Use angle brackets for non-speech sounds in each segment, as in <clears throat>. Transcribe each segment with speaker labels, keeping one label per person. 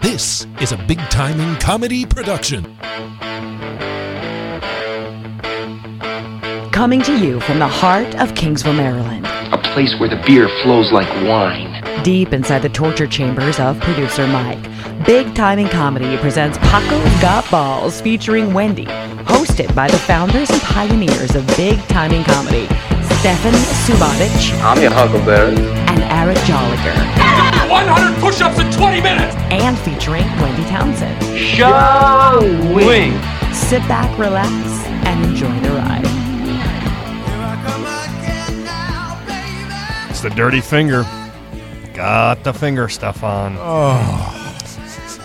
Speaker 1: This is a big timing comedy production.
Speaker 2: Coming to you from the heart of Kingsville, Maryland,
Speaker 3: a place where the beer flows like wine.
Speaker 2: deep inside the torture chambers of producer Mike, Big Timing Comedy presents Paco Got Balls featuring Wendy, hosted by the founders and pioneers of Big Timing Comedy, Stefan Subotic
Speaker 3: I'm your huckleberry.
Speaker 2: and Eric Jolliger,
Speaker 4: 100 push-ups in 20 minutes.
Speaker 2: and featuring Wendy Townsend.
Speaker 3: Shall we?
Speaker 2: Sit back, relax, and enjoy the ride.
Speaker 5: It's the dirty finger. Got the finger stuff on.
Speaker 6: Oh.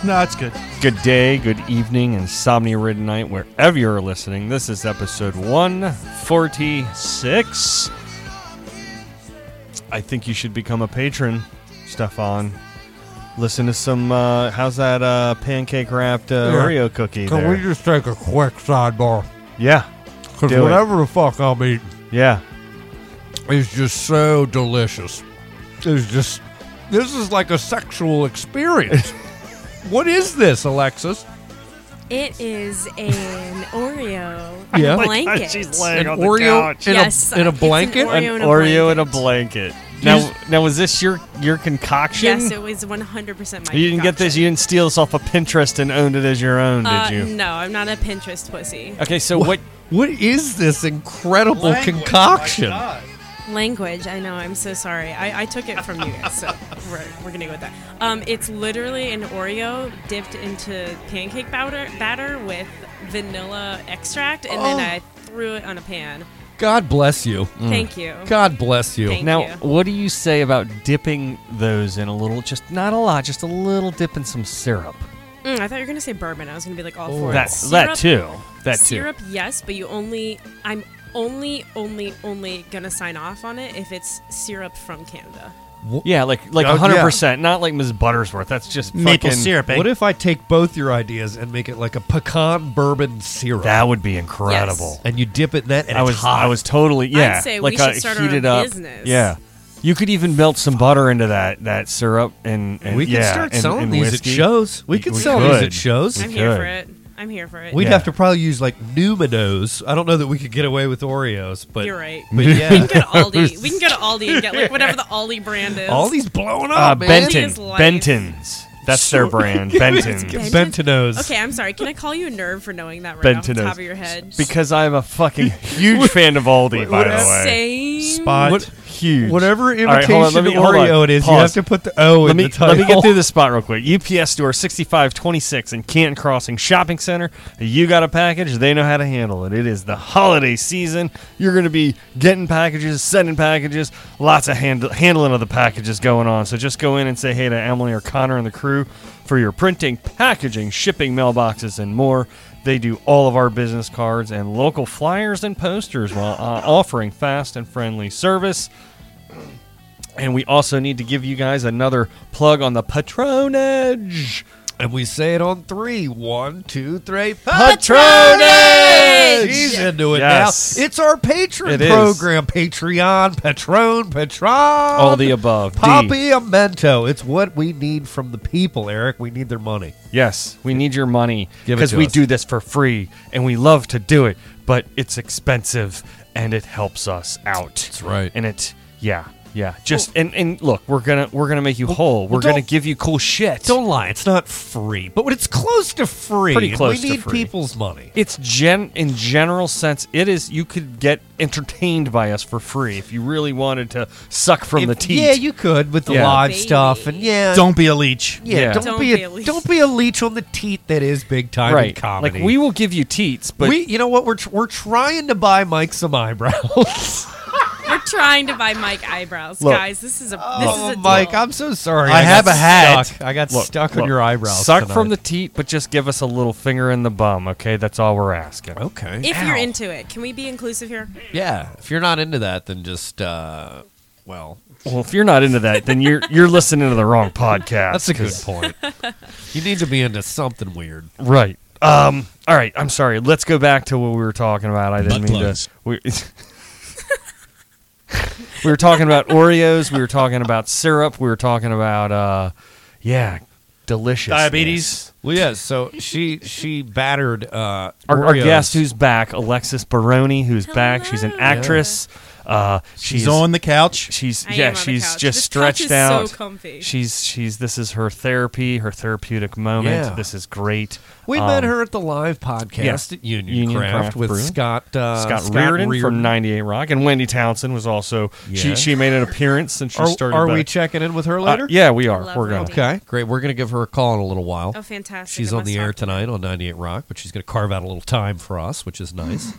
Speaker 7: No, it's good.
Speaker 5: Good day, good evening, insomnia ridden night, wherever you're listening. This is episode 146. I think you should become a patron, Stefan. Listen to some, uh, how's that uh, pancake wrapped uh,
Speaker 7: Yeah.
Speaker 5: Oreo cookie
Speaker 7: Can
Speaker 5: there?
Speaker 7: we just take a quick sidebar?
Speaker 5: yeah,
Speaker 7: Because
Speaker 5: Do it.
Speaker 7: whatever the fuck I'm eating
Speaker 5: yeah.
Speaker 7: is just so delicious. It's just, this is like a sexual
Speaker 5: <laughs>
Speaker 7: experience. what is this, Alexis?
Speaker 8: It is an Oreo
Speaker 7: Yeah. Oh my
Speaker 8: blanket.
Speaker 5: She's laying
Speaker 7: An
Speaker 5: on the
Speaker 7: Oreo
Speaker 5: couch.
Speaker 7: in a-
Speaker 8: yes,
Speaker 7: in a
Speaker 8: it's
Speaker 7: blanket?
Speaker 8: An
Speaker 5: An
Speaker 8: Oreo, in a
Speaker 5: Oreo
Speaker 8: blanket.
Speaker 5: in a blanket.
Speaker 7: You
Speaker 5: Now,
Speaker 7: s-
Speaker 5: now was this your your concoction?
Speaker 8: Yes, it was 100 percent my.
Speaker 5: You didn't get this. You didn't steal this off of Pinterest and owned it as your own, did
Speaker 8: Uh,
Speaker 5: you?
Speaker 8: No, I'm not a Pinterest pussy.
Speaker 5: Okay, so what?
Speaker 7: What is this incredible concoction?
Speaker 8: Language. I know. I'm so sorry. I, I took it from you guys,
Speaker 5: <laughs>
Speaker 8: so we're, we're gonna go with that. Um, it's literally an Oreo dipped into pancake powder batter with vanilla extract, and
Speaker 7: Oh.
Speaker 8: then I threw it on a pan.
Speaker 7: God bless you.
Speaker 8: Thank you.
Speaker 7: God bless you.
Speaker 8: Thank
Speaker 5: Mm. Now,
Speaker 8: you.
Speaker 5: what do you say about dipping those in a little, just not a lot, just a little dip in some syrup?
Speaker 8: Mm, I thought you were gonna say bourbon. I was gonna be like all for it.
Speaker 5: That,
Speaker 8: Syrup-
Speaker 5: that too. That too.
Speaker 8: syrup, yes, but you only. I'm only, only, only gonna sign off on it if it's syrup from Canada.
Speaker 5: Yeah, like like
Speaker 7: Oh, yeah.
Speaker 5: 100%. Not like Ms. Buttersworth. That's just
Speaker 9: Maple
Speaker 5: fucking,
Speaker 9: syrup, eh?
Speaker 7: What if I take both your ideas and make it like a pecan bourbon syrup?
Speaker 5: That would be incredible.
Speaker 7: and you dip it in that, and
Speaker 5: I
Speaker 7: it's
Speaker 5: was
Speaker 7: hot.
Speaker 5: I was totally yeah.
Speaker 8: say we
Speaker 5: like
Speaker 8: should
Speaker 5: uh,
Speaker 8: start our
Speaker 5: heated
Speaker 8: own
Speaker 5: up.
Speaker 8: business.
Speaker 5: Yeah. You could even melt some butter into that that syrup and, and
Speaker 7: we could
Speaker 5: yeah,
Speaker 7: start
Speaker 5: and-
Speaker 7: selling
Speaker 5: and
Speaker 7: these
Speaker 5: whiskey.
Speaker 7: at shows. We
Speaker 5: We-
Speaker 7: could
Speaker 5: we
Speaker 7: sell these
Speaker 5: could.
Speaker 7: at shows.
Speaker 8: I'm here
Speaker 5: good.
Speaker 8: for it. I'm here for it.
Speaker 7: We'd
Speaker 5: Yeah.
Speaker 7: have to probably use like Numinos. I don't know that we could get away with Oreos, but
Speaker 8: You're right.
Speaker 5: <laughs>
Speaker 7: But
Speaker 8: We
Speaker 7: yeah,
Speaker 8: can go to Aldi. We can go to Aldi and get like whatever the Aldi brand is.
Speaker 7: all these blowing up,
Speaker 5: Uh,
Speaker 7: man.
Speaker 5: Benton.
Speaker 8: Is life.
Speaker 5: Benton's. That's their
Speaker 7: <laughs>
Speaker 5: brand. Benton's.
Speaker 8: Benton?
Speaker 7: Bentinos.
Speaker 8: Okay, I'm sorry. Can I call you a nerd for knowing that right off the
Speaker 5: Benton's.
Speaker 8: top of your head?
Speaker 5: <laughs> Because I'm a fucking huge fan of Aldi, by the way.
Speaker 8: Same.
Speaker 7: Spot.
Speaker 5: What- huge.
Speaker 7: Whatever
Speaker 5: All right,
Speaker 7: imitation
Speaker 5: hold on, let me- hold on,
Speaker 7: Oreo it is, you have
Speaker 5: pause.
Speaker 7: to put the O
Speaker 5: Let
Speaker 7: in
Speaker 5: me
Speaker 7: the title.
Speaker 5: let me get through this spot real quick. UPS store 6526 in Canton Crossing Shopping Center. You got a package, they know how to handle it. It is the holiday season. You're going to be getting packages, sending packages, lots of hand, handling of the packages going on. So just go in and say hey to Emily or Connor and the crew for your printing, packaging, shipping, mailboxes, and more. They do all of our business cards and local flyers and posters while uh, offering fast and friendly service. And we also need to give you guys another plug on the Patronage.
Speaker 7: And we say it on three. One, two, three.
Speaker 5: Patronage!
Speaker 7: She's into it
Speaker 5: Yes.
Speaker 7: now. It's our patron
Speaker 5: It is.
Speaker 7: program. Patreon, Patron, Patron.
Speaker 5: All the above. D.
Speaker 7: Papiamento. It's what we need from the people, Eric. We need their money.
Speaker 5: Yes, we need your money
Speaker 7: Give it
Speaker 5: because
Speaker 7: to
Speaker 5: we
Speaker 7: us.
Speaker 5: do this for free and we love to do it, but it's expensive and it helps us out. That's
Speaker 7: right.
Speaker 5: And it, yeah, yeah. Just and and look, we're gonna we're gonna make you whole. We're gonna
Speaker 7: don't-
Speaker 5: give you cool shit.
Speaker 7: Don't lie, it's not free, but it's close to free.
Speaker 5: Pretty
Speaker 7: and
Speaker 5: close to
Speaker 7: We need
Speaker 5: free.
Speaker 7: people's money.
Speaker 5: it's gen in general sense it is you could get entertained by us for free if you really wanted to suck from
Speaker 7: If-
Speaker 5: the teeth
Speaker 7: Yeah, you could with the
Speaker 5: Yeah.
Speaker 7: live
Speaker 8: Baby.
Speaker 7: stuff, and yeah,
Speaker 9: Don't be a leech.
Speaker 7: yeah,
Speaker 5: Yeah.
Speaker 7: Don't,
Speaker 8: Don't
Speaker 7: be,
Speaker 8: be
Speaker 7: a,
Speaker 8: a leech.
Speaker 7: don't be a leech on the teat that is big time in
Speaker 5: right
Speaker 7: comedy.
Speaker 5: like we will give you teats but
Speaker 7: we, you know what? We're tr- we're trying to buy Mike
Speaker 8: <laughs>
Speaker 7: some eyebrows.
Speaker 8: We're trying to buy Mike eyebrows,
Speaker 5: Look.
Speaker 8: guys. This is a. This
Speaker 7: oh,
Speaker 8: is a
Speaker 7: Mike,
Speaker 8: deal.
Speaker 7: I'm so sorry.
Speaker 9: I have
Speaker 7: got
Speaker 9: a hat.
Speaker 7: Stuck. I got
Speaker 5: Look,
Speaker 7: stuck on
Speaker 5: look,
Speaker 7: your eyebrows.
Speaker 5: Suck from the
Speaker 7: tonight.
Speaker 5: teat, but just give us a little finger in the bum, okay? That's all we're asking.
Speaker 7: okay.
Speaker 8: If you're into it, can we be inclusive here?
Speaker 7: yeah, if you're not into that, then just uh, well,
Speaker 5: Well, if you're not into that, then you're you're listening to the wrong podcast.
Speaker 7: that's a good
Speaker 8: <laughs>
Speaker 5: 'cause-
Speaker 7: point. you need to be into something weird.
Speaker 5: Right. Um. All right. I'm sorry. Let's go back to what we were talking about. I didn't
Speaker 9: Butt
Speaker 5: mean
Speaker 9: plugs.
Speaker 5: to. We, <laughs> we were talking about Oreos. We were talking about syrup. We were talking about uh, yeah, delicious
Speaker 9: Diabetes.
Speaker 7: Well, yeah. So she she battered uh,
Speaker 5: Our, our
Speaker 7: Oreos.
Speaker 5: guest who's back, Alexis Baroni, who's back. She's an
Speaker 8: Hello.
Speaker 5: actress. Uh,
Speaker 9: She's,
Speaker 5: she's,
Speaker 9: on the couch.
Speaker 5: She's
Speaker 8: I
Speaker 5: yeah.
Speaker 8: am on the
Speaker 5: She's
Speaker 8: couch.
Speaker 5: just
Speaker 8: This
Speaker 5: stretched
Speaker 8: couch is so
Speaker 5: out.
Speaker 8: comfy.
Speaker 5: She's she's. This is her therapy, her therapeutic moment.
Speaker 7: Yeah.
Speaker 5: This is great.
Speaker 7: We
Speaker 5: Um,
Speaker 7: met her at the live podcast
Speaker 5: yes,
Speaker 7: at Union,
Speaker 5: Union
Speaker 7: Craft,
Speaker 5: Craft
Speaker 7: with
Speaker 5: Brewing.
Speaker 7: Scott, uh,
Speaker 5: Scott, Reardon, from 98 Rock, and Wendy Townsend was also.
Speaker 7: Yeah.
Speaker 5: She she made an appearance since she
Speaker 7: Are,
Speaker 5: started.
Speaker 7: are we
Speaker 5: back.
Speaker 7: checking in with her
Speaker 5: Uh,
Speaker 7: later?
Speaker 5: yeah, we are.
Speaker 8: Love
Speaker 5: We're gonna.
Speaker 8: Wendy.
Speaker 7: Okay, great. We're going to give her a call in a little while.
Speaker 8: Oh, fantastic.
Speaker 7: She's
Speaker 8: I
Speaker 7: on the
Speaker 8: must
Speaker 7: air
Speaker 8: talk to
Speaker 7: tonight on 98 Rock, but she's going to carve out a little time for us, which
Speaker 8: <laughs>
Speaker 7: is nice.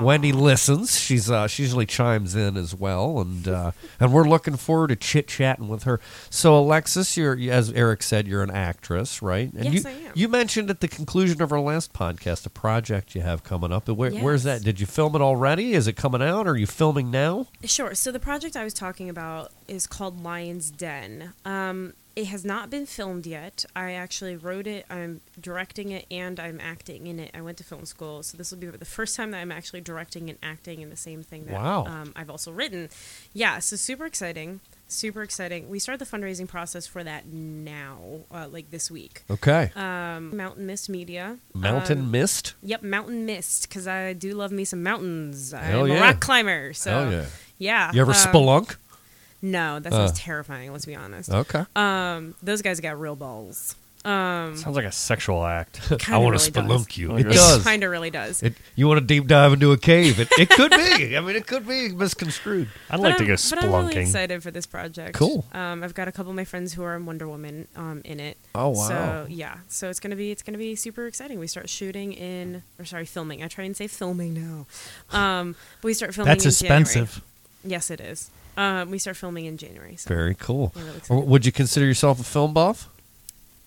Speaker 7: Wendy listens. She's uh, she usually chimes in as well, and uh, and we're looking forward to chit chatting with her. So Alexis, you're as Eric said, you're an actress, right? And
Speaker 8: Yes,
Speaker 7: you,
Speaker 8: I am.
Speaker 7: You mentioned at the conclusion of our last podcast a project you have coming up. Where, Where's
Speaker 8: Yes.
Speaker 7: that? Did you film it already? Is it coming out? Are you filming now?
Speaker 8: Sure. So the project I was talking about is called Lion's Den. Um, it has not been filmed yet. I actually wrote it. I'm directing it, and I'm acting in it. I went to film school, so this will be the first time that I'm actually directing and acting in the same thing that
Speaker 7: Wow.
Speaker 8: um, I've also written. Yeah. So super exciting. Super exciting. We start the fundraising process for that now, uh, like this week.
Speaker 7: Okay.
Speaker 8: Um, Mountain Mist Media.
Speaker 7: Mountain
Speaker 8: um,
Speaker 7: Mist.
Speaker 8: Yep, mountain mist because I do love me some mountains.
Speaker 7: Hell
Speaker 8: I'm
Speaker 7: yeah.
Speaker 8: a rock climber, so
Speaker 7: Hell yeah.
Speaker 8: yeah.
Speaker 7: You ever
Speaker 8: um,
Speaker 7: spelunk? Uh.
Speaker 8: No, that sounds terrifying. Let's be honest.
Speaker 7: Okay.
Speaker 8: Um, those guys got real balls. Um,
Speaker 5: Sounds like a sexual act.
Speaker 8: <laughs> Kinda
Speaker 7: wanna
Speaker 8: really does.
Speaker 7: you.
Speaker 5: Oh,
Speaker 7: It
Speaker 5: yeah.
Speaker 8: <laughs>
Speaker 7: does.
Speaker 8: Kinda really does.
Speaker 7: It, you want to deep dive into a cave? It, it could be. I mean, it could be misconstrued.
Speaker 5: <laughs> I'd
Speaker 8: But
Speaker 5: like to
Speaker 8: I'm-
Speaker 5: go
Speaker 8: But I'm really
Speaker 5: splunking.
Speaker 8: excited for this project.
Speaker 7: Cool.
Speaker 8: Um, I've got a couple of my friends who are in Wonder Woman um, in it.
Speaker 7: Oh, wow.
Speaker 8: So yeah, so it's gonna be it's gonna be super exciting. We start shooting in or sorry filming. I try and say filming now. Um, but we start filming.
Speaker 9: That's
Speaker 8: in January.
Speaker 9: expensive.
Speaker 8: Yes, it is. Um, we start filming in January. So.
Speaker 7: Very cool.
Speaker 8: Yeah, really excited.
Speaker 7: W- Would you consider yourself a film buff?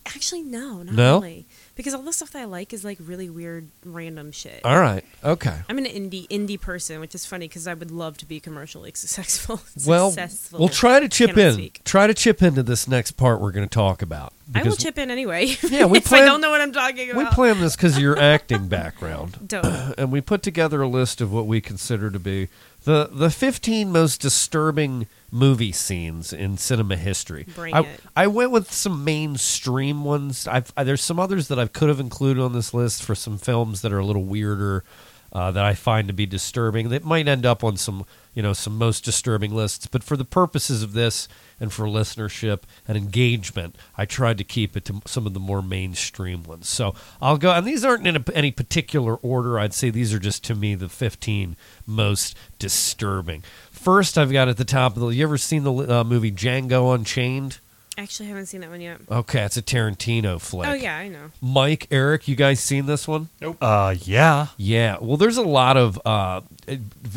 Speaker 8: Actually, no, not
Speaker 7: No?
Speaker 8: really. Because all the stuff that I like is like really weird, random shit.
Speaker 7: All right. Okay.
Speaker 8: I'm an indie indie person, which is funny because I would love to be commercially <laughs> successful.
Speaker 7: Well,
Speaker 8: successful.
Speaker 7: we'll try to chip
Speaker 8: Cannot
Speaker 7: in.
Speaker 8: speak.
Speaker 7: Try to chip into this next part we're going to talk about.
Speaker 8: I will
Speaker 7: because
Speaker 8: chip in anyway. <laughs>
Speaker 7: Yeah, we
Speaker 8: if
Speaker 7: plan-
Speaker 8: I don't know what I'm talking about.
Speaker 7: We planned this because
Speaker 8: <laughs>
Speaker 7: of your acting background,
Speaker 8: Dope.
Speaker 7: <clears throat> and we put together a list of what we consider to be the the 15 most disturbing movie scenes in cinema history.
Speaker 8: Bring
Speaker 7: I,
Speaker 8: it.
Speaker 7: I went with some mainstream ones. I've, I, there's some others that I could have included on this list for some films that are a little weirder uh, that I find to be disturbing. That might end up on some you know some most disturbing lists. But for the purposes of this and for listenership and engagement, I tried to keep it to some of the more mainstream ones. So I'll go, and these aren't in a, any particular order. I'd say these are just to me the 15 most disturbing. First, I've got at the top of the. You ever seen the uh, movie Django Unchained?
Speaker 8: Actually, I haven't seen that one yet.
Speaker 7: Okay, it's a Tarantino flick.
Speaker 8: oh yeah, I know.
Speaker 7: Mike, Eric, you guys seen this one?
Speaker 5: Uh, yeah.
Speaker 7: Yeah. Well, there's a lot of uh,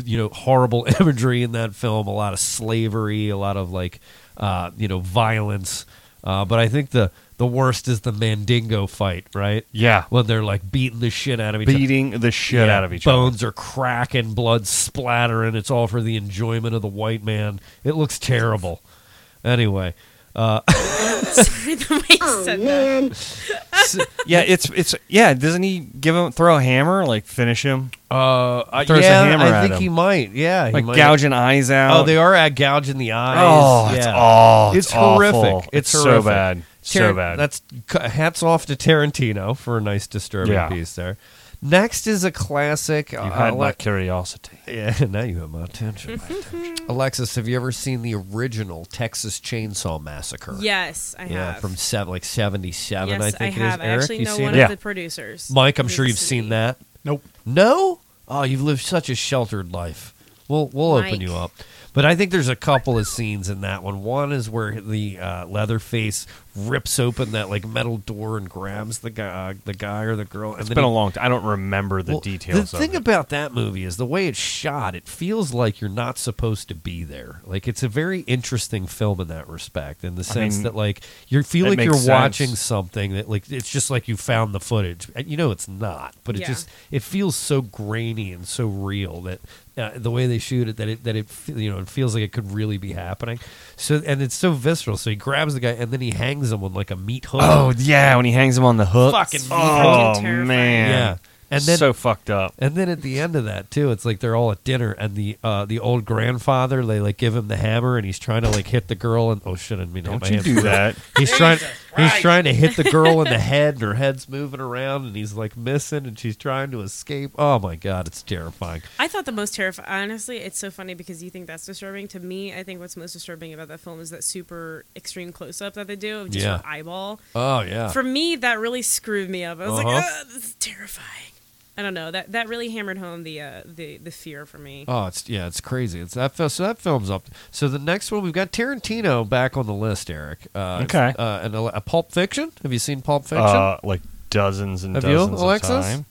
Speaker 7: you know horrible <laughs> imagery in that film. A lot of slavery. A lot of like uh, you know violence. Uh, but I think the the worst is the Mandingo fight, right?
Speaker 5: Yeah.
Speaker 7: When they're like beating the shit out of each other.
Speaker 5: Beating the shit
Speaker 7: Yeah,
Speaker 5: out of each other.
Speaker 7: Bones are cracking, blood splattering. It's all for the enjoyment of the white man. It looks terrible. Anyway, uh, <laughs>
Speaker 8: <laughs> sorry, the way you
Speaker 5: Oh,
Speaker 8: said <laughs> that.
Speaker 5: Yeah, it's it's yeah. Doesn't he give him throw a hammer like finish him?
Speaker 7: uh,
Speaker 5: Throws a
Speaker 7: yeah,
Speaker 5: hammer
Speaker 7: I
Speaker 5: at
Speaker 7: think
Speaker 5: him.
Speaker 7: he might. Yeah, he
Speaker 5: like
Speaker 7: might.
Speaker 5: gouging eyes out.
Speaker 7: Oh, they are at gouging the eyes.
Speaker 5: Oh,
Speaker 7: yeah.
Speaker 5: it's all.
Speaker 7: It's,
Speaker 5: It's,
Speaker 7: horrific.
Speaker 5: awful.
Speaker 7: It's,
Speaker 5: so
Speaker 7: horrific.
Speaker 5: bad.
Speaker 7: Taran-
Speaker 5: so bad.
Speaker 7: That's hats off to Tarantino for a nice disturbing
Speaker 5: Yeah.
Speaker 7: piece there. Next is a classic.
Speaker 5: you had
Speaker 7: uh,
Speaker 5: my
Speaker 7: Ale-
Speaker 5: curiosity.
Speaker 7: yeah, <laughs> now you have my
Speaker 8: <laughs>
Speaker 7: attention. my
Speaker 8: Mm-hmm.
Speaker 7: attention. Alexis, have you ever seen the original Texas Chainsaw Massacre?
Speaker 8: Yes, I
Speaker 7: yeah,
Speaker 8: have.
Speaker 7: from seven, like seventy-seven.
Speaker 8: yes,
Speaker 7: I think
Speaker 8: have.
Speaker 7: it is.
Speaker 8: I
Speaker 7: Eric,
Speaker 8: actually
Speaker 7: you
Speaker 8: know
Speaker 7: seen
Speaker 8: one
Speaker 7: it?
Speaker 5: Yeah.
Speaker 8: of the producers.
Speaker 7: Mike, I'm sure
Speaker 8: Leave
Speaker 7: you've
Speaker 8: the
Speaker 7: seen
Speaker 8: City.
Speaker 7: that.
Speaker 9: Nope.
Speaker 7: No? Oh, you've lived such a sheltered life. We'll we'll open
Speaker 8: Mike.
Speaker 7: you up. But I think there's a couple of scenes in that one. One is where the uh, Leatherface rips open that like metal door and grabs the guy, the guy or the girl. and
Speaker 5: It's
Speaker 7: then
Speaker 5: been a
Speaker 7: he-
Speaker 5: long time. I don't remember the
Speaker 7: well,
Speaker 5: details
Speaker 7: The
Speaker 5: of
Speaker 7: thing
Speaker 5: it.
Speaker 7: about that movie is the way it's shot. It feels like you're not supposed to be there. Like it's a very interesting film in that respect, in the sense
Speaker 5: mean,
Speaker 7: that like you feel
Speaker 5: it
Speaker 7: like you're
Speaker 5: makes sense.
Speaker 7: watching something that like it's just like you found the footage. And You know it's not, but it
Speaker 8: Yeah.
Speaker 7: just it feels so grainy and so real that uh, the way they shoot it that it that it fe- you know it feels like it could really be happening. So and it's so visceral. So he grabs the guy and then he hangs him with like a meat
Speaker 5: <clears throat>
Speaker 7: hook.
Speaker 5: Oh yeah, when he hangs him on the hook.
Speaker 7: Fucking
Speaker 5: oh
Speaker 8: fucking terrifying.
Speaker 5: man.
Speaker 7: Yeah. And then-
Speaker 5: so fucked up.
Speaker 7: And then at the end of that too, it's like they're all at dinner, and the uh, the old grandfather they like give him the hammer, and he's trying to like hit the girl, and oh shit, I didn't mean to hit
Speaker 5: Don't
Speaker 7: my
Speaker 5: you
Speaker 7: hand.
Speaker 5: do that?
Speaker 7: <laughs> He's trying He's trying to hit the girl in the head, and her head's moving around, and he's like missing, and she's trying to escape. Oh my god, it's terrifying.
Speaker 8: I thought the most terrifying. Honestly, it's so funny because you think that's disturbing. To me, I think what's most disturbing about that film is that super extreme close up that they do of just
Speaker 7: Yeah.
Speaker 8: your eyeball.
Speaker 7: Oh yeah,
Speaker 8: For me, that really screwed me up. I was like,
Speaker 7: Uh-huh.
Speaker 8: Ugh, this is terrifying. I don't know. That that really hammered home the uh, the the fear for me.
Speaker 7: Oh, it's yeah, it's crazy. It's that fil- so that film's up. So the next one we've got Tarantino back on the list, Eric. Uh,
Speaker 5: Okay.
Speaker 7: uh, and a, a Pulp Fiction. Have you seen Pulp Fiction?
Speaker 5: Uh, like dozens and
Speaker 7: Have you,
Speaker 5: dozens
Speaker 7: Alexis?
Speaker 5: of times.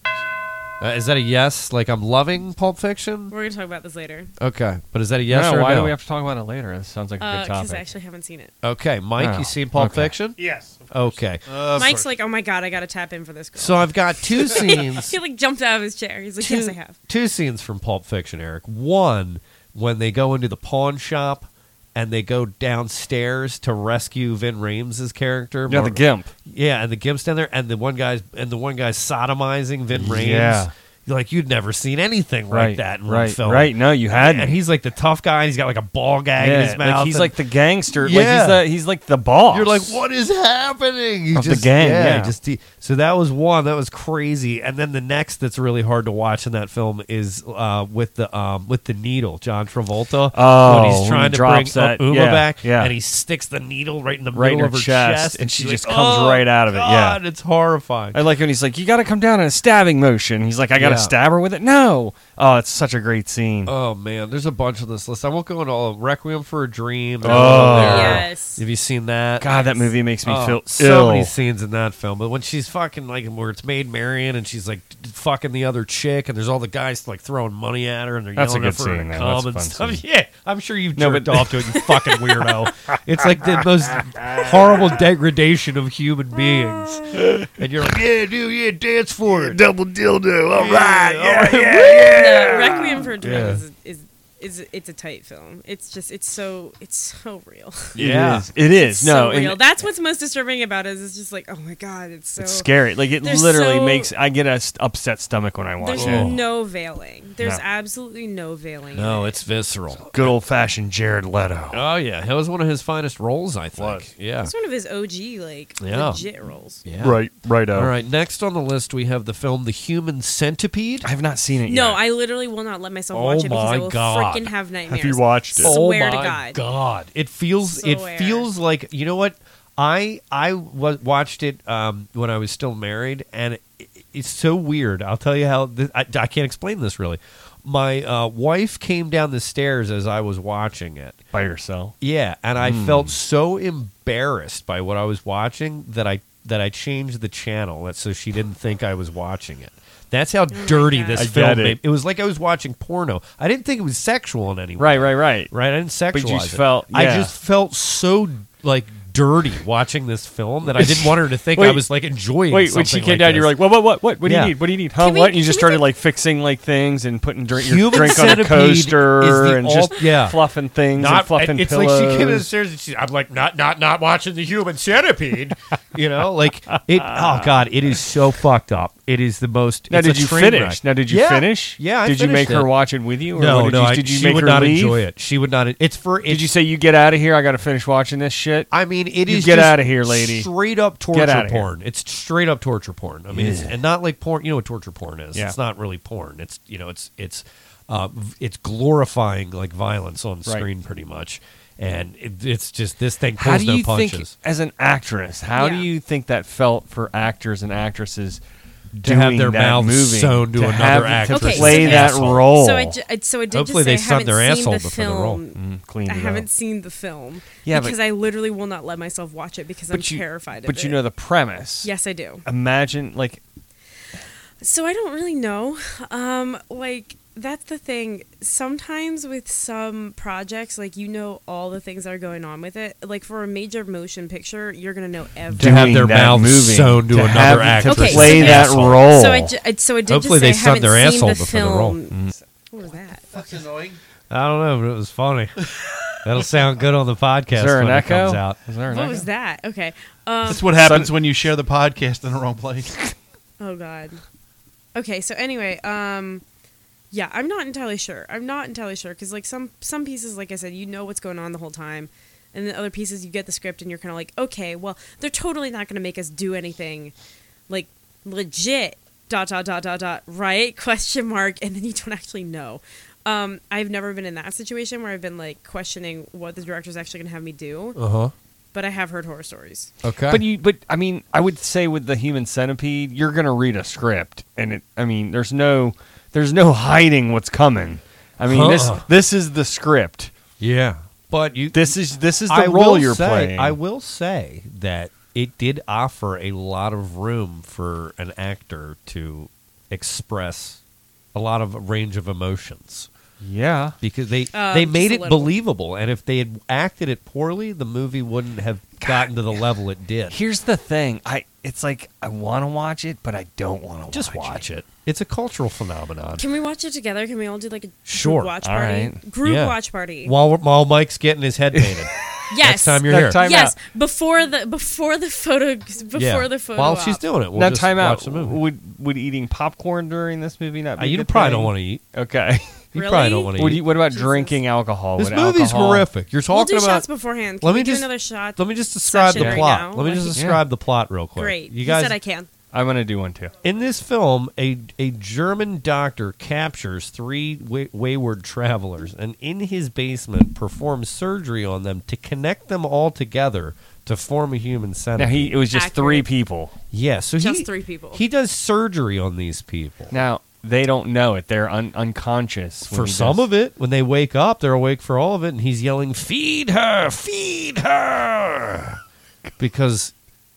Speaker 7: Uh, is that a yes? Like I'm loving Pulp Fiction.
Speaker 8: We're gonna talk about this later
Speaker 7: Okay, but is that a yes
Speaker 5: no,
Speaker 7: or
Speaker 5: why
Speaker 7: no?
Speaker 5: do we have to talk about it later? This sounds like a good
Speaker 8: because
Speaker 5: topic.
Speaker 8: Uh, I actually haven't seen it.
Speaker 7: okay, Mike,
Speaker 5: Oh,
Speaker 7: you seen Pulp
Speaker 5: okay.
Speaker 7: Fiction?
Speaker 9: Yes.
Speaker 7: Okay,
Speaker 5: Uh,
Speaker 8: Mike's like, oh my god, I gotta tap in for this girl.
Speaker 7: so I've
Speaker 8: <laughs>
Speaker 7: got two scenes.
Speaker 8: he like jumped out of his chair. He's like,
Speaker 7: two,
Speaker 8: yes, I have.
Speaker 7: two scenes from Pulp Fiction, Eric. One when they go into the pawn shop and they go downstairs to rescue Vin Rames' character.
Speaker 5: yeah, the
Speaker 7: Martin-
Speaker 5: gimp.
Speaker 7: Yeah, and the gimp's down there, and the one guy's and the one guy's sodomizing Vin Rames.
Speaker 5: Yeah.
Speaker 7: You're Like you'd never seen anything like
Speaker 5: Right,
Speaker 7: that in one
Speaker 5: right,
Speaker 7: film.
Speaker 5: right. No, you hadn't.
Speaker 7: And he's like the tough guy. And he's got like a ball gag in his mouth.
Speaker 5: like he's
Speaker 7: and
Speaker 5: like the gangster. Like
Speaker 7: Yeah.
Speaker 5: he's the he's like the boss.
Speaker 7: you're like, what is happening? You
Speaker 5: Of the gang, yeah.
Speaker 7: Just de- so that was one that was crazy, and then the next that's really hard to watch in that film is uh, with the um, with the needle, John Travolta.
Speaker 5: Oh,
Speaker 7: when he's
Speaker 5: when
Speaker 7: trying
Speaker 5: he
Speaker 7: to
Speaker 5: drops
Speaker 7: bring
Speaker 5: that-
Speaker 7: Uma
Speaker 5: yeah,
Speaker 7: back,
Speaker 5: yeah.
Speaker 7: and he sticks the needle right in the
Speaker 5: Right in
Speaker 7: middle of
Speaker 5: her
Speaker 7: her
Speaker 5: chest, and she
Speaker 7: she's
Speaker 5: just
Speaker 7: like,
Speaker 5: comes
Speaker 7: "Oh,
Speaker 5: right out of it, yeah."
Speaker 7: God, it's horrifying.
Speaker 5: I like when he's like, you got to come down in a stabbing motion. He's like, I got to
Speaker 7: Yeah.
Speaker 5: stab her with it. No. Oh, it's such a great scene.
Speaker 7: Oh man, there's a bunch on this list. I won't go into all Requiem for a Dream. and
Speaker 5: Oh.
Speaker 7: all of there.
Speaker 8: Yes.
Speaker 7: Have you seen that?
Speaker 5: God, that movie makes me
Speaker 7: Oh,
Speaker 5: feel
Speaker 7: so
Speaker 5: ill.
Speaker 7: many scenes in that film. But when she's fucking like where it's Maid Marian and she's like fucking the other chick, and there's all the guys like throwing money at her and they're
Speaker 5: That's a
Speaker 7: yelling at
Speaker 5: good
Speaker 7: her to
Speaker 5: scene, though.
Speaker 7: come
Speaker 5: That's a
Speaker 7: and
Speaker 5: fun
Speaker 7: stuff.
Speaker 5: scene.
Speaker 7: <laughs> Yeah, I'm sure you've
Speaker 5: No,
Speaker 7: jerked
Speaker 5: but-
Speaker 7: off to it, you fucking
Speaker 5: <laughs>
Speaker 7: weirdo. it's like the most horrible degradation of human beings. <laughs> And you're like, yeah, dude, yeah, dance for it, double dildo, all right, yeah,
Speaker 8: <laughs> No, Requiem for a Dream
Speaker 7: Yeah.
Speaker 8: is, is is it's a tight film. It's just it's so it's so real.
Speaker 5: It is. It is. No,
Speaker 8: so
Speaker 5: and
Speaker 8: real. That's what's most disturbing about it. Is it's just like oh my god, it's so
Speaker 5: it's scary. Like it
Speaker 8: There's
Speaker 5: literally
Speaker 8: so-
Speaker 5: makes I get a s- upset stomach when I watch
Speaker 8: There's
Speaker 5: it.
Speaker 8: no veiling. There's
Speaker 5: No.
Speaker 8: absolutely no veiling.
Speaker 7: No, it's visceral.
Speaker 5: Good old fashioned Jared Leto.
Speaker 7: Oh yeah, that was one of his finest roles, I think. Yeah.
Speaker 8: It's one of his OG like
Speaker 7: Yeah.
Speaker 8: legit roles.
Speaker 7: yeah.
Speaker 5: Right.
Speaker 7: All right. Next on the list, we have the film The Human Centipede.
Speaker 5: I have not seen it
Speaker 8: No,
Speaker 5: yet.
Speaker 8: I literally will not let myself
Speaker 7: Oh
Speaker 8: watch it because
Speaker 7: my
Speaker 8: I will
Speaker 7: God.
Speaker 8: freaking have nightmares.
Speaker 5: watched it?
Speaker 8: Swear
Speaker 7: oh my
Speaker 8: to God.
Speaker 7: It feels. It
Speaker 8: Swear.
Speaker 7: feels like you know what. I I wa- watched it um, when I was still married, and it, it's so weird. I'll tell you how. Th- I, I can't explain this really. My uh, wife came down the stairs as I was watching it,
Speaker 5: By yourself. Hmm.
Speaker 7: Yeah, and I felt so embarrassed by what I was watching that I that I changed the channel that- so she didn't think I was watching it. That's how dirty
Speaker 8: God.
Speaker 7: this
Speaker 5: I
Speaker 7: film
Speaker 5: get it.
Speaker 7: made. It was like I was watching porno. I didn't think it was sexual in any way.
Speaker 5: Right. Right. Right.
Speaker 7: Right? I didn't sexualize
Speaker 5: But you just
Speaker 7: it.
Speaker 5: felt-
Speaker 7: I
Speaker 5: yeah.
Speaker 7: just felt so like dirty watching this film that I didn't want her to think I
Speaker 5: Wait.
Speaker 7: was like enjoying
Speaker 5: Wait, when she
Speaker 7: something
Speaker 5: came down, you were
Speaker 7: this.
Speaker 5: like, "What? What? What? What? What do
Speaker 7: Yeah.
Speaker 5: you need? What do you need? Huh?
Speaker 8: Can we-
Speaker 5: what?" And you
Speaker 8: can
Speaker 5: just
Speaker 8: we
Speaker 5: started
Speaker 8: get-
Speaker 5: like fixing like things and putting drink, your
Speaker 7: Human
Speaker 5: drink on a
Speaker 7: centipede is
Speaker 5: coaster
Speaker 7: the
Speaker 5: and
Speaker 7: all-
Speaker 5: just
Speaker 7: yeah.
Speaker 5: fluffing things and fluffing
Speaker 7: it's
Speaker 5: pillows.
Speaker 7: like she came downstairs and she, I'm like, not, not, not watching the human centipede. <laughs> you know, like it.
Speaker 5: <laughs>
Speaker 7: Oh God, it is so fucked up. It is the most.
Speaker 5: now,
Speaker 7: it's a
Speaker 5: did you
Speaker 7: train
Speaker 5: finish?
Speaker 7: wreck.
Speaker 5: Now, did you
Speaker 7: Yeah.
Speaker 5: finish?
Speaker 7: Yeah, I
Speaker 5: Did you make
Speaker 7: finished
Speaker 5: her
Speaker 7: it.
Speaker 5: watch it with you? Or
Speaker 7: No,
Speaker 5: what did
Speaker 7: no.
Speaker 5: You,
Speaker 7: I-
Speaker 5: did you
Speaker 7: she
Speaker 5: make
Speaker 7: would
Speaker 5: her
Speaker 7: not
Speaker 5: leave?
Speaker 7: enjoy it. She would not. It's for. It's,
Speaker 5: Did you say you get out of here? I got to finish watching this shit.
Speaker 7: I mean, it
Speaker 5: You
Speaker 7: is
Speaker 5: get
Speaker 7: just
Speaker 5: outta here, lady.
Speaker 7: Straight up torture
Speaker 5: outta here.
Speaker 7: porn. It's straight up torture porn. I mean, it's, and not like porn. You know what torture porn is?
Speaker 5: Yeah.
Speaker 7: It's not really porn. It's you know, it's it's uh, v- it's glorifying like violence on screen, pretty much. And it, it's just this thing pulls
Speaker 5: how do
Speaker 7: no
Speaker 5: you
Speaker 7: punches.
Speaker 5: think, as an actress, how do
Speaker 8: Yeah.
Speaker 5: you think that felt for actors and actresses
Speaker 7: To have
Speaker 5: doing
Speaker 7: their
Speaker 5: that
Speaker 7: mouths
Speaker 5: movie,
Speaker 7: sewn to another
Speaker 5: have-
Speaker 7: actress
Speaker 8: Okay,
Speaker 5: to play
Speaker 8: so-
Speaker 5: that
Speaker 7: asshole.
Speaker 5: role?
Speaker 8: So I, ju- I- so I did
Speaker 7: Hopefully they
Speaker 8: just say I
Speaker 7: sunned
Speaker 8: haven't
Speaker 7: their
Speaker 8: seen
Speaker 7: asshole
Speaker 8: the
Speaker 7: before the role. Mm-hmm.
Speaker 8: film.
Speaker 5: Mm, cleaned
Speaker 8: I
Speaker 5: it up.
Speaker 8: haven't seen the film
Speaker 5: Yeah, but-
Speaker 8: because I literally will not let myself watch it because I'm
Speaker 5: But you-
Speaker 8: terrified of
Speaker 5: But
Speaker 8: it.
Speaker 5: you know the premise.
Speaker 8: yes, I do.
Speaker 5: Imagine like
Speaker 8: So I don't really know. Um, like that's the thing. Sometimes with some projects, like you know all the things that are going on with it. Like for a major motion picture, you're gonna know
Speaker 7: To
Speaker 8: everything.
Speaker 7: have their
Speaker 5: doing that
Speaker 7: mouths
Speaker 5: movie,
Speaker 7: sewn to
Speaker 5: to
Speaker 7: another
Speaker 5: have-
Speaker 7: actress
Speaker 5: to
Speaker 8: Okay,
Speaker 5: play
Speaker 8: so
Speaker 5: that
Speaker 8: there's-
Speaker 5: role.
Speaker 8: So I, ju- I- so I did
Speaker 7: Hopefully they
Speaker 8: just say I haven't
Speaker 7: subbed their
Speaker 8: seen
Speaker 7: asshole
Speaker 8: the
Speaker 7: before the role.
Speaker 8: film. What was that?
Speaker 7: I don't know, but it was <laughs> funny. That'll sound good on the podcast
Speaker 5: is there an
Speaker 7: when it
Speaker 5: echo?
Speaker 7: comes out.
Speaker 5: Is there an
Speaker 8: What
Speaker 5: echo?
Speaker 8: was that? Okay. Um,
Speaker 9: That's what happens when you share the podcast in the wrong place.
Speaker 8: Oh God. Okay, so anyway, um, yeah, I'm not entirely sure. I'm not entirely sure because like some some pieces, like I said, you know what's going on the whole time. and the other pieces you get the script and you're kind of like, okay, well, they're totally not going to make us do anything like legit dot dot dot dot dot right <laughs> question mark and then you don't actually know um, i've never been in that situation where i've been like questioning what the director's actually going to have me do
Speaker 7: Uh huh.
Speaker 8: but i have heard horror stories
Speaker 7: Okay.
Speaker 5: But you, but I mean, I would say with the human centipede, you're gonna read a script, and it. I mean, there's no, there's no hiding what's coming. I mean, this
Speaker 7: Huh.
Speaker 5: this is the script.
Speaker 7: yeah. But you.
Speaker 5: This is this is the
Speaker 7: I
Speaker 5: role
Speaker 7: will
Speaker 5: you're
Speaker 7: say,
Speaker 5: playing.
Speaker 7: I will say that it did offer a lot of room for an actor to express a lot of range of emotions
Speaker 5: yeah.
Speaker 7: because they
Speaker 8: Um,
Speaker 7: they
Speaker 8: just
Speaker 7: made
Speaker 8: a
Speaker 7: it
Speaker 8: little.
Speaker 7: believable and if they had acted it poorly the movie wouldn't have gotten to the level it did
Speaker 5: Here's the thing. I it's like I want to watch it, but I don't want to.
Speaker 7: just watch it it's a cultural phenomenon
Speaker 8: can we watch it together can we all do like a group
Speaker 7: Sure,
Speaker 8: watch
Speaker 5: all
Speaker 8: party
Speaker 5: right.
Speaker 8: group
Speaker 7: Yeah.
Speaker 8: watch party
Speaker 7: while, while mike's getting his head painted
Speaker 8: <laughs> yes
Speaker 7: next time you're
Speaker 5: Next
Speaker 7: here
Speaker 5: time-
Speaker 8: yes
Speaker 5: out.
Speaker 8: before the before the photo before
Speaker 7: Yeah.
Speaker 8: the photo
Speaker 7: while she's
Speaker 8: op.
Speaker 7: doing it we'll
Speaker 5: now,
Speaker 7: just
Speaker 5: time
Speaker 7: watch
Speaker 5: out.
Speaker 7: the movie
Speaker 5: Would would eating popcorn during this movie not? Be
Speaker 7: Uh,
Speaker 5: a
Speaker 7: you
Speaker 5: good
Speaker 7: probably
Speaker 5: thing?
Speaker 7: don't want to eat
Speaker 5: Okay.
Speaker 7: <laughs> you
Speaker 8: Really?
Speaker 7: probably don't want to
Speaker 5: What,
Speaker 7: eat
Speaker 5: do you, what about
Speaker 8: Jesus.
Speaker 5: drinking alcohol?
Speaker 7: This
Speaker 5: Would
Speaker 7: movie's
Speaker 5: alcohol-
Speaker 7: horrific. You're
Speaker 8: we'll
Speaker 7: talking
Speaker 8: do
Speaker 7: about.
Speaker 8: shots beforehand can
Speaker 7: let
Speaker 8: we
Speaker 7: me
Speaker 8: do
Speaker 7: just
Speaker 8: another shot
Speaker 7: Let me just describe the
Speaker 8: session right
Speaker 7: plot.
Speaker 8: now?
Speaker 7: let me
Speaker 8: Like-
Speaker 7: just describe the plot real quick.
Speaker 8: great
Speaker 7: You guys,
Speaker 8: he said i can
Speaker 5: I'm gonna do one too.
Speaker 7: in this film, a a German doctor captures three wa- wayward travelers and in his basement performs surgery on them to connect them all together to form a human
Speaker 5: Now
Speaker 7: centipede.
Speaker 5: he it was just three
Speaker 8: Accurate.
Speaker 5: people.
Speaker 7: yeah, so
Speaker 8: Just
Speaker 7: he,
Speaker 8: three people.
Speaker 7: He does surgery on these people.
Speaker 5: Now they don't know it. They're un- unconscious when
Speaker 7: for
Speaker 5: he
Speaker 7: some
Speaker 5: does-
Speaker 7: of it, when they wake up, they're awake for all of it, and he's yelling, "Feed her, feed her," because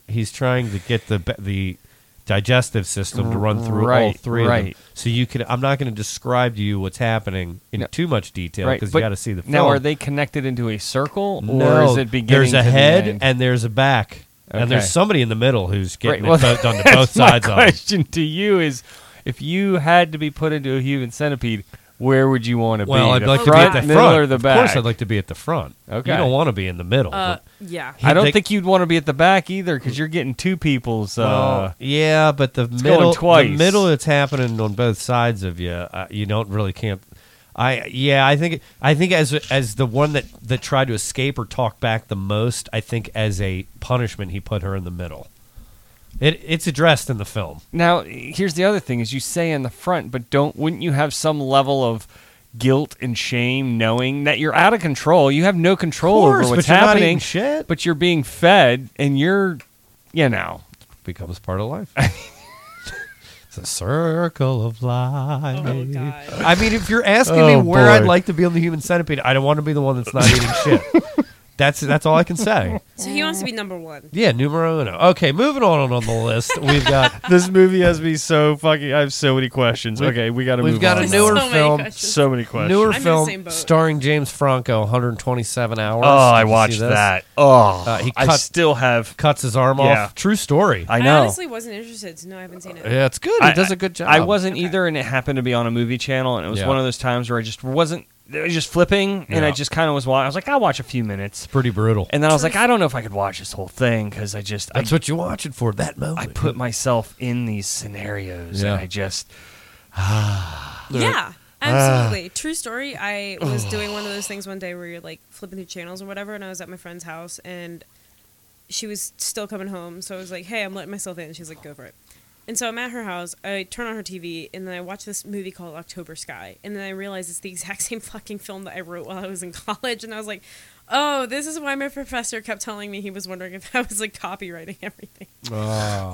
Speaker 7: he's trying to get the be- the digestive system to run through all
Speaker 5: Right,
Speaker 7: three of them.
Speaker 5: right.
Speaker 7: So you can. I'm not going to describe to you what's happening in
Speaker 5: No.
Speaker 7: too much detail
Speaker 5: Right,
Speaker 7: because
Speaker 5: but
Speaker 7: you got to see the film.
Speaker 5: Now are they connected into a circle, or
Speaker 7: No,
Speaker 5: is it beginning?
Speaker 7: there's a
Speaker 5: to the
Speaker 7: head
Speaker 5: end?
Speaker 7: and there's a back, and there's
Speaker 5: Okay.
Speaker 7: somebody in the middle who's
Speaker 5: Right,
Speaker 7: getting
Speaker 5: well,
Speaker 7: it bo- done to both
Speaker 5: <laughs> that's my
Speaker 7: sides of it.
Speaker 5: question to you is, if you had to be put into a human centipede, where would you want to
Speaker 7: Well,
Speaker 5: be?
Speaker 7: I'd
Speaker 5: The
Speaker 7: like
Speaker 5: front,
Speaker 7: to be at the
Speaker 5: middle,
Speaker 7: front.
Speaker 5: or the
Speaker 7: of
Speaker 5: back?
Speaker 7: course, I'd like to be at the front.
Speaker 5: Okay.
Speaker 7: you don't want to be in the middle.
Speaker 8: uh,
Speaker 7: but-
Speaker 8: yeah
Speaker 5: I don't
Speaker 7: they-
Speaker 5: think you'd want to be at the back either, because you're getting two people's. Uh,
Speaker 7: Well, yeah, but the
Speaker 5: going
Speaker 7: middle,
Speaker 5: twice.
Speaker 7: the middle, it's happening on both sides of you. Uh, you don't really can't. I yeah, I think I think as as the one that that tried to escape or talk back the most, I think as a punishment, he put her in the middle. It it's addressed in the film.
Speaker 5: Now, here's the other thing: is you say in the front, but don't wouldn't you have some level of guilt and shame, knowing that you're out of control? You have no control
Speaker 7: Course,
Speaker 5: over what's
Speaker 7: but you're not
Speaker 5: happening.
Speaker 7: eating shit.
Speaker 5: But you're being fed, and you're, you know,
Speaker 7: becomes part of life. <laughs> it's a circle of life.
Speaker 8: oh god
Speaker 7: I mean, if you're asking me
Speaker 5: Oh,
Speaker 7: where
Speaker 5: boy.
Speaker 7: I'd
Speaker 5: <laughs>
Speaker 7: like <laughs> to be on the human centipede, I don't want to be the one that's not eating shit.
Speaker 5: <laughs>
Speaker 7: That's that's all I can say.
Speaker 8: so he wants to be number one
Speaker 7: Yeah, numero uno. Okay, moving on on the list, we've got
Speaker 5: <laughs> this movie has me so fucking. I have so many questions.
Speaker 7: We've-
Speaker 5: okay, we got to.
Speaker 7: we've got a newer
Speaker 8: So many
Speaker 7: film,
Speaker 8: questions.
Speaker 5: So many questions.
Speaker 7: newer
Speaker 8: I'm in the same
Speaker 7: film
Speaker 8: boat.
Speaker 7: starting James Franco, 127 hours.
Speaker 5: oh, I
Speaker 7: Did you see
Speaker 5: watched
Speaker 7: this?
Speaker 5: that. Oh,
Speaker 7: Uh, he
Speaker 5: I
Speaker 7: cut-
Speaker 5: still have.
Speaker 7: Cuts his arm
Speaker 5: Yeah.
Speaker 7: off. True story.
Speaker 5: I
Speaker 8: I
Speaker 5: know.
Speaker 8: honestly wasn't interested, so no, I haven't seen it.
Speaker 7: yeah, it's good. He
Speaker 5: I-
Speaker 7: does a good job.
Speaker 5: I wasn't either, and it happened to be on a movie channel, and it was
Speaker 7: Yeah.
Speaker 5: one of those times where I just wasn't. It was just flipping, and
Speaker 7: Yeah.
Speaker 5: I just kind of was. wa- I was like, I'll watch a few minutes,
Speaker 7: pretty brutal.
Speaker 5: and then I was like, I don't know if I could watch this whole thing because I just I,
Speaker 7: that's what you watch it for. That moment.
Speaker 5: I put myself in these scenarios,
Speaker 7: Yeah.
Speaker 5: and I just Ah.
Speaker 8: Yeah, absolutely. True story. I was doing one of those things one day where you're like flipping through channels or whatever, and I was at my friend's house, and she was still coming home, so I was like, "Hey, I'm letting myself in." She's like, "Go for it." And so I'm at her house. I turn on her TV, and then I watch this movie called October Sky, and then I realize it's the exact <laughs> same fucking film that I wrote while I was in college, and I was like. Oh, this is why my professor kept telling me he was wondering if I was like copywriting <laughs> everything. It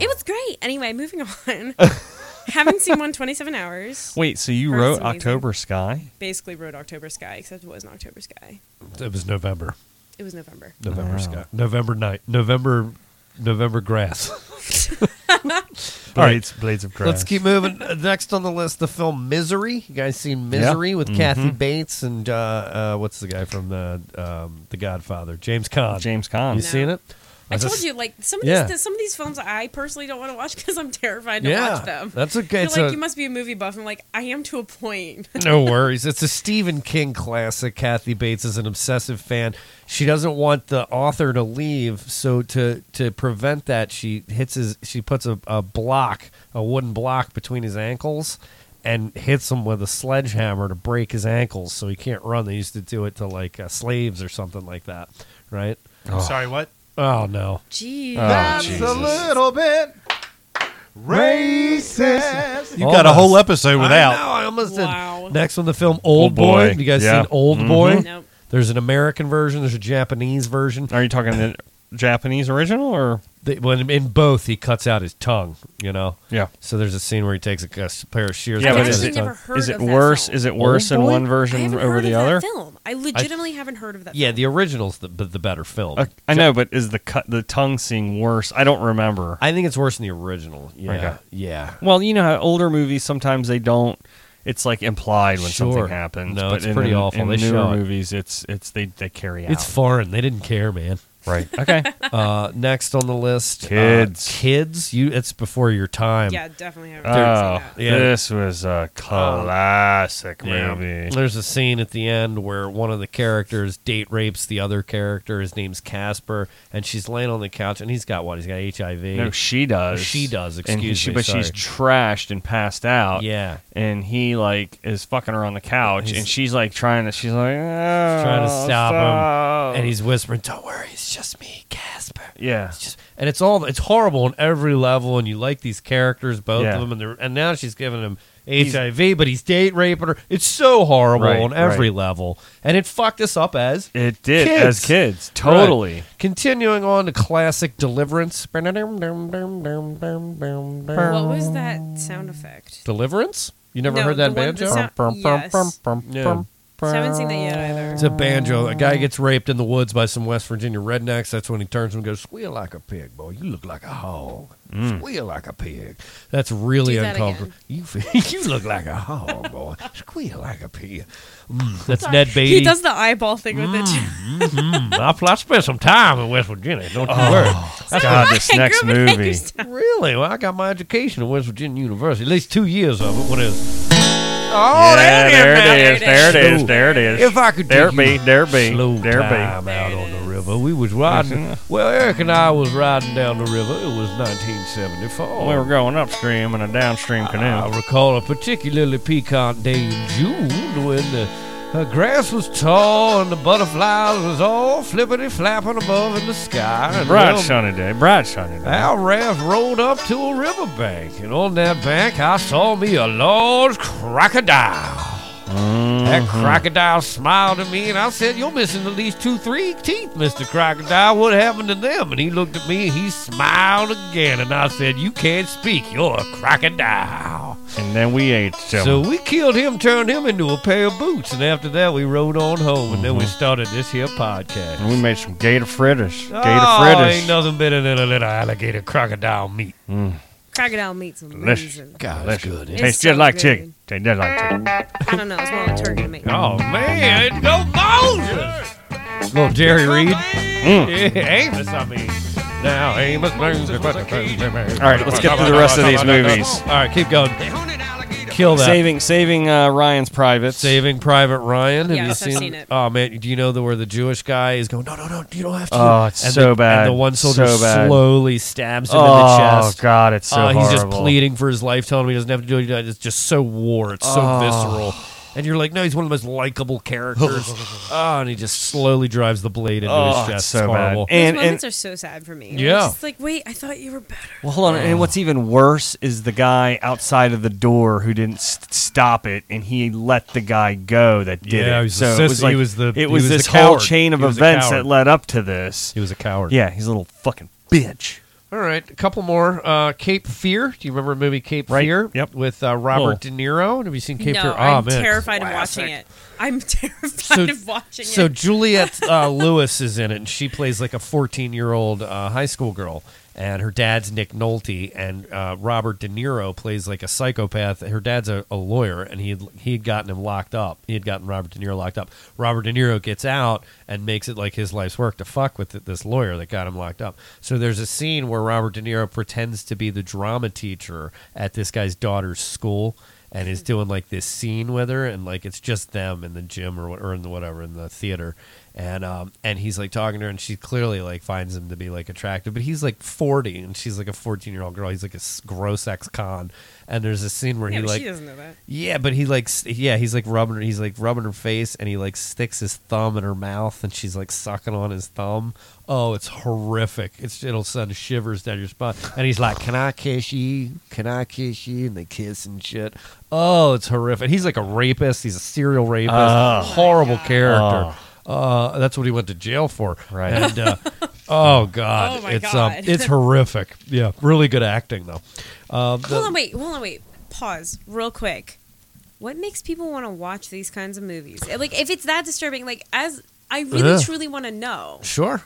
Speaker 8: was great. Anyway, moving on. <laughs> Haven't seen one 27 hours.
Speaker 5: wait. So you
Speaker 8: That's
Speaker 5: wrote
Speaker 8: amazing.
Speaker 5: October Sky?
Speaker 8: basically wrote October Sky, except it wasn't October Sky.
Speaker 7: <laughs> It was November.
Speaker 8: It was November.
Speaker 7: November
Speaker 5: Wow.
Speaker 7: sky. November night. November. November grass. <laughs>
Speaker 5: All
Speaker 7: right.
Speaker 5: right, Blades of Grass.
Speaker 7: Let's keep moving. Uh, Next on the list, the film Misery. You guys seen Misery with
Speaker 5: Mm-hmm.
Speaker 7: Kathy Bates and uh, uh, what's the guy from the um, The Godfather, James Caan.
Speaker 5: James Caan.
Speaker 7: You
Speaker 5: No.
Speaker 7: seen it?
Speaker 8: I
Speaker 7: That's a
Speaker 8: told
Speaker 7: s-
Speaker 8: you, like some of
Speaker 7: Yeah.
Speaker 8: these some of these films, I personally don't want to watch because I'm terrified to
Speaker 7: Yeah,
Speaker 8: watch them.
Speaker 7: that's okay.
Speaker 8: You're
Speaker 7: It's
Speaker 8: like
Speaker 7: a-
Speaker 8: you must be a movie buff. I'm like I am to a point.
Speaker 7: <laughs> No worries. It's a Stephen King classic. Kathy Bates is an obsessive fan. She doesn't want the author to leave, so to to prevent that, she hits his. She puts a, a block, a wooden block between his ankles, and hits him with a sledgehammer to break his ankles, so he can't run. They used to do it to like uh, slaves or something like that, right?
Speaker 9: I'm sorry, what?
Speaker 7: Oh no.
Speaker 8: Jeez.
Speaker 9: That's a little bit racist. You got a
Speaker 7: Almost.
Speaker 9: whole episode
Speaker 7: I know,
Speaker 9: without.
Speaker 7: I almost did.
Speaker 8: Wow.
Speaker 7: Next on the film, Old,
Speaker 5: Old
Speaker 7: Boy.
Speaker 5: Boy.
Speaker 7: You guys
Speaker 5: Yeah. Mm-hmm.
Speaker 7: seen Old Boy?
Speaker 8: Nope.
Speaker 7: There's an American version. There's a Japanese version.
Speaker 5: Are you talking the Japanese original or?
Speaker 7: They, when in both, he cuts out his tongue. You know.
Speaker 5: Yeah.
Speaker 7: So there's a scene where he takes a, c- pair of shears.
Speaker 5: Yeah,
Speaker 7: cuts
Speaker 5: but
Speaker 7: out
Speaker 5: is
Speaker 7: his
Speaker 5: it-
Speaker 7: tongue.
Speaker 8: never heard
Speaker 5: Is it
Speaker 8: of that
Speaker 5: worse?
Speaker 8: film.
Speaker 5: Is it worse in
Speaker 7: Oh, Boy?
Speaker 5: one
Speaker 8: I
Speaker 5: version
Speaker 8: haven't
Speaker 5: over
Speaker 8: heard
Speaker 5: the
Speaker 8: of
Speaker 5: other?
Speaker 8: That film. I legitimately haven't heard of that.
Speaker 7: Yeah,
Speaker 8: film.
Speaker 7: the original's the the, the better film.
Speaker 5: Uh, I know, but is the cut the tongue scene worse? I don't remember.
Speaker 7: I think it's worse than the original. Yeah.
Speaker 5: Okay.
Speaker 7: Yeah.
Speaker 5: Well, you know how older movies sometimes they don't. It's like implied when
Speaker 7: Sure.
Speaker 5: something happens.
Speaker 7: No,
Speaker 5: but
Speaker 7: it's
Speaker 5: in,
Speaker 7: pretty
Speaker 5: in-
Speaker 7: awful.
Speaker 5: In
Speaker 7: They
Speaker 5: newer
Speaker 7: show it.
Speaker 5: movies, it's it's they they carry out.
Speaker 7: It's foreign. They didn't care, man. <laughs>
Speaker 5: right. Okay.
Speaker 7: Uh, next on the list, uh,
Speaker 5: Kids.
Speaker 7: kids. You. It's before your time.
Speaker 8: Yeah, definitely haven't.
Speaker 5: oh,
Speaker 8: seen that.
Speaker 7: Yeah.
Speaker 5: this was a classic
Speaker 7: Yeah.
Speaker 5: movie.
Speaker 7: There's a scene at the end where one of the characters date rapes the other character. His name's Casper, and she's laying on the couch, and he's got what? He's got HIV.
Speaker 5: No, she does.
Speaker 7: She does,
Speaker 5: And
Speaker 7: excuse
Speaker 5: she,
Speaker 7: me,
Speaker 5: But
Speaker 7: sorry.
Speaker 5: she's trashed and passed out.
Speaker 7: Yeah.
Speaker 5: And he like is fucking her on the couch,
Speaker 7: He's-
Speaker 5: and she's like trying to. She's like oh,
Speaker 7: trying to stop him,
Speaker 5: stop."
Speaker 7: and he's whispering, "Don't worry, it's just me, Casper."
Speaker 5: yeah.
Speaker 7: It's just, and it's all it's horrible on every level, and you like these characters, both
Speaker 5: Yeah.
Speaker 7: of them, and they're and now she's giving him HIV, but he's date raping her. It's so horrible
Speaker 5: Right,
Speaker 7: on every
Speaker 5: right.
Speaker 7: level, and it fucked us up as
Speaker 5: It did
Speaker 7: Kids.
Speaker 5: as kids totally.
Speaker 7: Right. Continuing on to classic Deliverance. Deliverance.
Speaker 8: What was that sound effect?
Speaker 7: You never
Speaker 8: No,
Speaker 7: heard that
Speaker 8: the one-
Speaker 7: banjo?
Speaker 8: the sound- yes.
Speaker 7: Yeah.
Speaker 8: I haven't seen that yet either.
Speaker 7: It's a banjo. A guy gets raped in the woods by some West Virginia rednecks. That's when he turns and goes, "Squeal like a pig, boy. You look like a hog.
Speaker 5: Mm.
Speaker 7: Squeal like a pig." That's really
Speaker 8: Do that
Speaker 7: uncomfortable.
Speaker 8: again.
Speaker 7: You <laughs> you look like a hog, boy. Squeal like a pig. Mm, that's Ned Beatty.
Speaker 8: He does the eyeball thing with it. too. <laughs>
Speaker 7: Mm, I, I spent some time in West Virginia. Don't you worry.
Speaker 5: Oh, God, this
Speaker 8: <laughs> I
Speaker 5: next
Speaker 8: grew up in
Speaker 5: movie.
Speaker 8: Hagerstown.
Speaker 7: Really? Well, I got my education at West Virginia University. At least two years of it. What is?
Speaker 5: Oh, yeah, there it is. There it is.
Speaker 7: Slow.
Speaker 5: There it is.
Speaker 7: If I could
Speaker 5: there
Speaker 7: take
Speaker 5: be,
Speaker 7: you
Speaker 5: there be,
Speaker 7: Slow
Speaker 5: there
Speaker 7: time
Speaker 5: be.
Speaker 7: out on the river. We was
Speaker 5: <laughs>
Speaker 7: riding. Well, Eric and I was riding down the river. It was 1974.
Speaker 5: We were going upstream in a downstream canoe.
Speaker 7: I recall a particularly piquant day in June when the uh, grass was tall and the butterflies was all flippity flapping above in the sky. And
Speaker 5: Bright
Speaker 7: well,
Speaker 5: sunny day. Bright sunny day.
Speaker 7: Our raft rolled up to a riverbank, and on that bank I saw me a large crocodile. That
Speaker 5: Mm-hmm.
Speaker 7: crocodile smiled at me, and I said, You're missing at least two, three teeth, Mr. Crocodile. What happened to them? And he looked at me, and he smiled again, and I said, You can't speak. You're a crocodile.
Speaker 5: And then we ate some.
Speaker 7: So we killed him, turned him into a pair of boots, and after that we rode on home, and then we started this here podcast.
Speaker 5: and we made some gator fritters. Gator
Speaker 7: oh, ain't
Speaker 5: fritters. Mm,
Speaker 7: nothing better than a little alligator crocodile meat.
Speaker 8: Crocodile meat's
Speaker 5: Delicious.
Speaker 8: amazing.
Speaker 7: God,
Speaker 5: That's
Speaker 7: good.
Speaker 8: It's
Speaker 5: Tastes
Speaker 8: so
Speaker 5: just like
Speaker 8: good.
Speaker 5: chicken. Tastes just like chicken.
Speaker 8: I don't know. It's more like turkey to me.
Speaker 7: Oh man, go Moses! Little Jerry Reed. <laughs> Yeah, Amos, I mean. Now Amos. All
Speaker 5: right, let's get through the rest of these movies.
Speaker 7: All right, keep going. Kill that.
Speaker 5: Saving, saving uh, Ryan's privates.
Speaker 7: Saving Private Ryan. Have
Speaker 8: Yes,
Speaker 7: you
Speaker 8: I've
Speaker 7: seen,
Speaker 8: seen it.
Speaker 7: Oh man, do you know the where the Jewish guy is going? No, no, no, you don't have to.
Speaker 5: Oh, it's
Speaker 7: and
Speaker 5: so
Speaker 7: the,
Speaker 5: bad.
Speaker 7: And the one soldier
Speaker 5: So bad.
Speaker 7: slowly stabs him
Speaker 5: Oh,
Speaker 7: in the chest.
Speaker 5: God, it's so
Speaker 7: Uh, he's just
Speaker 5: horrible.
Speaker 7: pleading for his life, telling him he doesn't have to do it. It's just so war. It's so
Speaker 5: Oh.
Speaker 7: visceral. And you're like, no, he's one of the most likable characters. oh, and he just slowly drives the blade into
Speaker 5: Oh,
Speaker 7: his
Speaker 5: it's
Speaker 7: chest.
Speaker 5: so
Speaker 7: it's horrible.
Speaker 5: bad.
Speaker 8: Those
Speaker 5: And, and
Speaker 8: moments are so sad for me.
Speaker 7: Yeah.
Speaker 8: It's like, wait, I thought you were better.
Speaker 5: Well, hold on. And what's even worse is the guy outside of the door who didn't s stop it, and he let the guy go that did
Speaker 7: Yeah,
Speaker 5: it.
Speaker 7: he was a sissy.
Speaker 5: so it was like
Speaker 7: He was the-
Speaker 5: it
Speaker 7: he
Speaker 5: was,
Speaker 7: was the
Speaker 5: this whole
Speaker 7: coward.
Speaker 5: chain of
Speaker 7: He was a
Speaker 5: events
Speaker 7: coward.
Speaker 5: that led up to this.
Speaker 7: He was a coward.
Speaker 5: Yeah, he's a little fucking bitch.
Speaker 7: All right, a couple more. Uh, Cape Fear. Do you remember the movie Cape
Speaker 5: Right,
Speaker 7: Fear?
Speaker 5: yep.
Speaker 7: With uh, Robert De
Speaker 5: Oh.
Speaker 7: Niro. Have you seen Cape
Speaker 8: no,
Speaker 7: Fear? Ah,
Speaker 8: I'm
Speaker 7: man,
Speaker 8: terrified of
Speaker 7: classic.
Speaker 8: watching it. I'm <laughs> terrified of watching
Speaker 7: <laughs> so
Speaker 8: it. <laughs>
Speaker 7: Juliet uh, Lewis is in it, and she plays like a 14 year old uh, high school girl. And her dad's Nick Nolte, and uh, Robert De Niro plays like a psychopath. Her dad's a, a lawyer, and he had, he had gotten him locked up. He had gotten Robert De Niro locked up. Robert De Niro gets out and makes it like his life's work to fuck with th- this lawyer that got him locked up. So there's a scene where Robert De Niro pretends to be the drama teacher at this guy's daughter's school, and is doing like this scene with her, and like it's just them in the gym or what, or in the whatever in the theater, and um, and he's like talking to her, and she clearly like finds him to be like attractive, but he's like forty, and she's like a fourteen year old girl. He's like a s- gross ex con, and there's a scene where
Speaker 8: Yeah,
Speaker 7: he
Speaker 8: but
Speaker 7: like
Speaker 8: she doesn't know that.
Speaker 7: yeah, but he like st- yeah, he's like rubbing her he's like rubbing her face and he like sticks his thumb in her mouth and she's like sucking on his thumb. Oh, it's horrific. It's it'll send shivers down your spine. And he's like, "Can I kiss you? Can I kiss you?" And they kiss and shit. Oh, it's horrific. He's like a rapist. He's a serial rapist.
Speaker 8: Oh
Speaker 7: Horrible character. Uh, that's what he went to jail for.
Speaker 5: Right.
Speaker 7: And uh, oh god,
Speaker 8: Oh, my
Speaker 7: it's um,
Speaker 8: God.
Speaker 7: it's horrific. Yeah, really good acting though. Um, the-
Speaker 8: Hold on, wait, hold on, wait. Pause, real quick. What makes people want to watch these kinds of movies? Like, if it's that disturbing, like, as I really
Speaker 7: Ugh.
Speaker 8: truly want to know.
Speaker 7: Sure.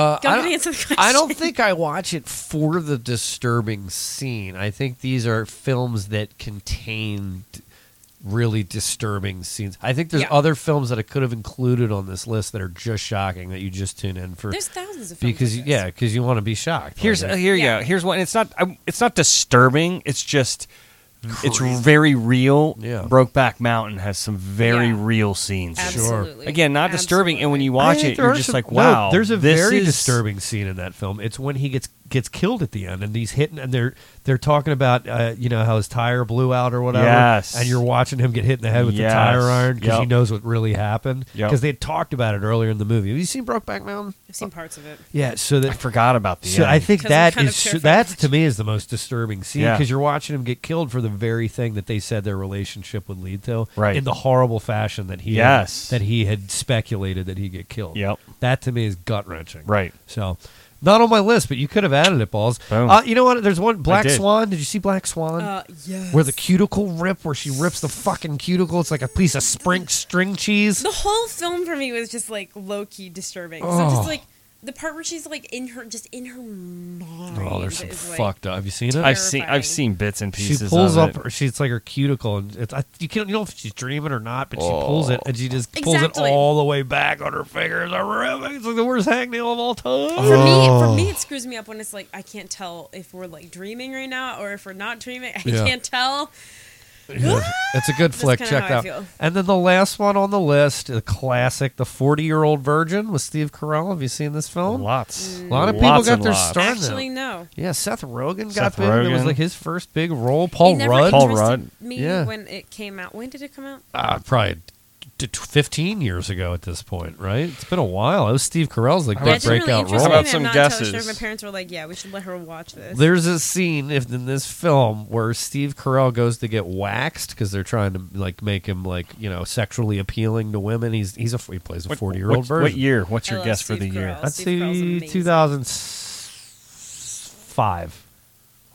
Speaker 8: Go
Speaker 7: I
Speaker 8: ahead
Speaker 7: don't-
Speaker 8: and answer the question.
Speaker 7: I don't think I watch it for the disturbing scene. I think these are films that contain d- really disturbing scenes. I think there's
Speaker 8: Yeah.
Speaker 7: other films that I could have included on this list that are just shocking that you just tune in for
Speaker 8: There's thousands of films
Speaker 7: because
Speaker 8: like this.
Speaker 7: yeah, because you want to be shocked.
Speaker 5: Here's uh,
Speaker 7: Like,
Speaker 5: here you
Speaker 8: Yeah.
Speaker 5: go. Here's one. It's not I, it's not disturbing. It's just it's very real.
Speaker 7: Yeah.
Speaker 5: Brokeback Mountain has some very
Speaker 8: Yeah.
Speaker 5: real scenes. in it.
Speaker 8: Absolutely.
Speaker 5: Again, not disturbing. And when you watch
Speaker 7: I think
Speaker 5: it,
Speaker 7: there
Speaker 5: you're
Speaker 7: are
Speaker 5: just
Speaker 7: some-
Speaker 5: like,
Speaker 7: no,
Speaker 5: wow.
Speaker 7: there's a
Speaker 5: this
Speaker 7: very
Speaker 5: is-
Speaker 7: disturbing scene in that film. It's when he gets gets killed at the end, and he's hitting, and they're they're talking about uh, you know how his tire blew out or whatever.
Speaker 5: Yes.
Speaker 7: and you're watching him get hit in the head with
Speaker 5: Yes.
Speaker 7: the tire iron because he
Speaker 5: Yep.
Speaker 7: knows what really happened.
Speaker 5: Yep.
Speaker 7: Because they had talked about it earlier in the movie. Have you seen Brokeback Mountain?
Speaker 8: I've seen parts of it.
Speaker 7: Yeah, so
Speaker 5: I
Speaker 7: that.
Speaker 5: forgot about the
Speaker 7: So
Speaker 5: end.
Speaker 7: I think
Speaker 8: 'Cause I'm
Speaker 7: that
Speaker 8: kind
Speaker 7: is
Speaker 8: of terrified
Speaker 7: that
Speaker 8: of
Speaker 7: to me is the most disturbing scene
Speaker 5: Yeah.
Speaker 7: because you're watching him get killed for the very thing that they said their relationship would lead to,
Speaker 5: Right.
Speaker 7: In the horrible fashion that he
Speaker 5: Yes.
Speaker 7: that he had speculated that he'd get killed.
Speaker 5: Yep.
Speaker 7: that to me is gut wrenching.
Speaker 5: Right.
Speaker 7: So, not on my list, but you could have added it, balls.
Speaker 5: Boom.
Speaker 7: Uh, you know what? There's one Black
Speaker 5: did.
Speaker 7: Swan. Did you see Black Swan?
Speaker 8: Uh, yes.
Speaker 7: where the cuticle rip, where she rips the fucking cuticle. It's like a piece of spring string cheese.
Speaker 8: The whole film for me was just like low key disturbing. So
Speaker 7: Oh.
Speaker 8: just like the part where she's like in her, just in her mind.
Speaker 7: Oh, there's some
Speaker 8: is, like-
Speaker 7: fucked up. Have you seen it?
Speaker 5: I've seen
Speaker 8: terrifying.
Speaker 5: I've seen bits and
Speaker 7: she
Speaker 5: pieces.
Speaker 7: pulls up.
Speaker 5: of it.
Speaker 7: Her, she's like her cuticle, and it's, I, you can't you don't know if she's dreaming or not, but she pulls
Speaker 5: Oh.
Speaker 7: it and she just pulls
Speaker 8: Exactly.
Speaker 7: it all the way back on her fingers. It's like the worst hangnail of all time.
Speaker 8: For me,
Speaker 7: Oh.
Speaker 8: for me, it screws me up when it's like I can't tell if we're like dreaming right now or if we're not dreaming. <laughs> I
Speaker 7: Yeah.
Speaker 8: can't tell.
Speaker 7: Yeah, it's a good
Speaker 8: That's
Speaker 7: flick.
Speaker 8: kinda
Speaker 7: Check
Speaker 8: how I
Speaker 7: that. out.
Speaker 8: feel.
Speaker 7: And then the last one on the list, the classic, the forty-year-old virgin with Steve Carell. Have you seen this film?
Speaker 5: Lots.
Speaker 7: A lot of people got their
Speaker 5: start.
Speaker 7: Darn
Speaker 8: Actually, no.
Speaker 7: Yeah, Seth Rogen got
Speaker 5: Seth
Speaker 7: big. It was
Speaker 5: Rogen.
Speaker 7: like his first big role. Paul
Speaker 8: It never
Speaker 7: Rudd.
Speaker 5: Paul
Speaker 8: interested
Speaker 5: Rudd.
Speaker 8: Me
Speaker 7: Yeah.
Speaker 8: when it came out. When did it come out?
Speaker 7: uh, probably d- t- fifteen years ago at this point, right? It's been a while. It was Steve Carell's like
Speaker 8: Yeah,
Speaker 7: big
Speaker 8: it didn't really
Speaker 7: breakout
Speaker 8: interest
Speaker 7: role.
Speaker 5: How
Speaker 8: me. I'm
Speaker 5: about some
Speaker 8: not Totally
Speaker 5: guesses?
Speaker 8: sure. My parents were like, "Yeah, we should let her watch this."
Speaker 7: There's a scene if in this film where Steve Carell goes to get waxed because they're trying to like make him like you know sexually appealing to women. He's he's a he plays a forty year old
Speaker 5: What,
Speaker 7: version.
Speaker 5: what year? What's
Speaker 8: I
Speaker 5: your
Speaker 8: love
Speaker 5: guess for the
Speaker 8: Steve
Speaker 5: year?
Speaker 8: Carell.
Speaker 7: Let's
Speaker 8: Steve Carell's
Speaker 7: see,
Speaker 8: amazing.
Speaker 7: two thousand five.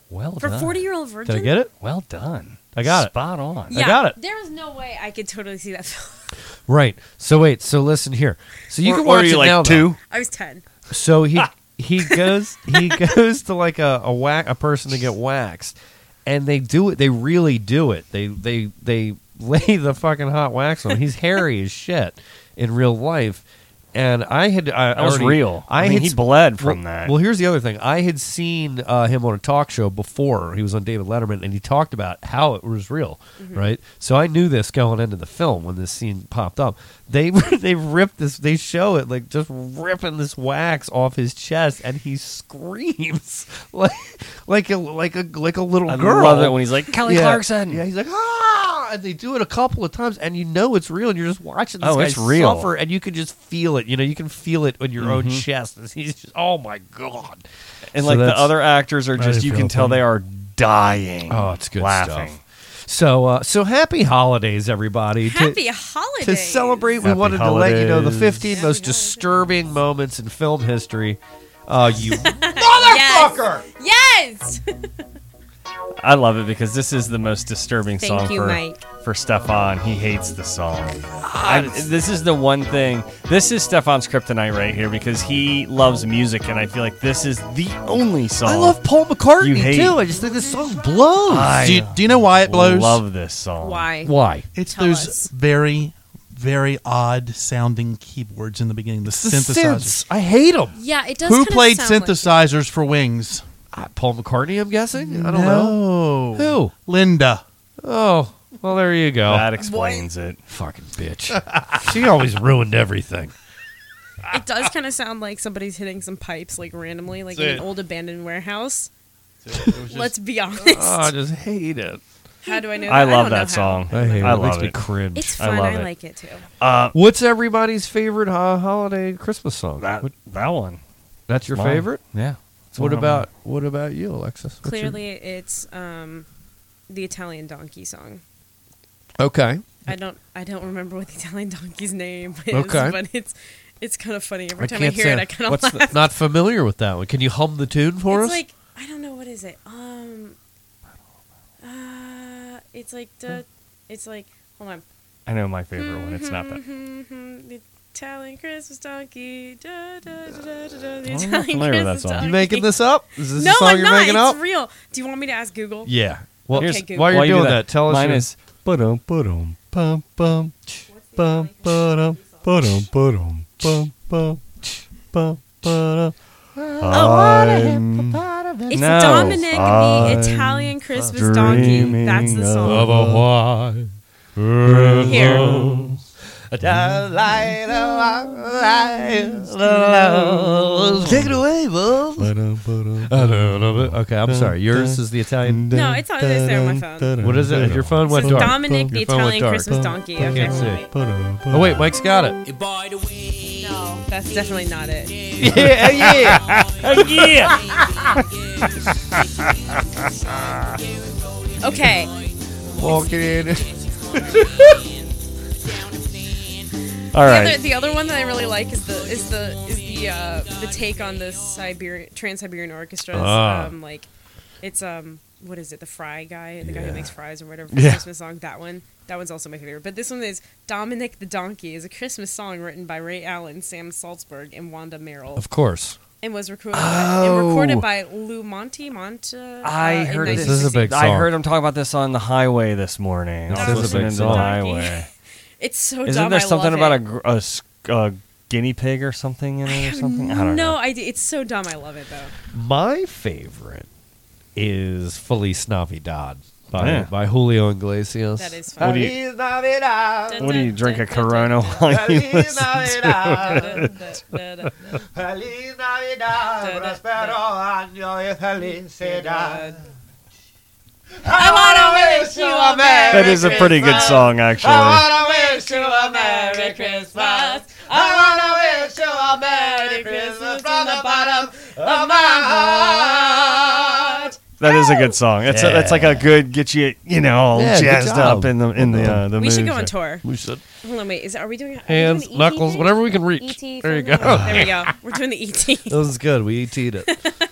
Speaker 7: Well
Speaker 8: for
Speaker 7: done.
Speaker 8: forty-year-old virgin.
Speaker 7: Did I get it?
Speaker 5: Well done.
Speaker 7: I got it.
Speaker 5: Spot on.
Speaker 8: Yeah,
Speaker 7: got it.
Speaker 8: There is no way I could totally see that film.
Speaker 7: Right. So wait. So listen here. So you
Speaker 5: or,
Speaker 7: can
Speaker 5: or
Speaker 7: watch
Speaker 5: are you
Speaker 7: it
Speaker 5: like
Speaker 7: now, though.
Speaker 5: two?
Speaker 8: I was ten.
Speaker 7: So he he goes
Speaker 5: <laughs>
Speaker 7: he goes to like a a, whack, a person to get waxed, and they do it. They really do it. They they they <laughs> lay the fucking hot wax on. him. He's hairy as shit in real life, and I had I
Speaker 5: That was
Speaker 7: already-
Speaker 5: real. I, mean,
Speaker 7: had
Speaker 5: he
Speaker 7: s-
Speaker 5: bled from
Speaker 7: well,
Speaker 5: that.
Speaker 7: Well, here's the other thing. I had seen uh, him on a talk show before. He was on David Letterman, and he talked about how it was real, right? So I knew this going into the film when this scene popped up. They <laughs> they ripped this. They show it like just ripping this wax off his chest, and he screams <laughs> like like a like a like a little
Speaker 5: I
Speaker 7: girl.
Speaker 5: love it when he's like Kelly
Speaker 7: yeah.
Speaker 5: Clarkson.
Speaker 7: Yeah, he's like ah, and they do it a couple of times, and you know it's real, and you're just watching this
Speaker 5: Oh,
Speaker 7: guy
Speaker 5: it's real. Mm-hmm.
Speaker 7: suffer, and you can just feel it. You know, you can feel it on your own chest.
Speaker 5: <laughs>
Speaker 7: And he's just, oh my god.
Speaker 5: and
Speaker 7: So
Speaker 5: like the
Speaker 7: that's-
Speaker 5: other actors are
Speaker 7: I
Speaker 5: just
Speaker 7: didn't
Speaker 5: you
Speaker 7: feel
Speaker 5: can tell
Speaker 7: funny.
Speaker 5: they are dying.
Speaker 7: Oh, it's good
Speaker 5: laughing.
Speaker 7: stuff. So, uh, so happy holidays, everybody! To-
Speaker 8: Happy
Speaker 7: to,
Speaker 8: holidays
Speaker 7: <laughs> celebrate, we
Speaker 5: Happy
Speaker 7: wanted to let you know the
Speaker 5: holidays.
Speaker 7: 15
Speaker 8: Happy
Speaker 7: most
Speaker 8: holidays.
Speaker 7: disturbing moments in film history. Uh,
Speaker 5: <laughs>
Speaker 7: you
Speaker 8: Motherfucker! Yes.
Speaker 5: I love it because this is the most disturbing
Speaker 8: Thank
Speaker 5: song
Speaker 8: you,
Speaker 5: for
Speaker 8: Mike.
Speaker 5: for Stefan. He hates the song.
Speaker 7: Ah,
Speaker 5: I- this is the one thing. This is Stefan's kryptonite right here because he loves music, and I feel like this is the only song.
Speaker 7: I love Paul McCartney
Speaker 5: You hate-
Speaker 7: too. I just think this song blows.
Speaker 5: I
Speaker 6: Do you, do you know why it blows?
Speaker 5: Love this song.
Speaker 8: Why?
Speaker 7: Why?
Speaker 6: it's
Speaker 8: Tell
Speaker 6: those
Speaker 8: us.
Speaker 6: very, very odd sounding keyboards in the beginning. The,
Speaker 7: <laughs> The
Speaker 6: synthesizers.
Speaker 7: synths. I hate them.
Speaker 8: Yeah, it does.
Speaker 6: Who
Speaker 8: kinda
Speaker 6: played
Speaker 8: sound like-
Speaker 6: synthesizers for Wings?
Speaker 7: Uh, Paul McCartney, I'm guessing. I don't know.
Speaker 6: no.
Speaker 7: Who?
Speaker 6: Linda.
Speaker 7: Oh, well, there you go.
Speaker 5: That explains it. <laughs>
Speaker 8: <laughs>
Speaker 7: fucking bitch. she always ruined everything.
Speaker 8: It does kind of sound like somebody's hitting some pipes like randomly, like
Speaker 10: That's
Speaker 8: in an
Speaker 10: it.
Speaker 8: old abandoned warehouse.
Speaker 10: It was just-
Speaker 8: Let's
Speaker 7: <laughs>
Speaker 8: be honest.
Speaker 7: Oh, I just hate it.
Speaker 8: how do I know?
Speaker 5: I
Speaker 8: that?
Speaker 5: love
Speaker 8: don't know how.
Speaker 5: that song.
Speaker 7: I hate it.
Speaker 5: I
Speaker 7: it makes
Speaker 5: love
Speaker 7: me
Speaker 5: it.
Speaker 7: cringe.
Speaker 8: It's
Speaker 5: I
Speaker 8: fun.
Speaker 5: love
Speaker 8: I,
Speaker 5: it.
Speaker 8: like it too.
Speaker 5: Uh,
Speaker 7: What's everybody's favorite uh, holiday Christmas song?
Speaker 5: That
Speaker 7: What-
Speaker 5: that one.
Speaker 7: that's your
Speaker 5: Mine.
Speaker 7: favorite.
Speaker 5: Yeah. It's
Speaker 7: What
Speaker 5: one of
Speaker 7: about what about you, Alexis? What's your-
Speaker 8: Clearly, it's um, the Italian donkey song.
Speaker 7: okay.
Speaker 8: I don't. I don't remember what the Italian <laughs> donkey's name is,
Speaker 7: Okay.
Speaker 8: but it's it's kind of funny. Every
Speaker 7: I
Speaker 8: time I
Speaker 7: can't
Speaker 8: hear
Speaker 7: say-
Speaker 8: it, I kind of
Speaker 7: what's
Speaker 8: laugh.
Speaker 7: the- not familiar with that one. Can you hum the tune
Speaker 8: <laughs>
Speaker 7: for
Speaker 8: it's
Speaker 7: us?
Speaker 8: like I don't know what is it. Um, uh, it's like
Speaker 7: Hmm.
Speaker 8: the, it's like hold on.
Speaker 5: I know my favorite one. It's not that.
Speaker 8: <laughs> The Italian Christmas donkey. Da, da, da, da, da,
Speaker 7: Oh,
Speaker 8: da, the
Speaker 5: I'm not
Speaker 8: Italian
Speaker 5: familiar with that
Speaker 8: Christmas
Speaker 5: song.
Speaker 8: donkey.
Speaker 7: you making this up? Is this
Speaker 8: No,
Speaker 7: a song
Speaker 8: I'm
Speaker 7: you're
Speaker 8: not.
Speaker 7: making
Speaker 8: it's
Speaker 7: up?
Speaker 8: real. Do you want me to ask Google?
Speaker 7: yeah. Well,
Speaker 8: Okay,
Speaker 7: here's-
Speaker 8: Google.
Speaker 7: while you're
Speaker 5: While you do
Speaker 7: doing that,
Speaker 5: that,
Speaker 7: tell us.
Speaker 5: Mine
Speaker 7: your-
Speaker 5: is ba-dum, ba-dum, bum, bum, ch, bum, ba-dum, ba-dum, ba-dum, bum, bum, ch, bum, ba-dum. I'm
Speaker 8: It's
Speaker 5: No.
Speaker 8: Dominic
Speaker 5: I'm
Speaker 8: the Italian Christmas donkey. That's the
Speaker 5: dreaming
Speaker 8: song.
Speaker 7: of a white
Speaker 8: Here.
Speaker 7: Take it away, Bob.
Speaker 5: ba-dum, ba-dum.
Speaker 7: Okay, I'm sorry. Yours is the Italian.
Speaker 8: No, it's not. It's there on my phone.
Speaker 7: What is it? Your phone went
Speaker 8: It's
Speaker 7: dark.
Speaker 8: Dominic the
Speaker 7: Your phone went
Speaker 8: Italian
Speaker 7: dark.
Speaker 8: Christmas donkey.
Speaker 7: Can't
Speaker 8: Okay.
Speaker 7: see.
Speaker 8: wait.
Speaker 7: Oh wait, Mike's got it.
Speaker 8: No, that's definitely not it.
Speaker 7: yeah, yeah.
Speaker 8: Okay.
Speaker 7: Walking <laughs> in.
Speaker 5: All
Speaker 8: The
Speaker 5: right.
Speaker 8: other, the other one that I really like is the is the is the uh, the take on the Siberian Trans Siberian Orchestra's
Speaker 7: Ah.
Speaker 8: um, like it's um what is it the fry guy the guy who makes fries or whatever for
Speaker 5: Yeah.
Speaker 8: Christmas song that one that one's also my favorite but this one is Dominic the Donkey is a Christmas song written by Ray Allen Sam Salzberg and Wanda Merrill
Speaker 7: Of course.
Speaker 8: and was recorded by, and recorded
Speaker 5: Oh.
Speaker 8: by Lou Monte Monte uh,
Speaker 5: I
Speaker 8: in
Speaker 5: heard this.
Speaker 8: 1960.
Speaker 7: This is a big
Speaker 5: I
Speaker 7: song.
Speaker 5: heard him talk about this on the highway this morning.
Speaker 7: This
Speaker 5: I was
Speaker 7: is a
Speaker 5: listening
Speaker 7: big
Speaker 5: to
Speaker 7: song.
Speaker 5: the highway.
Speaker 8: <laughs> it's so
Speaker 5: Isn't
Speaker 8: dumb
Speaker 5: there
Speaker 8: I
Speaker 5: something
Speaker 8: love
Speaker 5: about
Speaker 8: it.
Speaker 5: a, gr- a s- a guinea pig or something in it or something? I don't
Speaker 8: no
Speaker 5: know.
Speaker 8: idea it's so dumb I love it though
Speaker 7: My favorite is Feliz Navidad by,
Speaker 5: Yeah.
Speaker 7: by Julio Iglesias.
Speaker 8: that is fun
Speaker 5: What do you-
Speaker 7: Feliz Navidad.
Speaker 5: What do you drink a Corona while you
Speaker 7: Feliz Navidad.
Speaker 5: <laughs>
Speaker 8: Navidad.
Speaker 7: Feliz Navidad.
Speaker 8: prospero
Speaker 7: año y felicidad.
Speaker 8: I wanna wish you a merry
Speaker 5: That is a pretty good song, actually.
Speaker 7: wanna wish you a
Speaker 8: Merry Christmas. I
Speaker 7: wanna wish you a
Speaker 8: Merry Christmas from the bottom of my heart.
Speaker 5: That is a good song. It's a, that's like a good get you you know all
Speaker 7: Yeah, good
Speaker 5: jazzed up
Speaker 7: job.
Speaker 5: in the in the uh, the
Speaker 8: We should
Speaker 5: mood.
Speaker 8: go on tour.
Speaker 7: We should
Speaker 8: Hold on, wait. Is are we doing? Are we
Speaker 7: hands,
Speaker 8: doing
Speaker 7: knuckles, whatever we can reach.
Speaker 8: ET
Speaker 7: There you
Speaker 8: from
Speaker 7: go.
Speaker 8: Oh, There we go. We're doing the E ET.
Speaker 7: <laughs> That was good. We
Speaker 8: <laughs>
Speaker 7: ET'd it.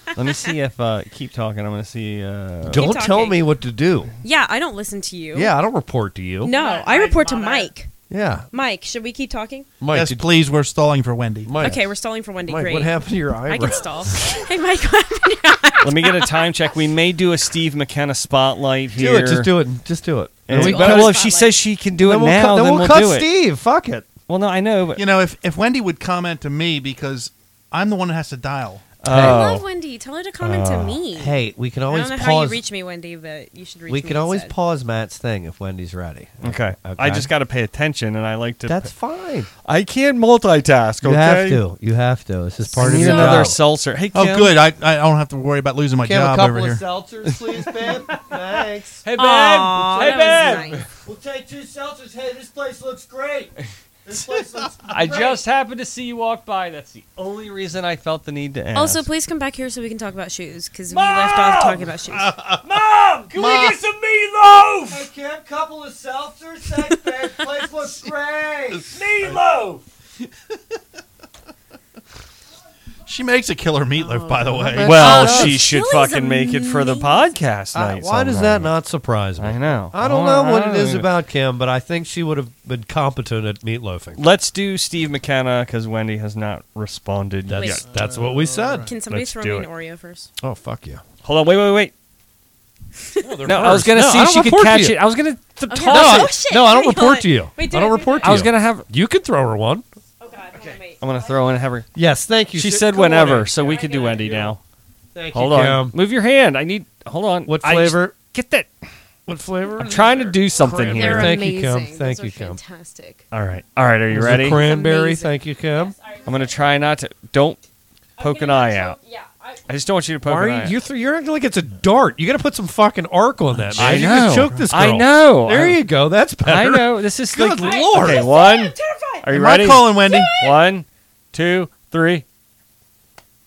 Speaker 5: Let me see if uh, keep talking. I'm gonna see. Uh,
Speaker 7: Don't tell
Speaker 8: talking.
Speaker 7: me what to do.
Speaker 8: Yeah, I don't listen to you.
Speaker 7: Yeah, I don't report to you.
Speaker 8: No, I report to Mike.
Speaker 7: Yeah,
Speaker 8: Mike, should we keep talking?
Speaker 7: Mike.
Speaker 6: yes,
Speaker 7: did-
Speaker 6: please. We're stalling for Wendy.
Speaker 7: Mike,
Speaker 8: Okay, we're stalling for Wendy.
Speaker 7: Mike,
Speaker 8: Great.
Speaker 7: what happened to your
Speaker 8: I
Speaker 7: eyebrow?
Speaker 8: can
Speaker 7: <laughs>
Speaker 8: stall. hey, Mike. what happened?
Speaker 5: <laughs> let me get a time check. We may do a Steve McKenna spotlight
Speaker 7: Do
Speaker 5: here.
Speaker 7: it. Just do it. Just do it.
Speaker 5: And
Speaker 8: Do
Speaker 5: we
Speaker 8: all
Speaker 5: better,
Speaker 8: the
Speaker 5: well, if she
Speaker 8: spotlight.
Speaker 5: says she can do it
Speaker 7: we'll
Speaker 5: now,
Speaker 7: cut,
Speaker 5: then
Speaker 7: we'll,
Speaker 5: we'll,
Speaker 7: cut
Speaker 5: do it.
Speaker 7: Steve. Fuck it.
Speaker 5: Well, no, I know, but
Speaker 6: You know, if, if Wendy would comment to me because I'm the one who has to dial.
Speaker 8: I love Wendy. Tell her to comment to me.
Speaker 7: Oh. Uh, Hey, we can
Speaker 8: I
Speaker 7: always
Speaker 8: don't know how you
Speaker 7: pause.
Speaker 8: reach me, Wendy, but you should reach me.
Speaker 7: we can always
Speaker 8: instead.
Speaker 7: pause Matt's thing if Wendy's ready.
Speaker 5: okay.
Speaker 7: Okay.
Speaker 5: I just got to pay attention, and I like to.
Speaker 7: That's fine.
Speaker 5: I can't multitask. Okay,
Speaker 7: You have to. You have to. This is part of
Speaker 5: Need
Speaker 7: your
Speaker 5: another
Speaker 7: job.
Speaker 5: seltzer. Hey,
Speaker 6: Oh,
Speaker 5: Kim.
Speaker 6: good. I, I don't have to worry about losing my job over here.
Speaker 7: seltzers, please, <laughs> babe. Thanks.
Speaker 5: Hey, babe.
Speaker 8: Aw,
Speaker 5: hey,
Speaker 8: that was
Speaker 5: babe.
Speaker 8: nice.
Speaker 7: We'll take two seltzers. Hey, this place looks great. <laughs> This place looks.
Speaker 5: I just happened to see you walk by. That's the only reason I felt the need to ask.
Speaker 8: Also, please come back here so we can talk about shoes because we left off talking about shoes.
Speaker 7: <laughs>
Speaker 5: can we get some meatloaf?
Speaker 7: Kim, couple of seltzers. <laughs> Thanks, babe. Place looks great.
Speaker 5: Meatloaf.
Speaker 6: She makes a killer meatloaf, by the way. Oh,
Speaker 5: Well,
Speaker 7: Uh,
Speaker 5: she should
Speaker 8: Billy's
Speaker 5: fucking make it for the podcast night.
Speaker 7: why does that
Speaker 5: sometime.
Speaker 7: not surprise me?
Speaker 5: I know.
Speaker 7: I don't know what it is
Speaker 5: either.
Speaker 7: about Kim, but I think she would have been competent at meatloafing.
Speaker 5: Let's do Steve McKenna because Wendy has not responded
Speaker 8: Wait.
Speaker 5: yet.
Speaker 7: That's what we said.
Speaker 8: Can somebody
Speaker 5: Let's
Speaker 8: throw
Speaker 5: do
Speaker 8: me an
Speaker 5: it.
Speaker 8: Oreo first?
Speaker 7: Oh fuck yeah!
Speaker 5: Hold on, wait, wait, wait. No, I was gonna
Speaker 7: No,
Speaker 5: see
Speaker 7: I
Speaker 5: if she
Speaker 7: don't
Speaker 5: could
Speaker 7: report to
Speaker 5: catch
Speaker 7: you.
Speaker 5: it. I was gonna th-
Speaker 8: Okay.
Speaker 5: toss
Speaker 8: No,
Speaker 5: it.
Speaker 8: Oh, shit.
Speaker 7: No, I don't
Speaker 8: Wait, hold
Speaker 7: report
Speaker 8: on.
Speaker 7: to you.
Speaker 8: Wait, do
Speaker 7: I
Speaker 8: it,
Speaker 7: don't
Speaker 8: do it,
Speaker 7: report
Speaker 8: do
Speaker 7: to
Speaker 5: I
Speaker 7: you.
Speaker 5: was gonna have.
Speaker 7: You can throw her one.
Speaker 8: Oh God, hold on, wait.
Speaker 5: I'm gonna throw in whenever.
Speaker 7: Yes, thank you.
Speaker 5: She said
Speaker 7: Come on in.
Speaker 5: whenever, so we could do Wendy now.
Speaker 7: Thank
Speaker 5: Hold
Speaker 7: you,
Speaker 5: on,
Speaker 7: Kim.
Speaker 5: move your hand. I need. Hold on.
Speaker 7: What
Speaker 5: I just-
Speaker 7: flavor?
Speaker 5: get that.
Speaker 7: What flavor?
Speaker 5: I'm trying to do something
Speaker 7: Cranberry.
Speaker 5: here.
Speaker 7: They're Thank you,
Speaker 10: amazing.
Speaker 7: Kim.
Speaker 10: Those
Speaker 7: Thank
Speaker 10: are
Speaker 7: you, Kim.
Speaker 10: Fantastic.
Speaker 5: All right. All right. Are you
Speaker 7: Is it
Speaker 5: ready?
Speaker 7: Cranberry.
Speaker 10: Amazing.
Speaker 7: Thank you, Kim.
Speaker 5: I'm going to try not to. Don't poke an eye out.
Speaker 8: Yeah. I,
Speaker 5: I just don't want you to poke
Speaker 7: Why
Speaker 5: an
Speaker 7: are
Speaker 5: eye
Speaker 7: you? You're, th- you're acting like it's a dart. You got to put some fucking arc on that.
Speaker 5: I
Speaker 7: man. You can
Speaker 5: know.
Speaker 7: choke this girl.
Speaker 5: I know.
Speaker 7: There
Speaker 5: I-
Speaker 7: you go. That's better.
Speaker 5: out. I know. This is
Speaker 7: Good
Speaker 5: like.
Speaker 7: lord.
Speaker 5: Okay, one.
Speaker 8: terrified.
Speaker 5: Are you
Speaker 6: Am
Speaker 5: ready?
Speaker 6: I calling Wendy?
Speaker 5: One, two, three.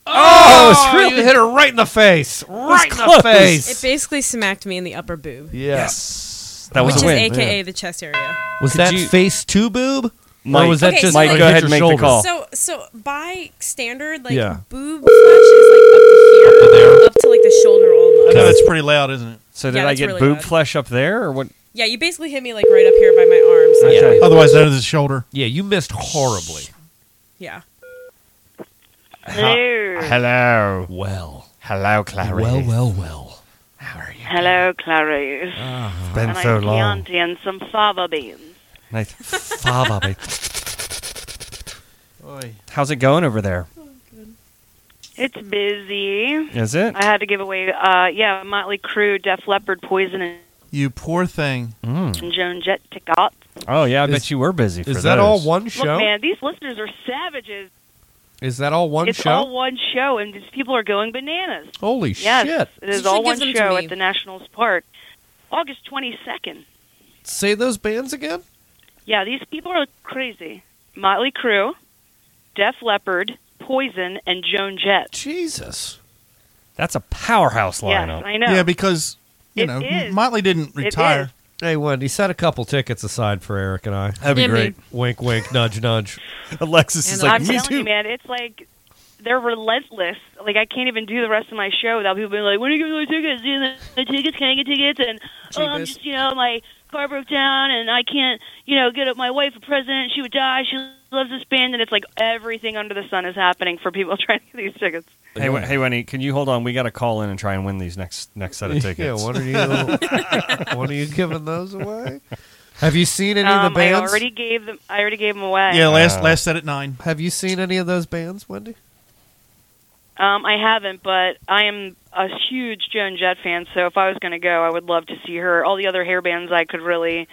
Speaker 7: Oh, you hit her right in the face. Right in the
Speaker 5: close.
Speaker 8: It
Speaker 7: face.
Speaker 8: basically smacked me in the upper boob,
Speaker 5: Yes. That was
Speaker 8: which
Speaker 5: a
Speaker 8: is
Speaker 5: win.
Speaker 8: AKA the chest area.
Speaker 7: Was
Speaker 5: Could
Speaker 7: that
Speaker 5: you-
Speaker 7: face two boob?
Speaker 5: Mike,
Speaker 7: or was that
Speaker 8: Okay,
Speaker 7: just
Speaker 8: so
Speaker 5: Mike,
Speaker 7: like
Speaker 5: go
Speaker 7: hit
Speaker 5: ahead
Speaker 7: your
Speaker 5: and make
Speaker 7: shoulder?
Speaker 5: the call.
Speaker 8: So, so by standard, like
Speaker 7: Yeah.
Speaker 8: boob flesh is like up to here, up, to like the shoulder almost.
Speaker 6: No, it's pretty loud, isn't it?
Speaker 5: So did
Speaker 8: Yeah,
Speaker 5: I
Speaker 8: that's
Speaker 5: get
Speaker 8: really
Speaker 5: boob
Speaker 8: good.
Speaker 5: flesh up there or what?
Speaker 8: Yeah, you basically hit me like right up here by my arms. So
Speaker 5: Okay.
Speaker 8: yeah.
Speaker 6: Otherwise, known as the shoulder.
Speaker 7: Yeah, you missed horribly.
Speaker 8: yeah.
Speaker 5: Hello.
Speaker 7: Well,
Speaker 5: Hello, Clary.
Speaker 7: well, well, well.
Speaker 11: Hello, Clarice.
Speaker 7: Ah.
Speaker 5: It's been
Speaker 11: and
Speaker 5: so
Speaker 11: I'm
Speaker 5: long.
Speaker 11: Chianti and some fava beans.
Speaker 5: Nice.
Speaker 7: <laughs>
Speaker 5: Fava, baby. How's it going over there?
Speaker 11: It's busy.
Speaker 5: Is it?
Speaker 11: I had to give away, uh, yeah, Motley Crue, Def Leppard, Poison, and
Speaker 6: You poor thing.
Speaker 5: Hmm.
Speaker 11: Joan Jett tickets.
Speaker 5: Mm. Oh yeah, I
Speaker 7: Is-
Speaker 5: bet you were busy. For
Speaker 7: Is that all
Speaker 5: those.
Speaker 7: one
Speaker 11: Look,
Speaker 7: show?
Speaker 11: man, these listeners are savages.
Speaker 7: Is that all one
Speaker 11: it's
Speaker 7: show?
Speaker 11: all one show, and these people are going bananas.
Speaker 7: Holy
Speaker 11: Yes,
Speaker 7: shit.
Speaker 8: You
Speaker 11: it is
Speaker 8: should
Speaker 11: all
Speaker 8: give
Speaker 11: one
Speaker 8: them to
Speaker 11: show
Speaker 8: me.
Speaker 11: at the Nationals Park, August 22nd.
Speaker 7: Say those bands again?
Speaker 11: Yeah, these people are crazy. Motley Crue, Def Leppard, Poison, and Joan Jett.
Speaker 7: Jesus.
Speaker 5: That's a powerhouse
Speaker 11: Yes,
Speaker 5: lineup.
Speaker 11: I know.
Speaker 6: Yeah, because you
Speaker 11: It
Speaker 6: know
Speaker 11: is.
Speaker 6: Motley didn't
Speaker 11: It is.
Speaker 6: retire.
Speaker 7: Hey, Wendy, set a couple tickets aside for Eric and I.
Speaker 5: That'd be
Speaker 8: Yeah, me.
Speaker 5: great.
Speaker 7: Wink, wink, nudge, <laughs> nudge.
Speaker 5: Alexis
Speaker 8: And
Speaker 5: is like,
Speaker 11: I'm
Speaker 5: me
Speaker 11: telling
Speaker 5: too.
Speaker 11: you, man, it's like they're relentless. Like I can't even do the rest of my show without people being like, "When are you going to tickets? You know, the tickets? Can I get tickets?" And oh, I'm
Speaker 8: Jeebus.
Speaker 11: just you know my car broke down and I can't you know get up my wife a president. She would die. She loves this band, and it's like everything under the sun is happening for people <laughs> trying to get these tickets.
Speaker 5: Hey, Wen- hey, Wendy, can you hold on? We got to call in and try and win these next next set of tickets.
Speaker 7: Yeah, what
Speaker 11: <laughs>
Speaker 7: are you? <laughs> what are you giving those away? Have you seen any of
Speaker 11: Um,
Speaker 7: the
Speaker 11: I
Speaker 7: bands? Uh,
Speaker 11: already gave them. I already gave them away.
Speaker 6: Yeah, last
Speaker 5: Wow.
Speaker 6: last set at nine.
Speaker 7: Have you seen any of those bands, Wendy?
Speaker 11: Um, I haven't, but I am a huge Joan Jett fan, so if I was going to go, I would love to see her. All the other hair bands, I could really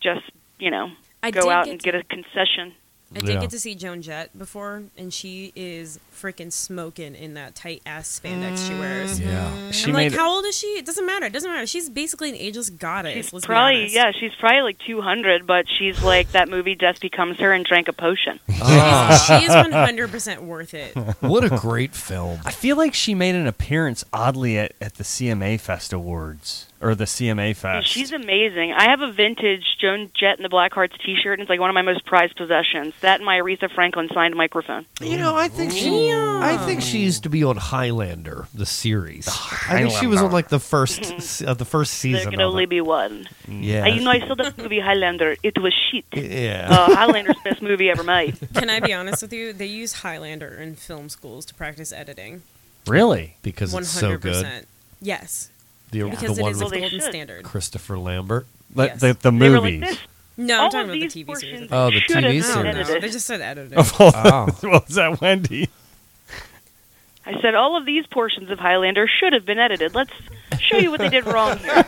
Speaker 11: just, you know,
Speaker 8: I
Speaker 11: go
Speaker 8: did
Speaker 11: out
Speaker 8: get
Speaker 11: and
Speaker 8: to-
Speaker 11: get a concession.
Speaker 8: I did
Speaker 7: Yeah.
Speaker 8: get to see Joan Jett before, and she is freaking smoking in that tight ass spandex she wears.
Speaker 7: Yeah.
Speaker 5: She
Speaker 8: I'm like,
Speaker 5: made
Speaker 8: how old is she? It doesn't matter. It doesn't matter. She's basically an ageless goddess.
Speaker 11: She's
Speaker 8: let's be
Speaker 11: probably,
Speaker 8: honest.
Speaker 11: yeah, she's probably like 200, but she's like that movie Death Becomes Her and Drank a
Speaker 8: <laughs>
Speaker 11: Potion.
Speaker 8: She is 100% worth <laughs> it.
Speaker 7: Ah. <laughs> what a great film.
Speaker 5: I feel like she made an appearance oddly at, at the CMA Fest Awards or the CMA Fest.
Speaker 11: She's amazing. I have a vintage Joan Jett and the Blackhearts t shirt, and it's like one of my most prized possessions. That and my Aretha Franklin signed microphone.
Speaker 7: You know, I think she. I think she used to be on Highlander, the series. I think she was on like the first, se- uh, the first
Speaker 11: There
Speaker 7: season.
Speaker 11: could
Speaker 7: Of
Speaker 11: only
Speaker 7: it.
Speaker 11: be one.
Speaker 7: Yeah.
Speaker 11: I, you know, I saw that movie Highlander. It was shit.
Speaker 7: <laughs> yeah.
Speaker 11: Uh, Highlander's best movie ever made.
Speaker 8: Can I be honest with you? They use Highlander in film schools to practice editing.
Speaker 5: really.
Speaker 7: because
Speaker 8: One
Speaker 7: it's so
Speaker 8: hundred
Speaker 7: good.
Speaker 8: percent. Yes,
Speaker 7: The,
Speaker 8: because
Speaker 7: the
Speaker 8: it
Speaker 7: one
Speaker 8: is
Speaker 7: with
Speaker 8: the
Speaker 11: Well, they
Speaker 8: golden
Speaker 11: should.
Speaker 8: standard.
Speaker 7: Christopher Lambert.
Speaker 5: Like
Speaker 8: Yes.
Speaker 5: The, the
Speaker 11: They were
Speaker 5: movies.
Speaker 11: like, this,
Speaker 8: No,
Speaker 11: all
Speaker 8: I'm
Speaker 11: of
Speaker 8: talking about the
Speaker 11: these
Speaker 8: TV
Speaker 11: portions
Speaker 8: series.
Speaker 7: Oh, the
Speaker 11: should
Speaker 7: TV
Speaker 11: have
Speaker 7: these
Speaker 8: No,
Speaker 11: been
Speaker 7: series.
Speaker 8: no,
Speaker 11: edited.
Speaker 8: they just said
Speaker 5: <laughs>
Speaker 8: editing.
Speaker 5: of all,
Speaker 7: Oh.
Speaker 5: what was that, Wendy?
Speaker 11: I said all of these portions of Highlander should have been edited. Let's show you what they did wrong
Speaker 7: <laughs>
Speaker 11: here.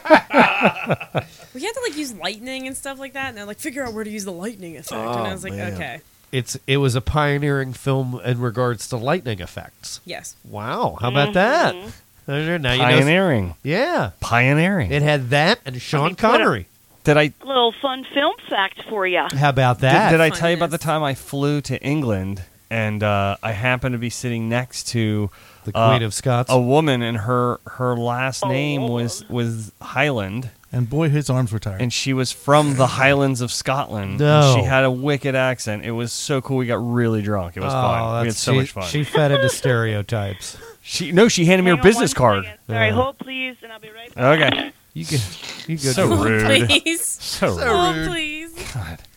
Speaker 8: We had to like use lightning and stuff like that, and they're like, figure out where to use the lightning effect. and
Speaker 5: Oh,
Speaker 8: I was like, okay,
Speaker 7: It's it was a pioneering film in regards to lightning effects.
Speaker 8: yes.
Speaker 7: Wow, how about that?
Speaker 8: Mm-hmm.
Speaker 7: There- Now you know-
Speaker 5: Pioneering.
Speaker 7: yeah,
Speaker 5: Pioneering.
Speaker 7: it had that and Sean
Speaker 11: mean, put it-
Speaker 7: Connery.
Speaker 5: Did I
Speaker 11: Little fun film fact for you.
Speaker 7: How about
Speaker 5: Did,
Speaker 7: that?
Speaker 5: did I
Speaker 8: Fun
Speaker 5: tell you about the
Speaker 8: this.
Speaker 5: time I flew to England and uh, I happened to be sitting next to
Speaker 7: the
Speaker 5: uh,
Speaker 7: Queen of Scots.
Speaker 5: a woman, and her her last
Speaker 11: Oh,
Speaker 5: name
Speaker 11: Lord.
Speaker 5: was was Highland,
Speaker 6: And boy, his arms were tired.
Speaker 5: and she was from the Highlands of Scotland.
Speaker 7: No.
Speaker 5: she had a wicked accent. It was so cool. We got really drunk. It was fun. We had
Speaker 7: Oh, that's-
Speaker 5: so
Speaker 7: she,
Speaker 5: much fun.
Speaker 7: She fed into stereotypes.
Speaker 5: She- no, she handed me
Speaker 11: Hang
Speaker 5: her
Speaker 11: on
Speaker 5: business
Speaker 11: one
Speaker 5: card.
Speaker 11: second. Sorry,
Speaker 7: Yeah.
Speaker 11: hold please, and I'll be right back.
Speaker 5: Okay,
Speaker 7: You could, you could.
Speaker 5: so rude.
Speaker 8: Please,
Speaker 5: So
Speaker 8: <laughs>
Speaker 5: rude.
Speaker 8: oh please.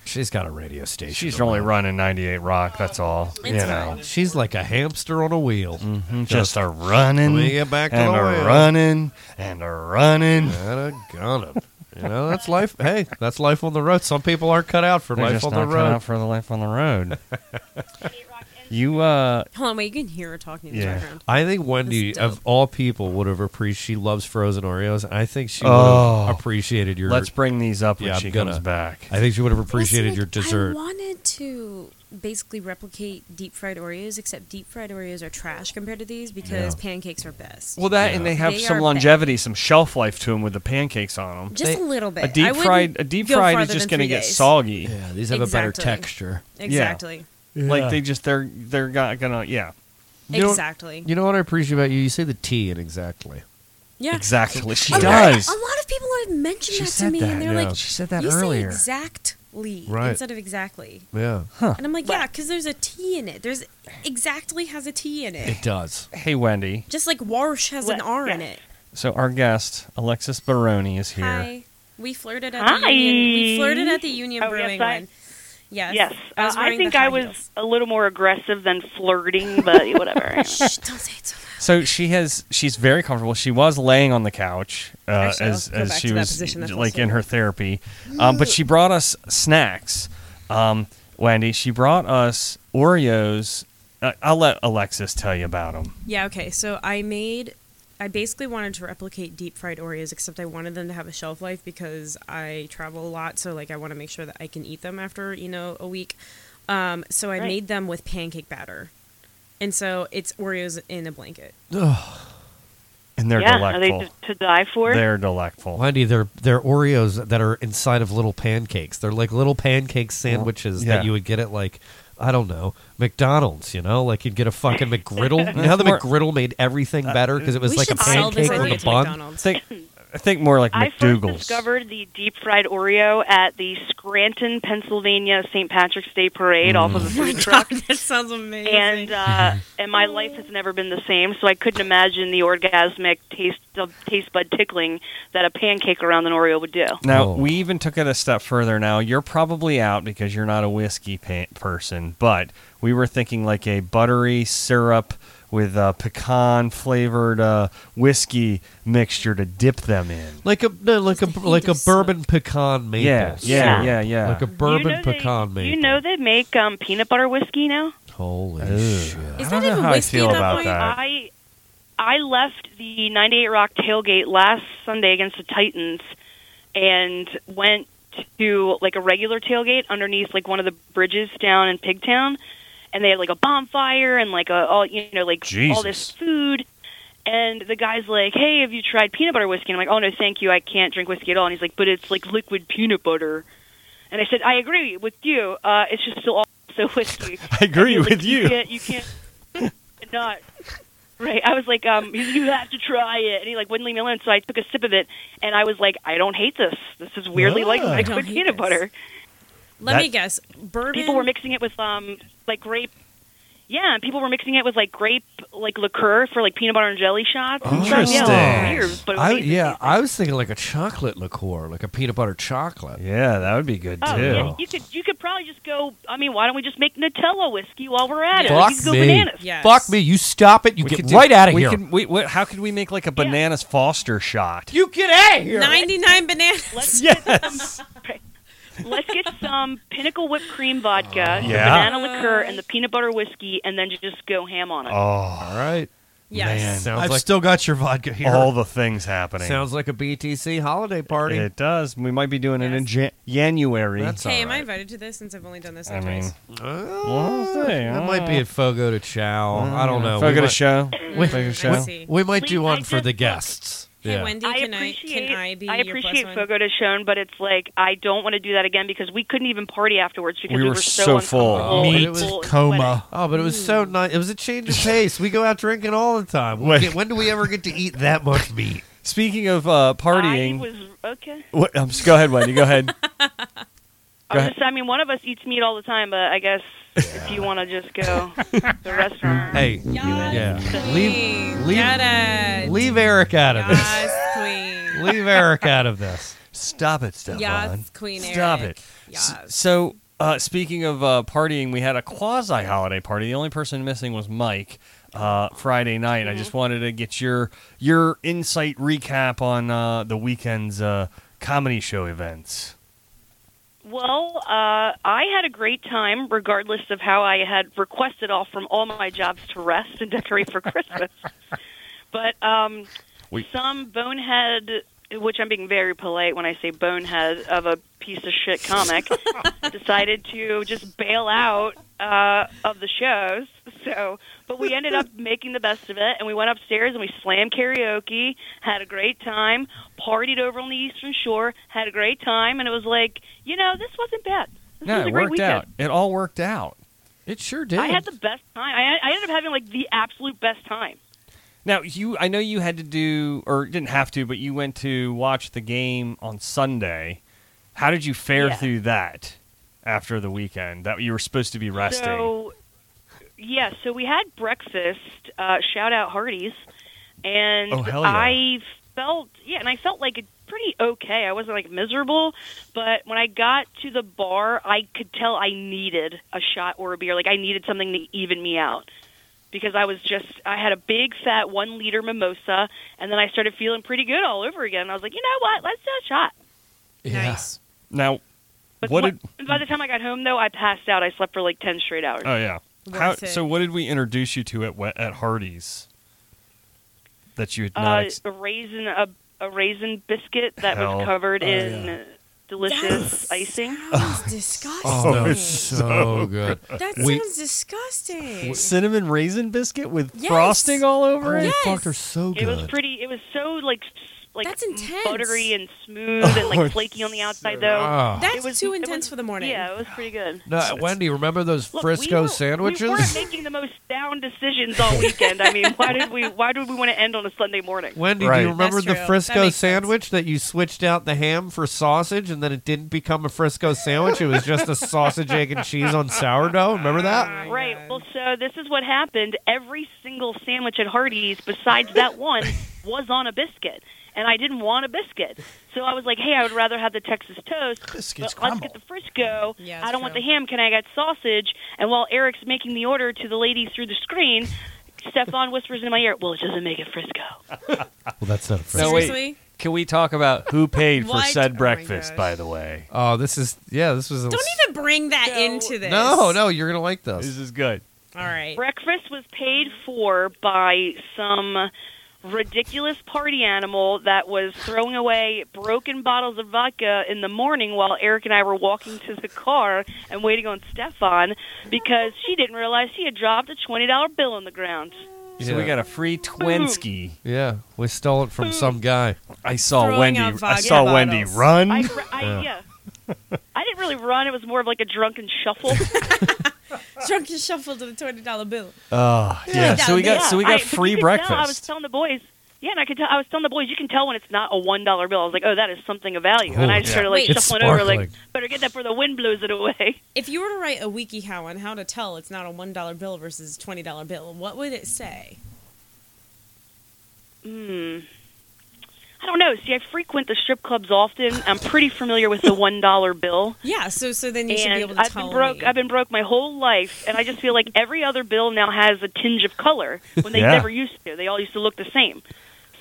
Speaker 7: She's got a radio station.
Speaker 5: She's
Speaker 7: to
Speaker 5: only
Speaker 7: run.
Speaker 5: running 98 Rock. That's all. you
Speaker 8: fine.
Speaker 5: know, Mm-hmm,
Speaker 7: She's like a hamster on a wheel.
Speaker 5: just a running
Speaker 7: Let me get back to
Speaker 5: and
Speaker 7: the
Speaker 5: a
Speaker 7: wheel.
Speaker 5: running and a running.
Speaker 7: And a gun. You know that's life. Hey, that's life on the road. Some people aren't cut out for
Speaker 5: They're
Speaker 7: life
Speaker 5: just
Speaker 7: on the
Speaker 5: not
Speaker 7: <laughs>
Speaker 5: cut
Speaker 7: road.
Speaker 5: out for the life on the road. You uh,
Speaker 8: Hold on, wait. You can hear her talking in the
Speaker 5: Yeah.
Speaker 8: background.
Speaker 7: I think Wendy,
Speaker 8: That's dope.
Speaker 7: of all people, would have appreciated. She loves frozen Oreos, and I think she
Speaker 5: Oh.
Speaker 7: would have appreciated your.
Speaker 5: let's bring these up when
Speaker 7: Yeah, I'm
Speaker 5: she
Speaker 7: gonna-
Speaker 5: comes back.
Speaker 7: I think she would have appreciated
Speaker 10: like,
Speaker 7: your dessert.
Speaker 10: I wanted to basically replicate deep fried Oreos, except deep fried Oreos are trash compared to these because
Speaker 7: Yeah.
Speaker 10: pancakes are best.
Speaker 5: Well, that and they have
Speaker 10: They are
Speaker 5: some
Speaker 10: bad.
Speaker 5: longevity, some shelf life to them with the pancakes on them.
Speaker 10: Just a little bit. I
Speaker 5: A deep
Speaker 10: wouldn't
Speaker 5: fried, a deep
Speaker 10: go
Speaker 5: fried is
Speaker 10: farther
Speaker 5: just
Speaker 10: than
Speaker 5: going to
Speaker 10: three
Speaker 5: get
Speaker 10: days.
Speaker 5: soggy.
Speaker 12: Yeah, these have a better
Speaker 10: Exactly.
Speaker 12: texture.
Speaker 10: Exactly.
Speaker 5: Like they just they're they're not gonna yeah
Speaker 7: You know-
Speaker 10: Exactly.
Speaker 7: You know what I appreciate about you? You say the T in exactly.
Speaker 10: Yeah.
Speaker 5: exactly she
Speaker 10: a
Speaker 5: does.
Speaker 10: Lot, a lot of people have mentioned
Speaker 5: She
Speaker 10: that
Speaker 5: said
Speaker 10: to me,
Speaker 5: that,
Speaker 10: and they're
Speaker 5: yeah.
Speaker 10: like,
Speaker 5: She said that
Speaker 10: you
Speaker 5: earlier."
Speaker 10: Say exactly
Speaker 7: Right.
Speaker 10: instead of exactly.
Speaker 7: Yeah,
Speaker 10: And I'm like, yeah, because there's a T in it. There's exactly has a T in it.
Speaker 7: it does.
Speaker 5: Hey Wendy,
Speaker 10: Just like Warsh has an R in it.
Speaker 5: so our guest Alexis Baroni is here.
Speaker 10: Hi. We flirted at
Speaker 11: Hi.
Speaker 10: the union. We flirted at the union
Speaker 11: Oh, yes,
Speaker 10: brewing
Speaker 11: I-
Speaker 10: one. Yes.
Speaker 11: Yes,
Speaker 10: I,
Speaker 11: uh,
Speaker 10: was
Speaker 11: I
Speaker 10: wearing the
Speaker 11: think I
Speaker 10: high
Speaker 11: was
Speaker 10: heels.
Speaker 11: a little more aggressive than flirting, but whatever.
Speaker 10: <laughs> Shh, don't say it so loud.
Speaker 5: So she has she's very comfortable. She was laying on the couch uh,
Speaker 8: Actually, I'll
Speaker 5: as
Speaker 8: go
Speaker 5: as
Speaker 8: back
Speaker 5: she
Speaker 8: to that
Speaker 5: was
Speaker 8: position. That's
Speaker 5: like
Speaker 8: also-
Speaker 5: in her therapy, um, but she brought us snacks. Um, Wendy, she brought us Oreos. Uh, I'll let Alexis tell you about them.
Speaker 8: Yeah, okay. So I made I basically wanted to replicate deep fried Oreos except I wanted them to have a shelf life because I travel a lot, so like I want to make sure that I can eat them after, you know, a week. Um, so I
Speaker 11: Right.
Speaker 8: made them with pancake batter. And so it's Oreos in a blanket.
Speaker 5: and they're
Speaker 11: yeah, are they
Speaker 5: delectful.
Speaker 11: to, to die for?
Speaker 5: They're delectful.
Speaker 7: Wendy, they're they're Oreos that are inside of little pancakes. They're like little pancake sandwiches
Speaker 5: yeah.
Speaker 7: that you would get at like I don't know McDonald's. You know, like you'd get a fucking
Speaker 5: <laughs>
Speaker 7: McGriddle. you know how the
Speaker 5: More-
Speaker 7: McGriddle made everything better because it was
Speaker 8: we
Speaker 7: like a
Speaker 8: should sell this
Speaker 7: pancake with
Speaker 8: idea
Speaker 7: a
Speaker 8: to
Speaker 7: bun.
Speaker 5: I
Speaker 8: McDonald's.
Speaker 5: think I think more like
Speaker 11: I first
Speaker 5: McDougal's.
Speaker 11: discovered the deep fried Oreo at the Scranton, Pennsylvania St. Patrick's Day Parade off of the food truck.
Speaker 8: Oh that sounds amazing.
Speaker 11: And uh, and my life has never been the same, so I couldn't imagine the orgasmic taste of taste bud tickling that a pancake around an Oreo would do.
Speaker 5: Now
Speaker 7: Oh.
Speaker 5: we even took it a step further. Now you're probably out because you're not a whiskey pa- person, but we were thinking like a buttery syrup with a pecan flavored uh, whiskey mixture to dip them in.
Speaker 7: Like a no, like a like a bourbon pecan maple.
Speaker 5: Yeah, yeah, yeah, yeah.
Speaker 7: Like a bourbon
Speaker 11: you know
Speaker 7: pecan
Speaker 11: they,
Speaker 7: maple.
Speaker 11: You know they make um, peanut butter whiskey now.
Speaker 7: holy shit.
Speaker 8: Is
Speaker 5: I
Speaker 8: that
Speaker 5: don't know
Speaker 8: even
Speaker 5: how I
Speaker 8: whiskey
Speaker 5: feel
Speaker 8: at that
Speaker 5: about
Speaker 8: point?
Speaker 5: that.
Speaker 11: I I left the 98 Rock tailgate last Sunday against the Titans and went to like a regular tailgate underneath like one of the bridges down in Pigtown and they had like a bonfire and like a all you know like all
Speaker 5: Jesus.
Speaker 11: this food and the guy's like, "Hey, have you tried peanut butter whiskey?" And I'm like, "Oh no, thank you. I can't drink whiskey at all." And he's like, "But it's like liquid peanut butter." And I said, "I agree with you. Uh, it's just still also <laughs> whiskey."
Speaker 5: <laughs> I agree
Speaker 11: He's like,
Speaker 5: with you.
Speaker 11: Can't, you can't <laughs> not. Right. I was like, um, you have to try it, and he like wouldn't leave me alone. So I took a sip of it, and I was like, I don't hate this. This is weirdly like
Speaker 5: Ah.
Speaker 11: liquid
Speaker 8: Don't hate
Speaker 11: peanut
Speaker 8: this.
Speaker 11: butter.
Speaker 8: Let
Speaker 5: that-
Speaker 8: me guess. Bourbon
Speaker 11: People were mixing it with um, like grape. Yeah, and people were mixing it with like grape, like liqueur for like peanut butter and jelly shots. and stuff. Yeah,
Speaker 5: Interesting.
Speaker 11: it was weird, but it was
Speaker 7: I,
Speaker 11: amazing.
Speaker 7: yeah, I was thinking like a chocolate liqueur, like a peanut butter chocolate.
Speaker 5: yeah, that would be good
Speaker 11: Oh,
Speaker 5: too.
Speaker 11: yeah, you could you could probably just go. I mean, why don't we just make Nutella whiskey while we're at it?
Speaker 7: Fuck
Speaker 11: you could go
Speaker 7: me.
Speaker 11: bananas.
Speaker 8: Yes.
Speaker 7: Fuck me, you stop it, you
Speaker 5: We could
Speaker 7: get
Speaker 5: do-
Speaker 7: right out of
Speaker 5: we
Speaker 7: here.
Speaker 5: could- we- we- how could we make like a bananas Foster shot?
Speaker 7: you get out of here.
Speaker 8: 99 bananas.
Speaker 11: Let's
Speaker 5: yes.
Speaker 11: <laughs> Let's get some pinnacle whipped cream vodka, the
Speaker 5: Yeah.
Speaker 11: banana liqueur, and the peanut butter whiskey, and then just go ham on it.
Speaker 5: Oh,
Speaker 7: All right.
Speaker 8: Yes.
Speaker 7: Sounds
Speaker 6: I've
Speaker 7: like
Speaker 6: still got your vodka here.
Speaker 5: all the things happening.
Speaker 7: sounds like a BTC holiday party.
Speaker 5: It does. We might be doing it in Jan- January.
Speaker 7: That's
Speaker 8: Hey,
Speaker 7: all
Speaker 8: am I
Speaker 7: right.
Speaker 8: invited to this since I've only done this
Speaker 5: I
Speaker 8: once?
Speaker 5: mean,
Speaker 7: Uh, that might be a Fogo to Chow. I don't know.
Speaker 5: If I
Speaker 7: We
Speaker 5: go Mm. to
Speaker 7: might-
Speaker 5: show,
Speaker 7: we-
Speaker 5: Fogo to
Speaker 7: we-
Speaker 5: show.
Speaker 8: see.
Speaker 7: We might
Speaker 11: Please,
Speaker 7: do one
Speaker 11: I
Speaker 7: for
Speaker 11: just-
Speaker 7: the guests.
Speaker 5: Oh.
Speaker 8: Hey,
Speaker 7: yeah.
Speaker 8: Wendy,
Speaker 11: I
Speaker 8: can I,
Speaker 11: appreciate
Speaker 8: can I be your plus
Speaker 11: appreciate
Speaker 8: one?
Speaker 11: Fogo de Chon, but it's like I don't want to do that again because we couldn't even party afterwards because
Speaker 5: We
Speaker 11: we,
Speaker 5: were so full.
Speaker 11: uncomfortable and
Speaker 7: Meat
Speaker 11: full and sweaty.
Speaker 6: Coma.
Speaker 7: Oh, but it was
Speaker 11: Mm.
Speaker 7: so nice. It was a change of pace. We go out drinking all the time. We
Speaker 5: Wait.
Speaker 7: get- when do we ever get to eat that much meat?
Speaker 5: Speaking of uh, partying,
Speaker 11: I was okay.
Speaker 5: what, um, go ahead, Wendy.
Speaker 11: <laughs>
Speaker 5: Go ahead.
Speaker 11: I, was
Speaker 5: ahead.
Speaker 11: just, I mean, one of us eats meat all the time, but I guess if you want to just go to the restaurant,
Speaker 7: Hey,
Speaker 8: Yes,
Speaker 7: yeah.
Speaker 8: queen.
Speaker 7: Leave,
Speaker 8: Get
Speaker 7: leave,
Speaker 8: it.
Speaker 7: leave Eric out of this.
Speaker 8: Yes, queen.
Speaker 7: Leave Eric out of this.
Speaker 5: Stop it, Stefan.
Speaker 8: Yes, Queen Eric.
Speaker 5: Stop it. S-
Speaker 8: Yes.
Speaker 5: so, uh, speaking of uh, partying, we had a quasi holiday party. The only person missing was Mike uh, Friday night.
Speaker 11: Mm-hmm.
Speaker 5: I just wanted to get your your insight recap on uh, the weekend's uh, comedy show events.
Speaker 11: Well, uh, I had a great time, regardless of how I had requested off from all my jobs to rest and decorate for Christmas. but um,
Speaker 12: We-
Speaker 11: some bonehead, which I'm being very polite when I say bonehead, of a piece of shit comic decided to just bail out uh, of the shows. So, but we ended up making the best of it, and we went upstairs and we slammed karaoke, had a great time, partied over on the Eastern Shore, had a great time, and it was like, you know, this wasn't bad. This
Speaker 5: No,
Speaker 11: was a
Speaker 5: it
Speaker 11: great
Speaker 5: worked
Speaker 11: weekend.
Speaker 5: out. It all worked out. It sure
Speaker 11: I had the best time. I, I ended up having like the absolute best time.
Speaker 5: now you, I know you had to do, or didn't have to, but you went to watch the game on Sunday. How did you fare
Speaker 11: Yeah.
Speaker 5: through that after the weekend that you were supposed to be resting?
Speaker 11: So, yeah, so we had breakfast. Uh, shout out Hardee's, and
Speaker 5: Oh, hell yeah.
Speaker 11: I felt yeah, and I felt like pretty okay. I wasn't like miserable, but when I got to the bar, I could tell I needed a shot or a beer. Like I needed something to even me out because I was just I had a big fat one liter mimosa, and then I started feeling pretty good all over again. I was like, you know what? Let's do a shot.
Speaker 5: Nice. Now,
Speaker 11: But
Speaker 5: what
Speaker 11: my-
Speaker 5: did?
Speaker 11: by the time I got home, though, I passed out. I slept for like ten straight hours.
Speaker 5: Oh yeah. How,
Speaker 11: Worth it.
Speaker 5: so what did we introduce you to at we- at Hardee's that you had not?
Speaker 11: uh,
Speaker 5: ex-
Speaker 11: a raisin a, a raisin biscuit that
Speaker 5: Hell.
Speaker 11: was covered
Speaker 5: Oh,
Speaker 11: in
Speaker 5: yeah.
Speaker 11: delicious icing.
Speaker 10: <laughs> disgusting.
Speaker 5: Oh,
Speaker 7: no,
Speaker 5: it's
Speaker 7: it's so
Speaker 5: <laughs> so
Speaker 7: good.
Speaker 10: That
Speaker 7: We-
Speaker 10: sounds disgusting.
Speaker 5: cinnamon raisin biscuit with
Speaker 10: Yes.
Speaker 5: frosting all over
Speaker 10: Oh,
Speaker 5: it.
Speaker 10: fuck,
Speaker 7: they're so
Speaker 11: It was pretty. It was so like s- like
Speaker 10: That's intense.
Speaker 11: buttery and smooth and
Speaker 7: Oh,
Speaker 11: like flaky on the outside though.
Speaker 7: Ah.
Speaker 11: It
Speaker 10: That's
Speaker 11: was-
Speaker 10: too
Speaker 11: it
Speaker 10: intense
Speaker 11: was-
Speaker 10: for the morning.
Speaker 11: Yeah, it was pretty good.
Speaker 7: No, Wendy, remember those
Speaker 11: Look,
Speaker 7: Frisco
Speaker 11: we were,
Speaker 7: sandwiches?
Speaker 11: We weren't making the most sound decisions all weekend. I mean, why did we? Why did we want to end on a Sunday morning?
Speaker 7: Wendy, do you remember the Frisco sandwich that you switched out the ham for sausage and then it didn't become a Frisco sandwich? It was just a sausage, egg, and cheese on sourdough. Remember that?
Speaker 11: Right. Well, so this is what happened. Every single sandwich at Hardee's, besides that
Speaker 7: <laughs>
Speaker 11: one, was on a biscuit, and I didn't want a biscuit. So I was like, "Hey, I would rather have the Texas toast,
Speaker 6: Biscuits
Speaker 11: but let's
Speaker 6: crumble.
Speaker 11: get the Frisco.
Speaker 10: Yeah,
Speaker 11: I
Speaker 10: it's
Speaker 11: don't want the
Speaker 10: true.
Speaker 11: ham. Can I get sausage?" And while Eric's making the order to the lady through the screen, Stefan whispers in my ear, "Well, it doesn't make it Frisco."
Speaker 7: Well, that's not a Frisco.
Speaker 5: No,
Speaker 11: Seriously?
Speaker 5: wait. Can we talk about who paid for
Speaker 11: What? Oh
Speaker 5: said breakfast? by the way,
Speaker 7: Oh, this is yeah. This was a,
Speaker 11: Don't
Speaker 8: even <laughs> bring that into this.
Speaker 7: no, no. You're gonna like this.
Speaker 5: This is good.
Speaker 8: All right.
Speaker 11: Breakfast was paid for by some ridiculous party animal that was throwing away broken bottles of vodka in the morning while Eric and I were walking to the car and waiting on Stefan because she didn't realize she had dropped a $20 bill on the ground.
Speaker 5: So we got a free Twinski.
Speaker 7: Yeah, we stole it from some guy.
Speaker 5: I saw Throwing Wendy- out I vodka saw Wendy bottles. run.
Speaker 11: I, I, yeah. I didn't really run. It was more of like a drunken
Speaker 5: <laughs>
Speaker 11: shuffle.
Speaker 8: <laughs> Drunken shuffle to the twenty dollar bill.
Speaker 5: Oh, yeah.
Speaker 8: Yeah,
Speaker 5: So we got
Speaker 11: Yeah,
Speaker 5: so we got
Speaker 11: I- but
Speaker 5: free
Speaker 11: you could tell, I was
Speaker 5: breakfast.
Speaker 11: telling the boys. Yeah, and I could tell. I was telling the boys, you can tell when it's not a one dollar bill. I was like, oh, that is something of value, and
Speaker 8: Oh,
Speaker 11: I
Speaker 8: yeah.
Speaker 11: started like
Speaker 8: Wait. It's
Speaker 11: shuffling over, like,
Speaker 8: sparkling.
Speaker 11: better get that before the wind blows it away. <laughs>
Speaker 8: If you were to write a wiki how on how to tell it's not a one dollar bill versus twenty dollar bill, what would it say?
Speaker 11: Hmm. I don't know. See, I frequent the strip clubs often. I'm pretty familiar with the one dollar bill.
Speaker 8: Yeah, so so then you
Speaker 11: and
Speaker 8: should be able to
Speaker 11: I've
Speaker 8: tell
Speaker 11: been broke.
Speaker 8: me.
Speaker 11: I've been broke my whole life, and I just feel like every other bill now has a tinge of color when they
Speaker 5: <laughs> Yeah.
Speaker 11: never used to. They all used to look the same.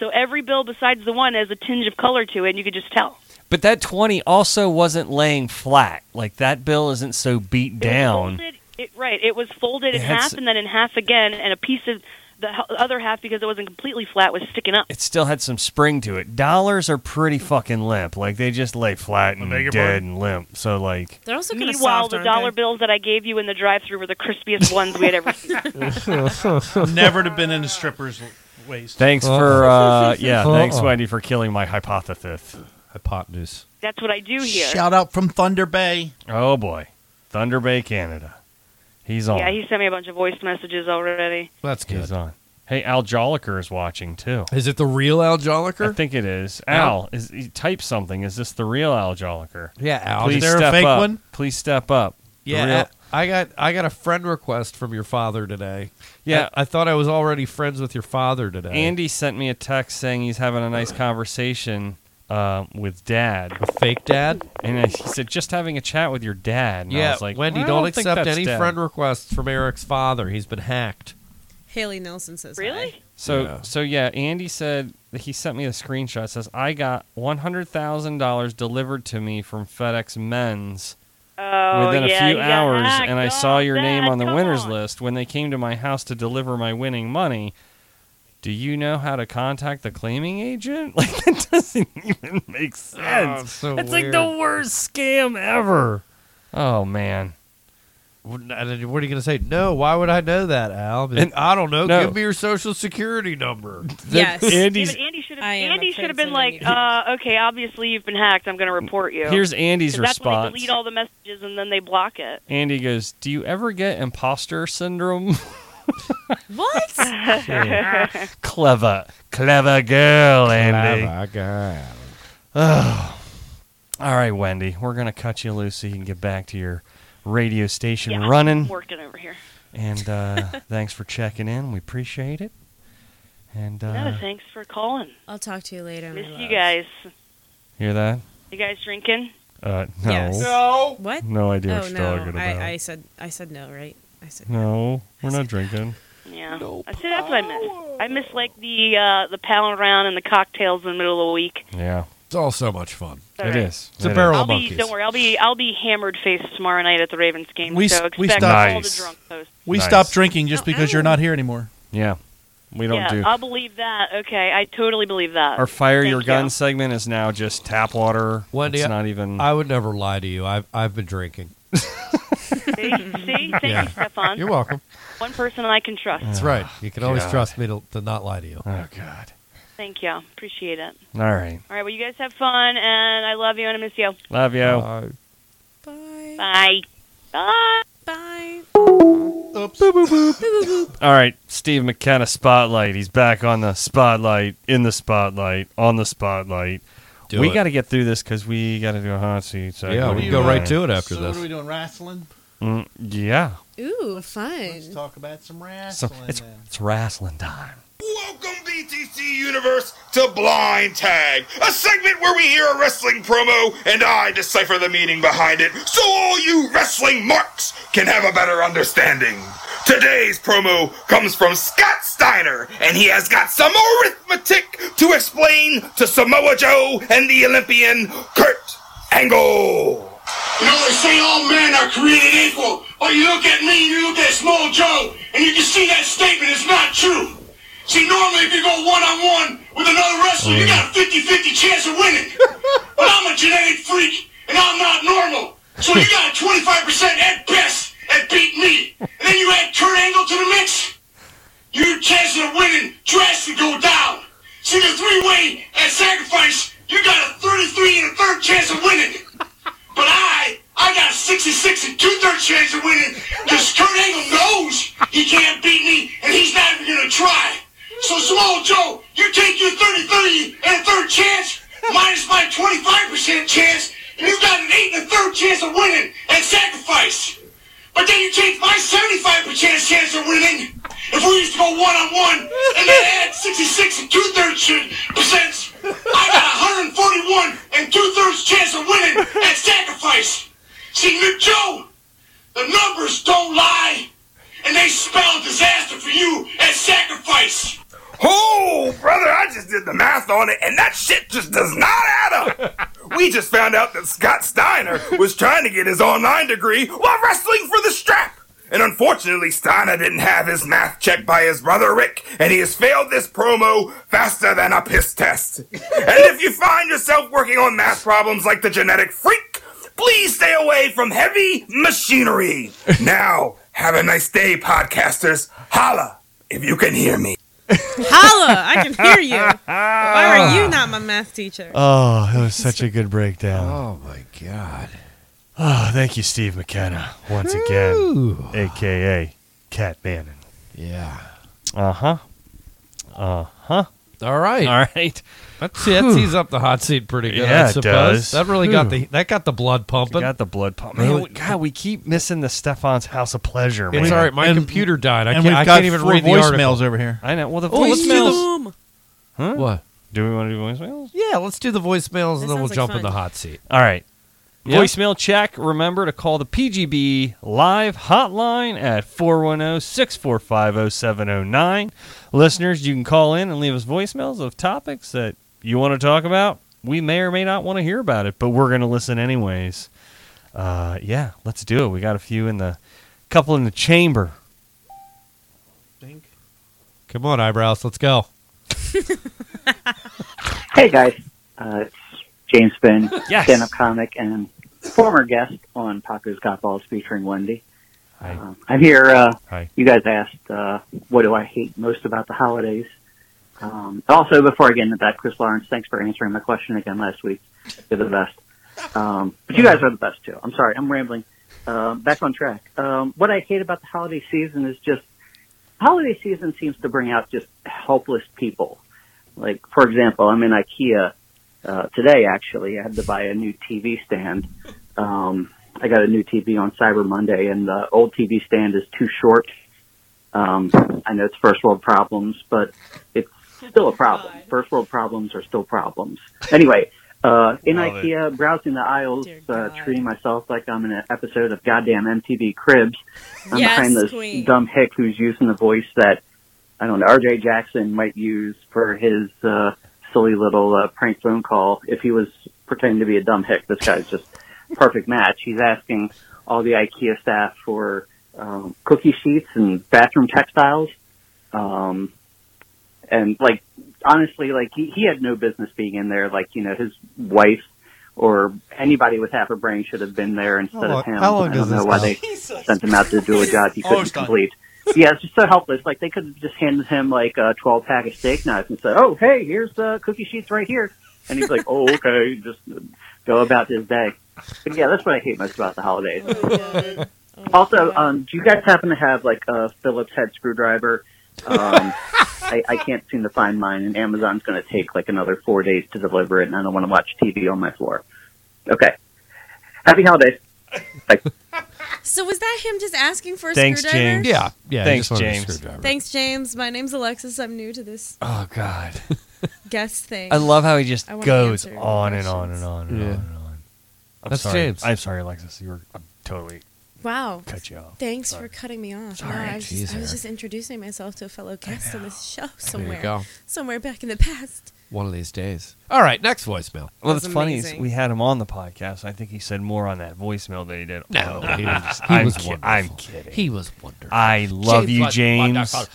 Speaker 11: So every bill besides the one has a tinge of color to it, and you could just tell.
Speaker 5: But that twenty also wasn't laying flat. Like that bill isn't so beat down.
Speaker 11: folded- it, right. It was folded
Speaker 5: It
Speaker 11: in
Speaker 5: had
Speaker 11: half
Speaker 5: s-
Speaker 11: and then in half again, and a piece of the h- other half because it wasn't completely flat was sticking up.
Speaker 5: It still had some spring to it. Dollars are pretty fucking limp. Like they just lay flat and
Speaker 11: beg your
Speaker 5: dead
Speaker 11: pardon?
Speaker 5: and limp. So like
Speaker 8: They're also kind of
Speaker 11: Meanwhile,
Speaker 8: soft,
Speaker 11: the
Speaker 8: aren't
Speaker 11: dollar
Speaker 8: they?
Speaker 11: bills that I gave you in the drive-through were the crispiest ones we had ever seen.
Speaker 5: <laughs>
Speaker 6: <laughs> Never to have been in a stripper's waist.
Speaker 5: Thanks
Speaker 7: Oh.
Speaker 5: for uh
Speaker 7: <laughs>
Speaker 5: yeah, thanks
Speaker 6: Uh-uh.
Speaker 5: Wendy for killing my hypothesis.
Speaker 7: Hypotenuse.
Speaker 11: That's what I do here.
Speaker 6: Shout out from Thunder Bay.
Speaker 5: Oh boy. Thunder Bay, Canada. He's on.
Speaker 11: Yeah, he sent me a bunch of voice messages already.
Speaker 7: That's
Speaker 5: good. He's on. Hey, Al Jolliker is watching too.
Speaker 7: Is it the real Al Jolliker?
Speaker 5: I think it is.
Speaker 7: Al?
Speaker 5: Al, is he type something. Is this the real Al Jolliker?
Speaker 7: Yeah, Al.
Speaker 5: Please
Speaker 7: Is there a
Speaker 5: step
Speaker 7: fake
Speaker 5: up.
Speaker 7: one?
Speaker 5: Please step up. The
Speaker 7: Yeah,
Speaker 5: real-
Speaker 7: I I got I got a friend request from your father today.
Speaker 5: Yeah.
Speaker 7: I, I thought I was already friends with your father today.
Speaker 5: Andy sent me a text saying he's having a nice conversation uh, with dad.
Speaker 7: With fake dad?
Speaker 5: And I- he said, just having a chat with your dad. And I
Speaker 7: yeah,
Speaker 5: was like,
Speaker 7: Wendy,
Speaker 5: "Well, I
Speaker 7: don't,
Speaker 5: think
Speaker 7: accept
Speaker 5: that's
Speaker 7: any
Speaker 5: dad."
Speaker 7: friend requests from Eric's father. He's been hacked.
Speaker 8: Haley Nelson says
Speaker 11: Really?
Speaker 5: So, so yeah, Andy said he sent me a screenshot. It says I got one hundred thousand dollars delivered to me from FedEx Men's
Speaker 11: Oh,
Speaker 5: within
Speaker 11: yeah,
Speaker 5: a
Speaker 11: you
Speaker 5: few
Speaker 11: got
Speaker 5: hours,
Speaker 11: hacked.
Speaker 5: and I saw
Speaker 11: Oh,
Speaker 5: your name
Speaker 11: Dad,
Speaker 5: on the
Speaker 11: come
Speaker 5: winners
Speaker 11: on.
Speaker 5: list when they came to my house to deliver my winning money. Do you know how to contact the claiming agent? <laughs> Like that doesn't <laughs> even make sense.
Speaker 7: it's Oh, so
Speaker 5: it's like the
Speaker 7: weird.
Speaker 5: worst scam ever. Oh man.
Speaker 7: What are you going to say? No, why would I know that, Al? Be like,
Speaker 5: And-
Speaker 7: I don't know.
Speaker 5: no.
Speaker 7: Give me your social security
Speaker 8: <laughs>
Speaker 7: number.
Speaker 8: Yes.
Speaker 11: Yeah,
Speaker 5: Andy's
Speaker 11: but Andy should have
Speaker 8: I am
Speaker 11: Andy should have been
Speaker 8: offensive
Speaker 11: like,
Speaker 8: and I
Speaker 11: uh, okay, obviously you've been hacked. I'm going to report you.
Speaker 5: here's Andy's
Speaker 11: 'Cause that's when
Speaker 5: response.
Speaker 11: they delete all the messages and then they block it.
Speaker 5: Andy goes, "Do you ever get imposter syndrome?" <laughs>
Speaker 11: <laughs>
Speaker 8: What?
Speaker 5: clever, clever girl, Andy. Oh. <sighs> All right, Wendy, we're gonna cut you loose so you can get back to your radio station
Speaker 11: Yeah,
Speaker 5: running.
Speaker 11: working over here.
Speaker 5: And uh,
Speaker 11: <laughs>
Speaker 5: thanks for checking in. We appreciate it. And uh,
Speaker 11: no, thanks for calling.
Speaker 10: I'll talk to you later. my
Speaker 11: Miss you
Speaker 10: love.
Speaker 11: guys.
Speaker 5: hear that?
Speaker 11: You guys drinking?
Speaker 5: Uh, no,
Speaker 8: Yes.
Speaker 9: No.
Speaker 8: What?
Speaker 5: no idea what
Speaker 8: oh
Speaker 5: you're
Speaker 8: no!
Speaker 5: talking about.
Speaker 8: I, I said I said no, right? I said <laughs>
Speaker 5: no, we're not drinking.
Speaker 11: Yeah. I see that's what I miss. I miss like the uh, the palling around and the cocktails in the middle of the week.
Speaker 5: Yeah,
Speaker 7: It's all so much fun.
Speaker 11: All
Speaker 5: it
Speaker 11: right.
Speaker 5: is.
Speaker 7: It's a
Speaker 5: It
Speaker 7: barrel
Speaker 11: I'll
Speaker 7: of
Speaker 11: be,
Speaker 7: monkeys.
Speaker 11: don't worry, I'll be I'll be hammered faced tomorrow night at the Ravens game.
Speaker 6: We-
Speaker 11: so
Speaker 6: we
Speaker 11: expect
Speaker 6: stopped-
Speaker 11: all the
Speaker 5: Nice.
Speaker 11: drunk posts.
Speaker 6: We
Speaker 5: Nice.
Speaker 6: stopped drinking just because
Speaker 8: Ow.
Speaker 6: you're not here anymore.
Speaker 5: is. Yeah, we don't
Speaker 11: yeah,
Speaker 5: do.
Speaker 11: I'll believe that. Okay, I totally believe that.
Speaker 5: Our fire
Speaker 11: Thank
Speaker 5: your gun
Speaker 11: you.
Speaker 5: segment is now just tap water.
Speaker 7: Wendy,
Speaker 5: it's
Speaker 7: I-
Speaker 5: not even.
Speaker 7: I would never lie to you. I've I've been drinking.
Speaker 11: See, see, thank
Speaker 7: Yeah.
Speaker 11: you, Stefan.
Speaker 7: You're welcome.
Speaker 11: One person I can trust.
Speaker 7: That's right. You can always
Speaker 5: God.
Speaker 7: trust me to, to not lie to you.
Speaker 5: oh God.
Speaker 11: Thank you. Appreciate it.
Speaker 5: All right,
Speaker 11: All right. Well, you guys have fun, and I love you, and I miss you.
Speaker 5: love you.
Speaker 7: Uh,
Speaker 8: bye,
Speaker 11: Bye. Bye.
Speaker 8: bye.
Speaker 5: All right, Steve McKenna spotlight. He's back on the spotlight, in the spotlight, on the spotlight.
Speaker 7: Do
Speaker 5: we
Speaker 7: it.
Speaker 5: got to get through this because we got to do a hot seat. So
Speaker 7: Yeah,
Speaker 6: What
Speaker 7: we
Speaker 6: do
Speaker 7: can
Speaker 6: you
Speaker 7: go right
Speaker 6: want?
Speaker 7: to it after
Speaker 6: so
Speaker 7: this.
Speaker 6: what are we doing? Wrestling?
Speaker 5: Mm, yeah,
Speaker 8: Ooh,
Speaker 6: Let's
Speaker 8: fun.
Speaker 6: talk about some
Speaker 5: so
Speaker 6: wrestling.
Speaker 5: it's
Speaker 6: then.
Speaker 5: it's wrestling time.
Speaker 12: Welcome, BTC Universe, to Blind Tag, a segment where we hear a wrestling promo and I decipher the meaning behind it so all you wrestling marks can have a better understanding. Today's promo comes from Scott Steiner, and he has got some arithmetic to explain to Samoa Joe and the Olympian Kurt Angle.
Speaker 13: You know, they say all men are created equal. But you look at me, you look at Small Joe, and you can see that statement is not true. See, normally if you go one-on-one with another wrestler, you got a 50-50 chance of winning. but I'm a genetic freak, and I'm not normal. So you got a 25% at best at beat me. And then you add Kurt Angle to the mix, your chances of winning drastically go down. See, the three-way at sacrifice, you got a 33 and a third chance of winning. But I, I got a 66 and two-thirds chance of winning because Kurt Angle knows he can't beat me, and he's not even going to try. So, Small Joe, you take your 30-30 and a third chance minus my 25% chance, and you got an 8 and a third chance of winning at sacrifice. But then you take my 75% chance of winning if we used to go one-on-one and then add 66 and two-thirds percent. I got 141 and two-thirds chance of winning at sacrifice. See, Nick Joe, the numbers don't lie, and they spell disaster for you at sacrifice.
Speaker 12: Oh, brother, I just did the math on it, and that shit just does not add up. We just found out that Scott Steiner was trying to get his online degree while wrestling for the strap. And unfortunately, Steiner didn't have his math checked by his brother Rick, and he has failed this promo faster than a piss test. And if you find yourself working on math problems like the genetic freak, please stay away from heavy machinery. Now, have a nice day, podcasters. Holla, if you can hear me.
Speaker 8: Holla! I can hear you.
Speaker 5: <laughs>
Speaker 8: Why are you not my math teacher?
Speaker 5: Oh, that was such a good breakdown.
Speaker 7: Oh my god.
Speaker 5: Oh, thank you, Steve McKenna, once again,
Speaker 7: Ooh.
Speaker 5: aka Cat Bannon.
Speaker 7: Yeah.
Speaker 5: Uh huh. Uh huh.
Speaker 7: All right.
Speaker 5: All right.
Speaker 7: That, te- that tees up the hot seat pretty good.
Speaker 5: Yeah,
Speaker 7: I
Speaker 5: it
Speaker 7: suppose.
Speaker 5: does.
Speaker 7: That really got the that got the blood
Speaker 5: We
Speaker 7: pumping.
Speaker 5: got the blood pump.
Speaker 7: Really?
Speaker 5: Man, we- God, we keep missing the Stefan's House of Pleasure. Man.
Speaker 7: it's all right. My
Speaker 6: And-
Speaker 7: computer died. I
Speaker 6: and
Speaker 7: can't,
Speaker 6: we've
Speaker 7: I
Speaker 6: got
Speaker 7: can't even
Speaker 6: four
Speaker 7: read the
Speaker 6: voicemails
Speaker 7: article.
Speaker 6: over here.
Speaker 5: I know. Well, the
Speaker 7: Oh, let's
Speaker 5: voicemails.
Speaker 7: do
Speaker 8: Boom.
Speaker 5: Huh?
Speaker 7: What?
Speaker 5: Do we want to do voicemails?
Speaker 7: Yeah, let's do the voicemails
Speaker 8: That
Speaker 7: and then we'll
Speaker 8: sounds like
Speaker 7: jump in
Speaker 8: fun.
Speaker 7: the hot seat.
Speaker 5: All right. Yeah. Voicemail check. Remember to call the PGB live hotline at oh, 410 645 0709. Listeners, you can call in and leave us voicemails of topics that you want to talk about. We may or may not want to hear about it, but we're going to listen anyways. Uh, yeah, let's do it. We got a few in the couple in the chamber.
Speaker 7: Come on, eyebrows. Let's go.
Speaker 14: <laughs> Hey guys, uh, it's James Finn,
Speaker 15: Yes.
Speaker 14: stand-up comic and former guest on Paco's Got Balls featuring Wendy. Um, I'm here. Uh,
Speaker 5: Hi.
Speaker 14: You guys asked, uh, what do I hate most about the holidays? Um, also, before I get into that, Chris Lawrence, thanks for answering my question again last week. You're the best. Um, but you guys are the best too. I'm sorry, I'm rambling. Uh, back on track. Um, what I hate about the holiday season is just holiday season seems to bring out just helpless people. Like, for example, I'm in IKEA uh, today. Actually, I had to buy a new TV stand. Um, I got a new TV on Cyber Monday, and the old TV stand is too short. Um, I know it's first world problems, but it's still a problem. First world problems are still problems. Anyway, uh, in
Speaker 16: Love it.
Speaker 14: IKEA, browsing the aisles, uh, treating myself like I'm in an episode of goddamn MTV Cribs. I'm
Speaker 16: Yes,
Speaker 14: behind this
Speaker 16: queen.
Speaker 14: dumb hick who's using the voice that I don't know RJ Jackson might use for his uh, silly little uh, prank phone call if he was pretending to be a dumb hick. This guy's just perfect match. He's asking all the IKEA staff for um, cookie sheets and bathroom textiles, um, and like honestly, like he, he had no business being in there. Like you know his wife. Or anybody with half a brain should have been there instead
Speaker 16: long-
Speaker 14: of him.
Speaker 16: Oh, how long
Speaker 14: I
Speaker 16: does
Speaker 14: don't know
Speaker 16: this
Speaker 14: why
Speaker 16: go?
Speaker 14: they sent him out to do a job he couldn't
Speaker 16: Almost done.
Speaker 14: <laughs> complete. Yeah, it's just so helpless. Like they could have just handed him like a twelve pack of steak knives and said, "Oh, hey, here's the cookie sheets right here," and he's like, "Oh, okay," just go about his day. But yeah, that's what I hate most about the holidays. <laughs> also, um, do you guys happen to have like a Phillips head screwdriver? <laughs> Um, I, I can't seem to find mine, and Amazon's going to take like another four days to deliver it, and I don't want to watch TV on my floor. Okay. Happy holidays.
Speaker 8: So was that him just asking for a screwdriver?
Speaker 14: James. Yeah,
Speaker 7: yeah,
Speaker 5: Thanks,
Speaker 7: just wanted a
Speaker 5: James.
Speaker 8: Thanks, James. My name's Alexis. I'm new to this
Speaker 5: Oh God.
Speaker 8: <laughs> guest thing.
Speaker 5: I love how he just
Speaker 8: I wanna
Speaker 5: goes
Speaker 8: answer.
Speaker 5: on and on and on and
Speaker 7: Yeah.
Speaker 5: on and on. I'm
Speaker 7: That's
Speaker 5: sorry.
Speaker 7: James.
Speaker 5: I'm sorry, Alexis. You were I'm totally
Speaker 8: Wow.
Speaker 5: cut you off.
Speaker 8: Thanks for cutting me off. No,
Speaker 5: Sorry.
Speaker 8: I, was just,
Speaker 5: Jeez,
Speaker 8: I was
Speaker 5: Eric.
Speaker 8: just introducing myself to a fellow guest on this show somewhere.
Speaker 7: go.
Speaker 8: Somewhere back in the past.
Speaker 7: One of these days. All right, next voicemail.
Speaker 5: Well, what's funny is we had him on the podcast. I think he said more on that voicemail than he did.
Speaker 7: No,
Speaker 5: on-
Speaker 7: he was- he
Speaker 5: I'm,
Speaker 7: was
Speaker 5: ki-
Speaker 7: wonderful.
Speaker 5: I'm kidding.
Speaker 7: He was wonderful.
Speaker 5: I love you, James.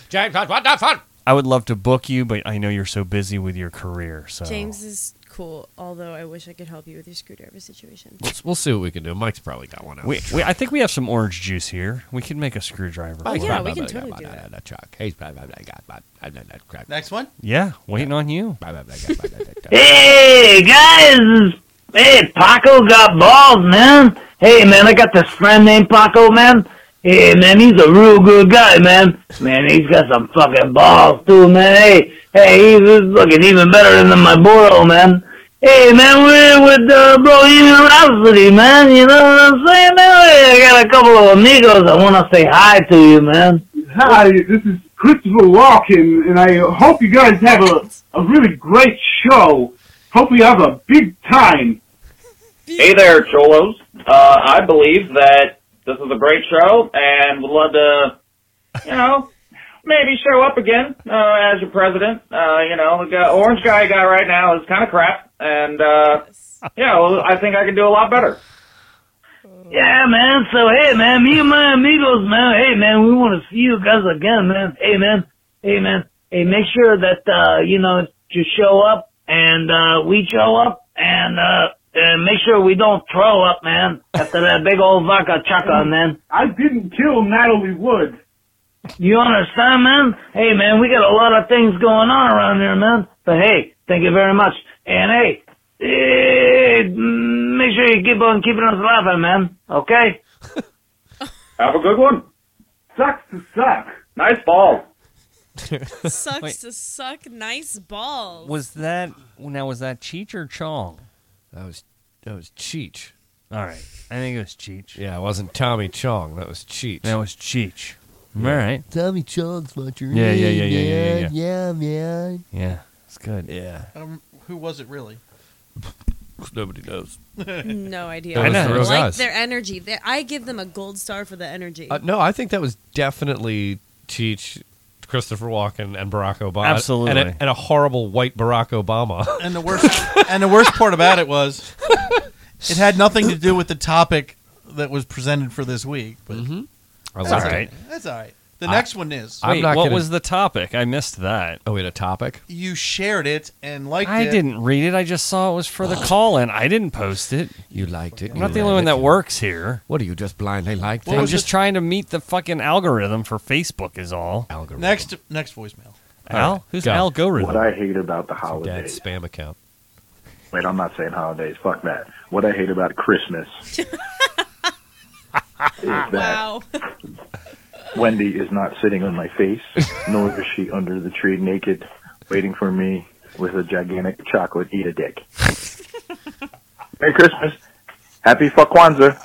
Speaker 7: James was wonderful.
Speaker 5: I would love to book you, but I know you're so busy with your career. So
Speaker 8: James is cool, although I wish I could help you with your screwdriver situation.
Speaker 7: We'll, we'll see what we can do. Mike's probably got one out.
Speaker 5: we, we, I think we have some orange juice here. We could make a screwdriver.
Speaker 8: Oh,
Speaker 5: for
Speaker 8: yeah,
Speaker 5: it.
Speaker 8: we can totally do that.
Speaker 6: Next one.
Speaker 5: Yeah, waiting on you.
Speaker 17: Hey guys, this is- hey Paco got balls, man. Hey man, I got this friend named Paco, man. Hey man, he's a real good guy, man. Man, he's got some fucking balls too, man. Hey, hey, he's he's looking even better than my Burrow, man. Hey man, we're with uh, Bohemian Rhapsody, man. You know what I'm saying? Hey, I got a couple of amigos I want to say hi to you, man.
Speaker 18: Hi, this is Christopher Walken, and I hope you guys have a, a really great show. Hope you have a big time.
Speaker 19: Hey there, Cholos. Uh, I believe that this is a great show and would love to, you know, maybe show up again uh, as your president. Uh, you know, the guy, orange guy I got right now is kind of crap, and uh, yeah, well, I think I can do a lot better.
Speaker 17: Yeah, man. So hey, man, me and my amigos, man. Hey, man, we want to see you guys again, man. Hey, man. Hey, man. Hey, make sure that uh, you know you show up and uh, we show up and uh, and make sure we don't throw up, man. After that big old vodka chaka, man. I didn't kill Natalie Woods. You understand, man? Hey, man, we got a lot of things going on around here, man. But hey, thank you very much. And hey, eh, make sure you keep on keeping us laughing, man. Okay?
Speaker 19: Have a good one.
Speaker 18: Sucks to suck.
Speaker 19: Nice ball.
Speaker 8: <laughs> Sucks
Speaker 5: Wait.
Speaker 8: to suck nice balls.
Speaker 5: Was that now? Was that Cheech or Chong?
Speaker 7: That was that was Cheech.
Speaker 5: All right, I think it was Cheech.
Speaker 7: Yeah, it wasn't Tommy Chong. That was Cheech. That
Speaker 5: was Cheech. All right.
Speaker 7: Tommy Chong's what you're
Speaker 5: Yeah, yeah, yeah, yeah, yeah, yeah,
Speaker 7: yeah, man.
Speaker 5: Yeah, it's good.
Speaker 7: Yeah.
Speaker 6: <laughs> Um, who was it really?
Speaker 7: 'Cause nobody knows.
Speaker 8: no idea.
Speaker 7: That was the real
Speaker 8: like
Speaker 7: guys.
Speaker 8: their energy. They- I give them a gold star for the energy.
Speaker 7: Uh, no, I think that was definitely teach Christopher Walken and Barack Obama.
Speaker 5: Absolutely.
Speaker 7: And a, and a horrible white Barack
Speaker 5: <laughs>
Speaker 7: Obama.
Speaker 6: And the worst and the worst part about it was it had nothing to do with the topic that was presented for this week. But
Speaker 8: Mm-hmm.
Speaker 7: I
Speaker 6: that's
Speaker 7: like
Speaker 6: all
Speaker 7: it.
Speaker 6: right. That's all right. The
Speaker 5: I-
Speaker 6: next one is.
Speaker 5: Wait, what was the topic? I missed that.
Speaker 7: Oh, we had a topic.
Speaker 6: you shared it and liked
Speaker 5: I
Speaker 6: it.
Speaker 5: didn't read it. I just saw it was for the call in. I didn't post it.
Speaker 15: You liked it.
Speaker 5: I'm not the only one that works here.
Speaker 15: What are you just blindly like?
Speaker 5: I'm just trying to meet the fucking algorithm for Facebook is all.
Speaker 15: Algorithm.
Speaker 6: Next next voicemail.
Speaker 5: Al? Who's Al Gorith?
Speaker 16: What I hate about the holidays.
Speaker 7: Dad's spam account.
Speaker 16: Wait, I'm not saying holidays. Fuck that. What I hate about
Speaker 8: <laughs>
Speaker 16: Christmas is that Wendy is not sitting on my
Speaker 8: <laughs>
Speaker 16: face, nor is she under the tree naked, waiting for me with a gigantic chocolate eat a dick. Merry Christmas. Happy fuck Kwanzaa.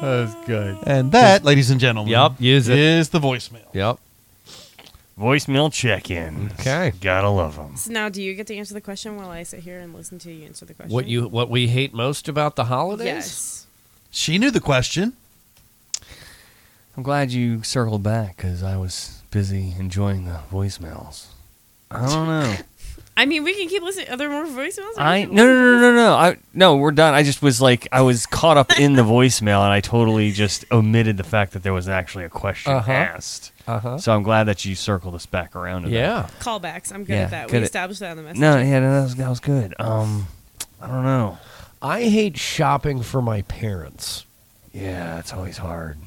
Speaker 7: That's good.
Speaker 6: And that, ladies and gentlemen,
Speaker 5: Yep, use it.
Speaker 6: is the voicemail.
Speaker 7: Yep.
Speaker 5: Voicemail check in. Okay. Gotta love them.
Speaker 8: So now, do you get to answer the question while I sit here and listen to you answer the question?
Speaker 7: What you what we hate most about the holidays?
Speaker 8: Yes.
Speaker 6: She knew the question.
Speaker 5: I'm glad you circled back because I was busy enjoying the voicemails. I don't <laughs> know.
Speaker 8: I mean, we can keep listening. Are there more voicemails?
Speaker 5: I no no no no no I no we're done. I just was like I was caught up in the voicemail and I totally just omitted the fact that there was actually a question
Speaker 7: Uh-huh.
Speaker 5: asked.
Speaker 7: Uh-huh.
Speaker 5: So I'm glad that you circled us back around. To
Speaker 7: Yeah.
Speaker 5: that.
Speaker 8: Callbacks. I'm good
Speaker 5: Yeah,
Speaker 8: at that.
Speaker 5: good
Speaker 8: we
Speaker 5: at-
Speaker 8: established that on the message.
Speaker 5: No, yeah, no, that was that was good. Um, I don't know.
Speaker 7: I hate shopping for my parents.
Speaker 5: Yeah, it's always hard.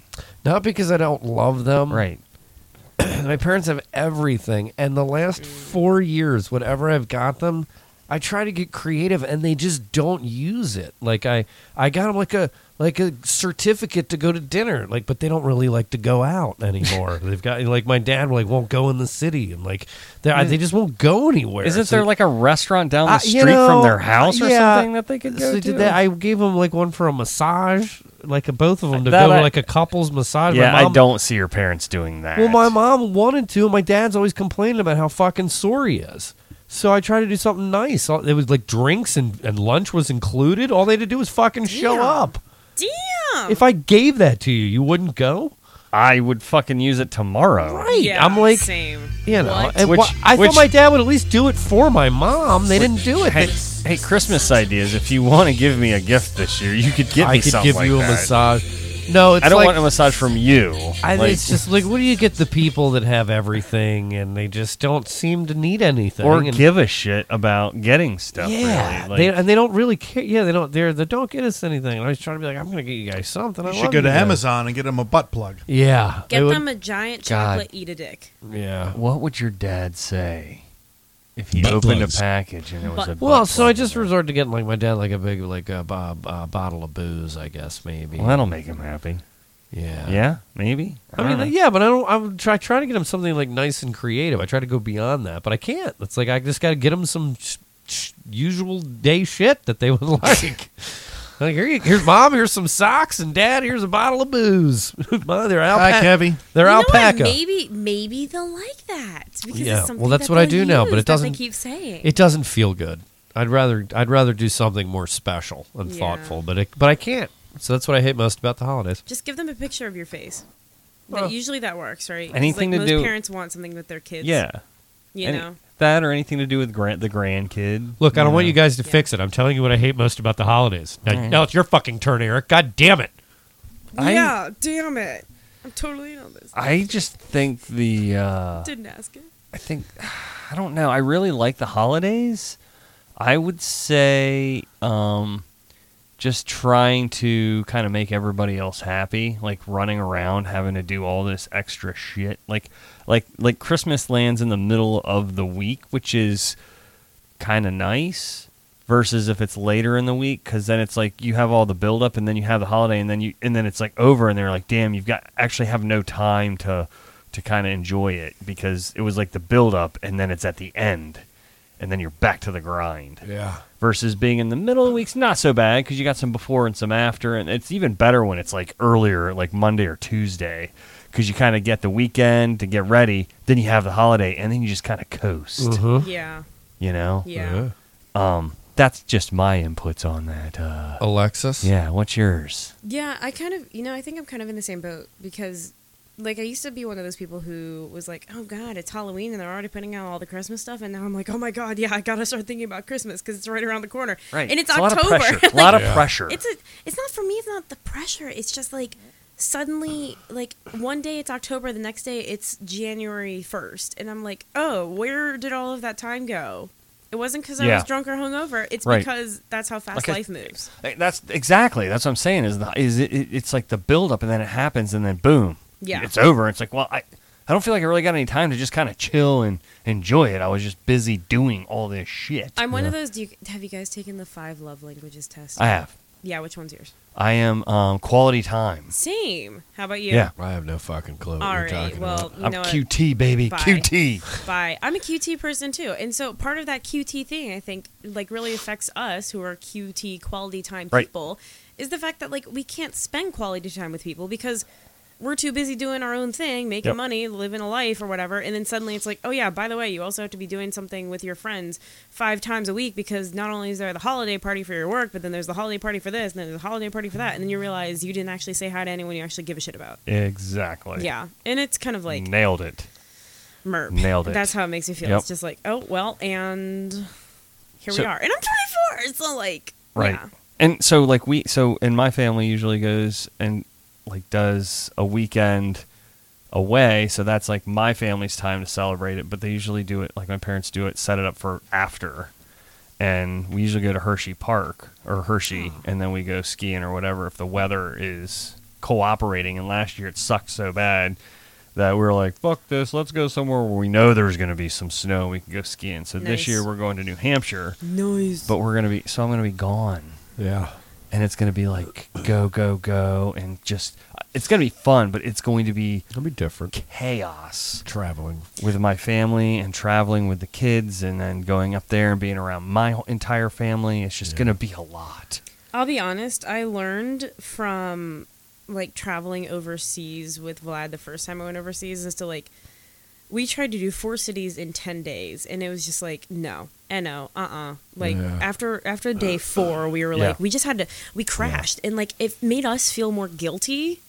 Speaker 7: Not because I don't love them.
Speaker 5: Right.
Speaker 7: <clears throat> my parents have everything. And the last four years, whatever I've got them, I try to get creative and they just don't use it. Like I, I got them like a like a certificate to go to dinner. Like, but they don't really like to go out
Speaker 5: <laughs>
Speaker 7: anymore. They've got like my dad like won't go in the city and like they I- they just won't go anywhere.
Speaker 5: Mm. Isn't
Speaker 7: So-
Speaker 5: there like a restaurant down the
Speaker 7: Uh,
Speaker 5: street
Speaker 7: you
Speaker 5: from
Speaker 7: know,
Speaker 5: their house or
Speaker 7: yeah.
Speaker 5: something that they could
Speaker 7: So
Speaker 5: go to?
Speaker 7: did that. I gave them like one for a massage, like a, both of them to
Speaker 5: That
Speaker 7: go
Speaker 5: I-
Speaker 7: to like a couple's massage.
Speaker 5: yeah,
Speaker 7: my
Speaker 5: I
Speaker 7: mom,
Speaker 5: don't see your parents doing that.
Speaker 7: Well, my mom wanted to, and my dad's always complaining about how fucking sore he is. So I tried to do something nice. All- It was like drinks and, and lunch was included. All they had to do was fucking show up.
Speaker 8: Damn.
Speaker 7: If I gave that to you, you wouldn't go.
Speaker 5: I would fucking use it tomorrow.
Speaker 7: Right.
Speaker 8: Yeah,
Speaker 7: I'm like,
Speaker 8: same.
Speaker 7: you know,
Speaker 8: What?
Speaker 7: and
Speaker 5: Which-
Speaker 7: wha- I
Speaker 5: which-
Speaker 7: thought my dad would at least do it for my mom. Um, They didn't do it.
Speaker 5: Hey,
Speaker 7: They-
Speaker 5: hey, Christmas ideas. If you want to give me a gift this year, you could get
Speaker 7: I
Speaker 5: me
Speaker 7: could
Speaker 5: something
Speaker 7: give
Speaker 5: like
Speaker 7: you a
Speaker 5: that.
Speaker 7: massage. No, it's
Speaker 5: I don't
Speaker 7: like,
Speaker 5: want a massage from you.
Speaker 7: I,
Speaker 5: Like-
Speaker 7: it's just like, what do you get the people that have everything and they just don't seem to need anything
Speaker 5: or
Speaker 7: and-
Speaker 5: give a shit about getting stuff.
Speaker 7: Yeah,
Speaker 5: really.
Speaker 7: they,
Speaker 5: Like,
Speaker 7: and they don't really care. Yeah, they don't. They're they don't get us anything. And I was trying to be like, I'm going to get you guys something. I
Speaker 6: You should
Speaker 7: love
Speaker 6: go to
Speaker 7: guys.
Speaker 6: Amazon and get him a butt plug.
Speaker 7: Yeah,
Speaker 8: Get
Speaker 7: they would-
Speaker 8: them a giant
Speaker 5: God.
Speaker 8: chocolate eat a dick.
Speaker 7: Yeah.
Speaker 5: What would your dad say if he
Speaker 7: Butt
Speaker 5: opened
Speaker 7: plugs.
Speaker 5: a package and it was a butt
Speaker 7: well, so
Speaker 5: plug?
Speaker 7: I just resorted to getting like my dad like a big like a uh, uh, bottle of booze, I guess maybe.
Speaker 5: Well, that'll make him happy.
Speaker 7: Yeah.
Speaker 5: Yeah, maybe.
Speaker 7: I mean,
Speaker 5: don't know.
Speaker 7: yeah, but I don't. I'm try try to get him something like nice and creative. I try to go beyond that, but I can't. It's like I just got to get him some sh- sh- usual day shit that they would <laughs> like. like here, you, here's mom. Here's some socks, and dad. Here's a bottle of booze. <laughs> Mom, they're alpaca.
Speaker 6: Pack heavy.
Speaker 7: They're
Speaker 8: You know what?
Speaker 7: alpaca.
Speaker 8: Maybe maybe they'll like that because
Speaker 7: yeah.
Speaker 8: it's something
Speaker 7: Well, that's
Speaker 8: that
Speaker 7: what I do
Speaker 8: they'll
Speaker 7: now,
Speaker 8: use
Speaker 7: but it
Speaker 8: that
Speaker 7: doesn't
Speaker 8: They keep saying
Speaker 7: It doesn't feel good. I'd rather I'd rather do something more special and
Speaker 8: Yeah.
Speaker 7: thoughtful, but it, but I can't. So that's what I hate most about the holidays.
Speaker 8: Just give them a picture of your face. That- usually that works, right? 'Cause,
Speaker 5: anything
Speaker 8: like,
Speaker 5: to
Speaker 8: most
Speaker 5: do-
Speaker 8: Parents want something with their kids.
Speaker 5: Yeah.
Speaker 8: You
Speaker 5: Any-
Speaker 8: know.
Speaker 5: that or anything to do with grand, the grandkid.
Speaker 7: Look, I don't want
Speaker 5: know.
Speaker 7: you guys to fix it. I'm telling you what I hate most about the holidays. Now,
Speaker 5: All right.
Speaker 7: now it's your fucking turn, Eric. God damn it.
Speaker 5: I-
Speaker 8: yeah. Damn it. I'm totally in on this.
Speaker 5: I just think the uh,
Speaker 8: didn't ask it.
Speaker 5: I think <sighs> I don't know. I really like the holidays. I would say um, just trying to kind of make everybody else happy, like running around having to do all this extra shit. Like like like Christmas lands in the middle of the week, which is kind of nice versus if it's later in the week cuz then it's like you have all the build up and then you have the holiday and then you and then it's like over and they're like damn you've got actually have no time to to kind of enjoy it because it was like the build up and then it's at the end and then you're back to the grind
Speaker 7: Yeah.
Speaker 5: versus being in the middle of the week's not so bad because you got some before and some after and it's even better when it's like earlier like monday or tuesday because you kind of get the weekend to get ready then you have the holiday and then you just kind of coast
Speaker 8: Yeah.
Speaker 5: you know
Speaker 8: Yeah. Yeah.
Speaker 5: Um, that's just my inputs on that. Uh,
Speaker 7: Alexis?
Speaker 5: Yeah, what's yours?
Speaker 8: Yeah, I kind of, you know, I think I'm kind of in the same boat because, like, I used to be one of those people who was like, oh, God, it's Halloween and they're already putting out all the Christmas stuff. And now I'm like, oh, my God, yeah, I got to start thinking about Christmas because it's right around the corner.
Speaker 5: Right.
Speaker 8: And it's,
Speaker 5: It's a lot of
Speaker 8: October.
Speaker 5: pressure.
Speaker 8: <laughs>
Speaker 5: Lot of Yeah. pressure.
Speaker 8: It's, a, it's not for me, it's not the pressure. It's just like, suddenly, like, one day it's October, the next day it's January 1st. And I'm like, oh, where did all of that time go? It wasn't because I
Speaker 5: Yeah.
Speaker 8: was drunk or hungover. It's
Speaker 5: Right.
Speaker 8: because that's how fast
Speaker 5: Like I-
Speaker 8: life moves.
Speaker 5: Like, That's exactly that's what I'm saying. Is the, is it, it, it's like the buildup and then it happens and then boom,
Speaker 8: Yeah.
Speaker 5: it's over. It's like well, I I don't feel like I really got any time to just kind of chill and enjoy it. I was just busy doing all this shit.
Speaker 8: I'm one
Speaker 5: Yeah.
Speaker 8: of those. Do you, have you guys taken the five love languages test?
Speaker 5: I have.
Speaker 8: Yeah, which one's yours?
Speaker 5: I am um, quality time.
Speaker 8: Same. How about you?
Speaker 5: Yeah.
Speaker 20: I have no fucking clue
Speaker 8: All right. Well, you
Speaker 5: I'm
Speaker 8: know what?
Speaker 5: QT baby,
Speaker 8: Bye.
Speaker 5: QT.
Speaker 8: Bye. I'm a QT person too, and so part of that QT thing, I think, like really affects us who are QT quality time
Speaker 5: Right.
Speaker 8: people, is the fact that like we can't spend quality time with people because we're too busy doing our own thing, making
Speaker 5: Yep.
Speaker 8: money, living a life or whatever, and then suddenly it's like, oh yeah, by the way, you also have to be doing something with your friends five times a week because not only is there the holiday party for your work, but then there's the holiday party for this, and then there's the holiday party for that, and then you realize you didn't actually say hi to anyone you actually give a shit about.
Speaker 5: Exactly.
Speaker 8: yeah, and it's kind of like
Speaker 5: nailed it.
Speaker 8: Merp.
Speaker 5: Nailed it.
Speaker 8: That's how it makes me feel.
Speaker 5: Yep.
Speaker 8: It's just like, oh well, and here
Speaker 5: So-
Speaker 8: we are. And I'm 24. So like,
Speaker 5: Right.
Speaker 8: yeah.
Speaker 5: And so like we so and my family usually goes and like does a weekend away, so that's like my family's time to celebrate it, but they usually do it like my parents do it, set it up for after. And we usually go to Hershey Park or Hershey
Speaker 8: Hmm.
Speaker 5: and then we go skiing or whatever if the weather is cooperating and last year it sucked so bad that we were like, fuck this, let's go somewhere where we know there's gonna be some snow, we can go skiing. So
Speaker 8: Nice.
Speaker 5: this year we're going to New Hampshire.
Speaker 8: Nice.
Speaker 5: But we're gonna be so I'm gonna be gone.
Speaker 7: Yeah.
Speaker 5: And it's gonna be like go go go and just it's gonna be fun, but it's going to be
Speaker 7: it'll be different
Speaker 5: chaos
Speaker 7: traveling
Speaker 5: with my family and traveling with the kids and then going up there and being around my whole- entire family. It's just gonna be a lot.
Speaker 8: I'll be honest. I learned from like traveling overseas with Vlad the first time I went overseas is to like we tried to do four cities in 10 days and it was just like no and no uh-uh like
Speaker 11: Yeah. Uh,
Speaker 8: after after day four we were
Speaker 11: Yeah.
Speaker 8: like we just had to we crashed and like it made us feel more guilty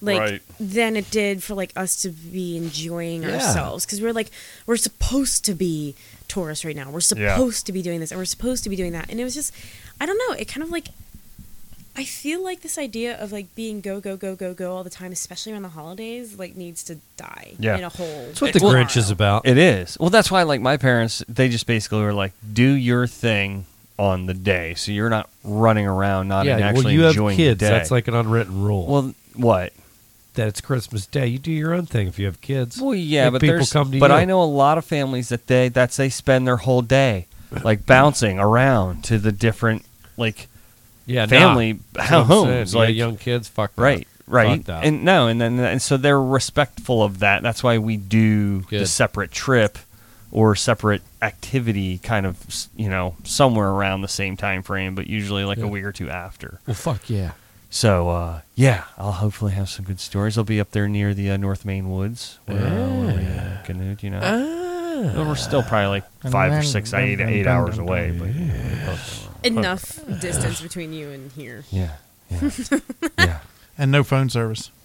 Speaker 8: like
Speaker 11: Right.
Speaker 8: than it did for like us to be enjoying
Speaker 11: Yeah.
Speaker 8: ourselves because we're like we're supposed to be tourists right now we're
Speaker 11: Yeah.
Speaker 8: supposed to be doing this and we're supposed to be doing that and it was just i don't know it kind of like I feel like this idea of like being go go go go go all the time, especially around the holidays, like needs to die
Speaker 5: Yeah.
Speaker 8: in a hole.
Speaker 5: Well,
Speaker 7: is about.
Speaker 5: It is. Well, that's why, like, my parents, they just basically were like, do your thing on the day. So you're not running around, not
Speaker 7: yeah,
Speaker 5: actually
Speaker 7: well, you have
Speaker 5: enjoying
Speaker 7: kids.
Speaker 5: the day.
Speaker 7: That's like an unwritten rule.
Speaker 5: Well, what?
Speaker 7: That it's Christmas Day. You do your own thing if you have kids.
Speaker 5: Well, yeah,
Speaker 7: Make
Speaker 5: but
Speaker 7: people
Speaker 5: there's,
Speaker 7: come to
Speaker 5: but
Speaker 7: you.
Speaker 5: I know a lot of families that they that's they spend their whole day like bouncing around to the different like
Speaker 7: Yeah, nah.
Speaker 5: family
Speaker 7: That's what I'm
Speaker 5: homes
Speaker 7: saying. Yeah,
Speaker 5: like
Speaker 7: young kids, fuck that.
Speaker 5: right right
Speaker 7: Fuck that.
Speaker 5: and no and then and so they're respectful of that. That's why we do the
Speaker 7: Good.
Speaker 5: separate trip or separate activity kind of s- you know somewhere around the same time frame, but usually like
Speaker 7: Yeah.
Speaker 5: a week or two after.
Speaker 7: Well, fuck yeah.
Speaker 5: So uh, yeah, I'll hopefully have some good stories. I'll be up there near the uh, North Main Woods, where, uh, where we uh, canoed, you know.
Speaker 7: Ah.
Speaker 5: Well, We're still probably like five or six, eight, eight hours away, but you know, we're close. <sighs>
Speaker 8: Enough distance between you and here.
Speaker 5: Yeah,
Speaker 6: And no phone service.
Speaker 8: <laughs>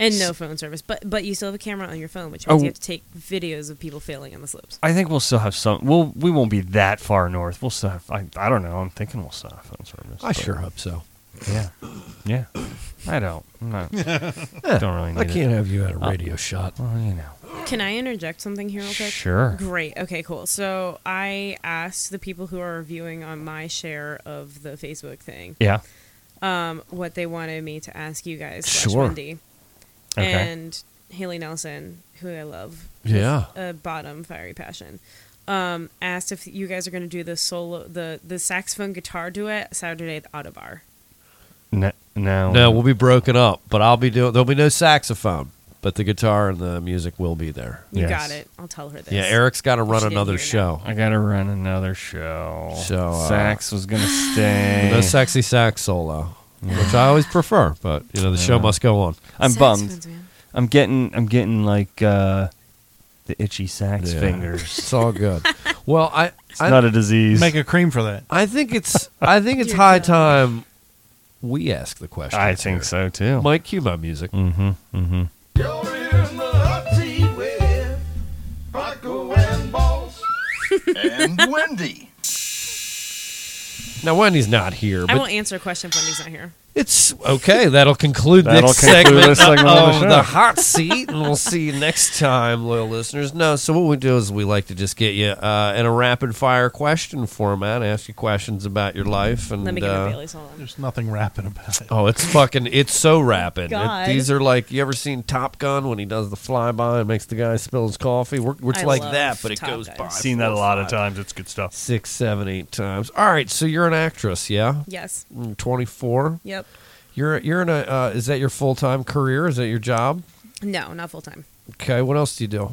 Speaker 8: And no phone service, but but you still have a camera on your phone, which means
Speaker 5: Oh.
Speaker 8: you have to take videos of people failing on the slopes.
Speaker 5: I think we'll still have some. We'll we won't be that far north. We'll still have. I, I don't know. I'm thinking we'll still have phone service.
Speaker 7: I
Speaker 5: but-
Speaker 7: sure hope so.
Speaker 5: Yeah, yeah. I don't. I'm
Speaker 7: <laughs>
Speaker 5: not,
Speaker 7: Yeah,
Speaker 5: don't really. Need
Speaker 7: Eh, I
Speaker 5: it.
Speaker 7: can't have you at a
Speaker 5: Uh,
Speaker 7: radio shot.
Speaker 5: Well, you know.
Speaker 8: Can I interject something here real quick?
Speaker 5: Sure.
Speaker 8: Great. Okay, cool. So I asked the people who are viewing on my share of the Facebook thing.
Speaker 5: Yeah.
Speaker 8: Um, what they wanted me to ask you guys. slash
Speaker 5: Sure.
Speaker 8: Wendy.
Speaker 5: Okay.
Speaker 8: And Haley Nelson, who I love. with
Speaker 5: Yeah.
Speaker 8: A bottom fiery passion. Um, asked if you guys are going to do the solo, the the saxophone guitar duet Saturday at the Auto Bar.
Speaker 5: No, no.
Speaker 7: No, we'll be broken up, but I'll be doing. There'll be no saxophone, but the guitar and the music will be there.
Speaker 8: You got it. I'll tell her this.
Speaker 7: Yeah, Eric's got to
Speaker 8: She
Speaker 7: run
Speaker 8: didn't
Speaker 7: another
Speaker 8: hear
Speaker 7: show.
Speaker 5: I got to run another show.
Speaker 7: So uh,
Speaker 5: Sax was
Speaker 8: <gasps>
Speaker 5: gonna stay.
Speaker 7: No sexy sax solo, which I always prefer. But you know, the show
Speaker 5: Yeah.
Speaker 7: must go on.
Speaker 5: I'm bummed. I'm getting I'm getting like uh The itchy sax
Speaker 7: Yeah.
Speaker 5: fingers.
Speaker 7: <laughs> It's all good. Well, I
Speaker 5: It's not a disease. Make
Speaker 6: a cream for that.
Speaker 7: I think
Speaker 8: <laughs>
Speaker 7: it's I think it's high time we ask the question.
Speaker 5: I think so too.
Speaker 7: Mike, cue my music.
Speaker 5: Mm-hmm. Mm-hmm.
Speaker 8: <laughs>
Speaker 13: and Wendy.
Speaker 7: Now Wendy's not here,
Speaker 8: I
Speaker 7: but
Speaker 8: won't answer a question if Wendy's not here.
Speaker 7: it's okay. That'll conclude
Speaker 5: That'll
Speaker 7: this
Speaker 5: conclude
Speaker 7: segment,
Speaker 5: this segment of
Speaker 7: of
Speaker 5: the
Speaker 7: the,
Speaker 5: show.
Speaker 7: hot seat, and we'll see you next time, loyal listeners. No, so what we do is we like to just get you uh, in a rapid fire question format, ask you questions about your life, and
Speaker 8: Let me get my
Speaker 7: uh,
Speaker 8: Bailey's. Hold on.
Speaker 6: There's nothing rapping about it.
Speaker 7: Oh, it's fucking! It's so rapid. It-
Speaker 8: God.
Speaker 7: these are like you ever seen Top Gun when he does the flyby and makes the guy spill his coffee? We're, we're
Speaker 5: I
Speaker 7: like
Speaker 5: love
Speaker 7: that, but it
Speaker 5: Top
Speaker 7: goes
Speaker 5: Gun.
Speaker 7: by.
Speaker 5: Seen that a lot of times. It's good stuff.
Speaker 7: Six, seven, eight times. All right, so you're an actress, yeah? Mm,
Speaker 8: Yes.
Speaker 7: Twenty four.
Speaker 8: Yep.
Speaker 7: You're you're in a. Uh, is that your full time career? Is that your job?
Speaker 8: No, not full time.
Speaker 7: Okay. What else do you do?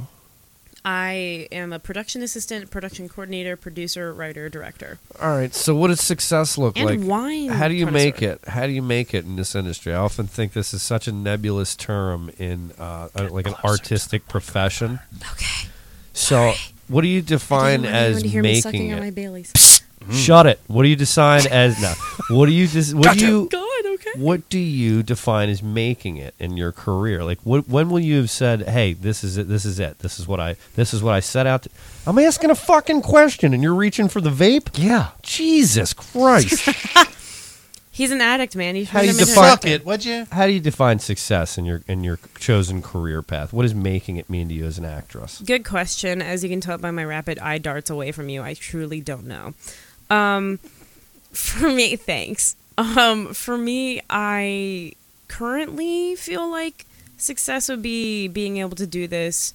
Speaker 8: I am a production assistant, production coordinator, producer, writer, director.
Speaker 7: All right. So what does success look
Speaker 8: And
Speaker 7: like?
Speaker 8: wine
Speaker 7: How do you make it? How do you make it in this industry? I often think this is such a nebulous term in uh, uh, like an artistic profession. Okay. So what do you define
Speaker 8: I
Speaker 7: as
Speaker 8: to hear me
Speaker 7: making
Speaker 8: sucking
Speaker 7: it?
Speaker 8: on my Bailey's.
Speaker 7: Mm. Shut it. What do you decide as now? What do you dis- what
Speaker 8: Gotcha.
Speaker 7: do you
Speaker 8: God, okay.
Speaker 7: What do you define as making it in your career? Like what when will you have said, "Hey, this is it. This is it. This is what I this is what I set out to I'm asking a fucking question and you're reaching for the vape? Yeah. Jesus <laughs> Christ.
Speaker 8: He's an addict, man. You
Speaker 7: How
Speaker 8: turned
Speaker 7: do
Speaker 8: him
Speaker 7: you
Speaker 8: into an
Speaker 7: define
Speaker 8: addict.
Speaker 6: would you?
Speaker 7: How do you define success in your in your chosen career path? What does making it mean to you as an actress?
Speaker 8: Good question. As you can tell by my rapid eye darts away from you, I truly don't know. Um, <laughs> for me, thanks. Um, for me, I currently feel like success would be being able to do this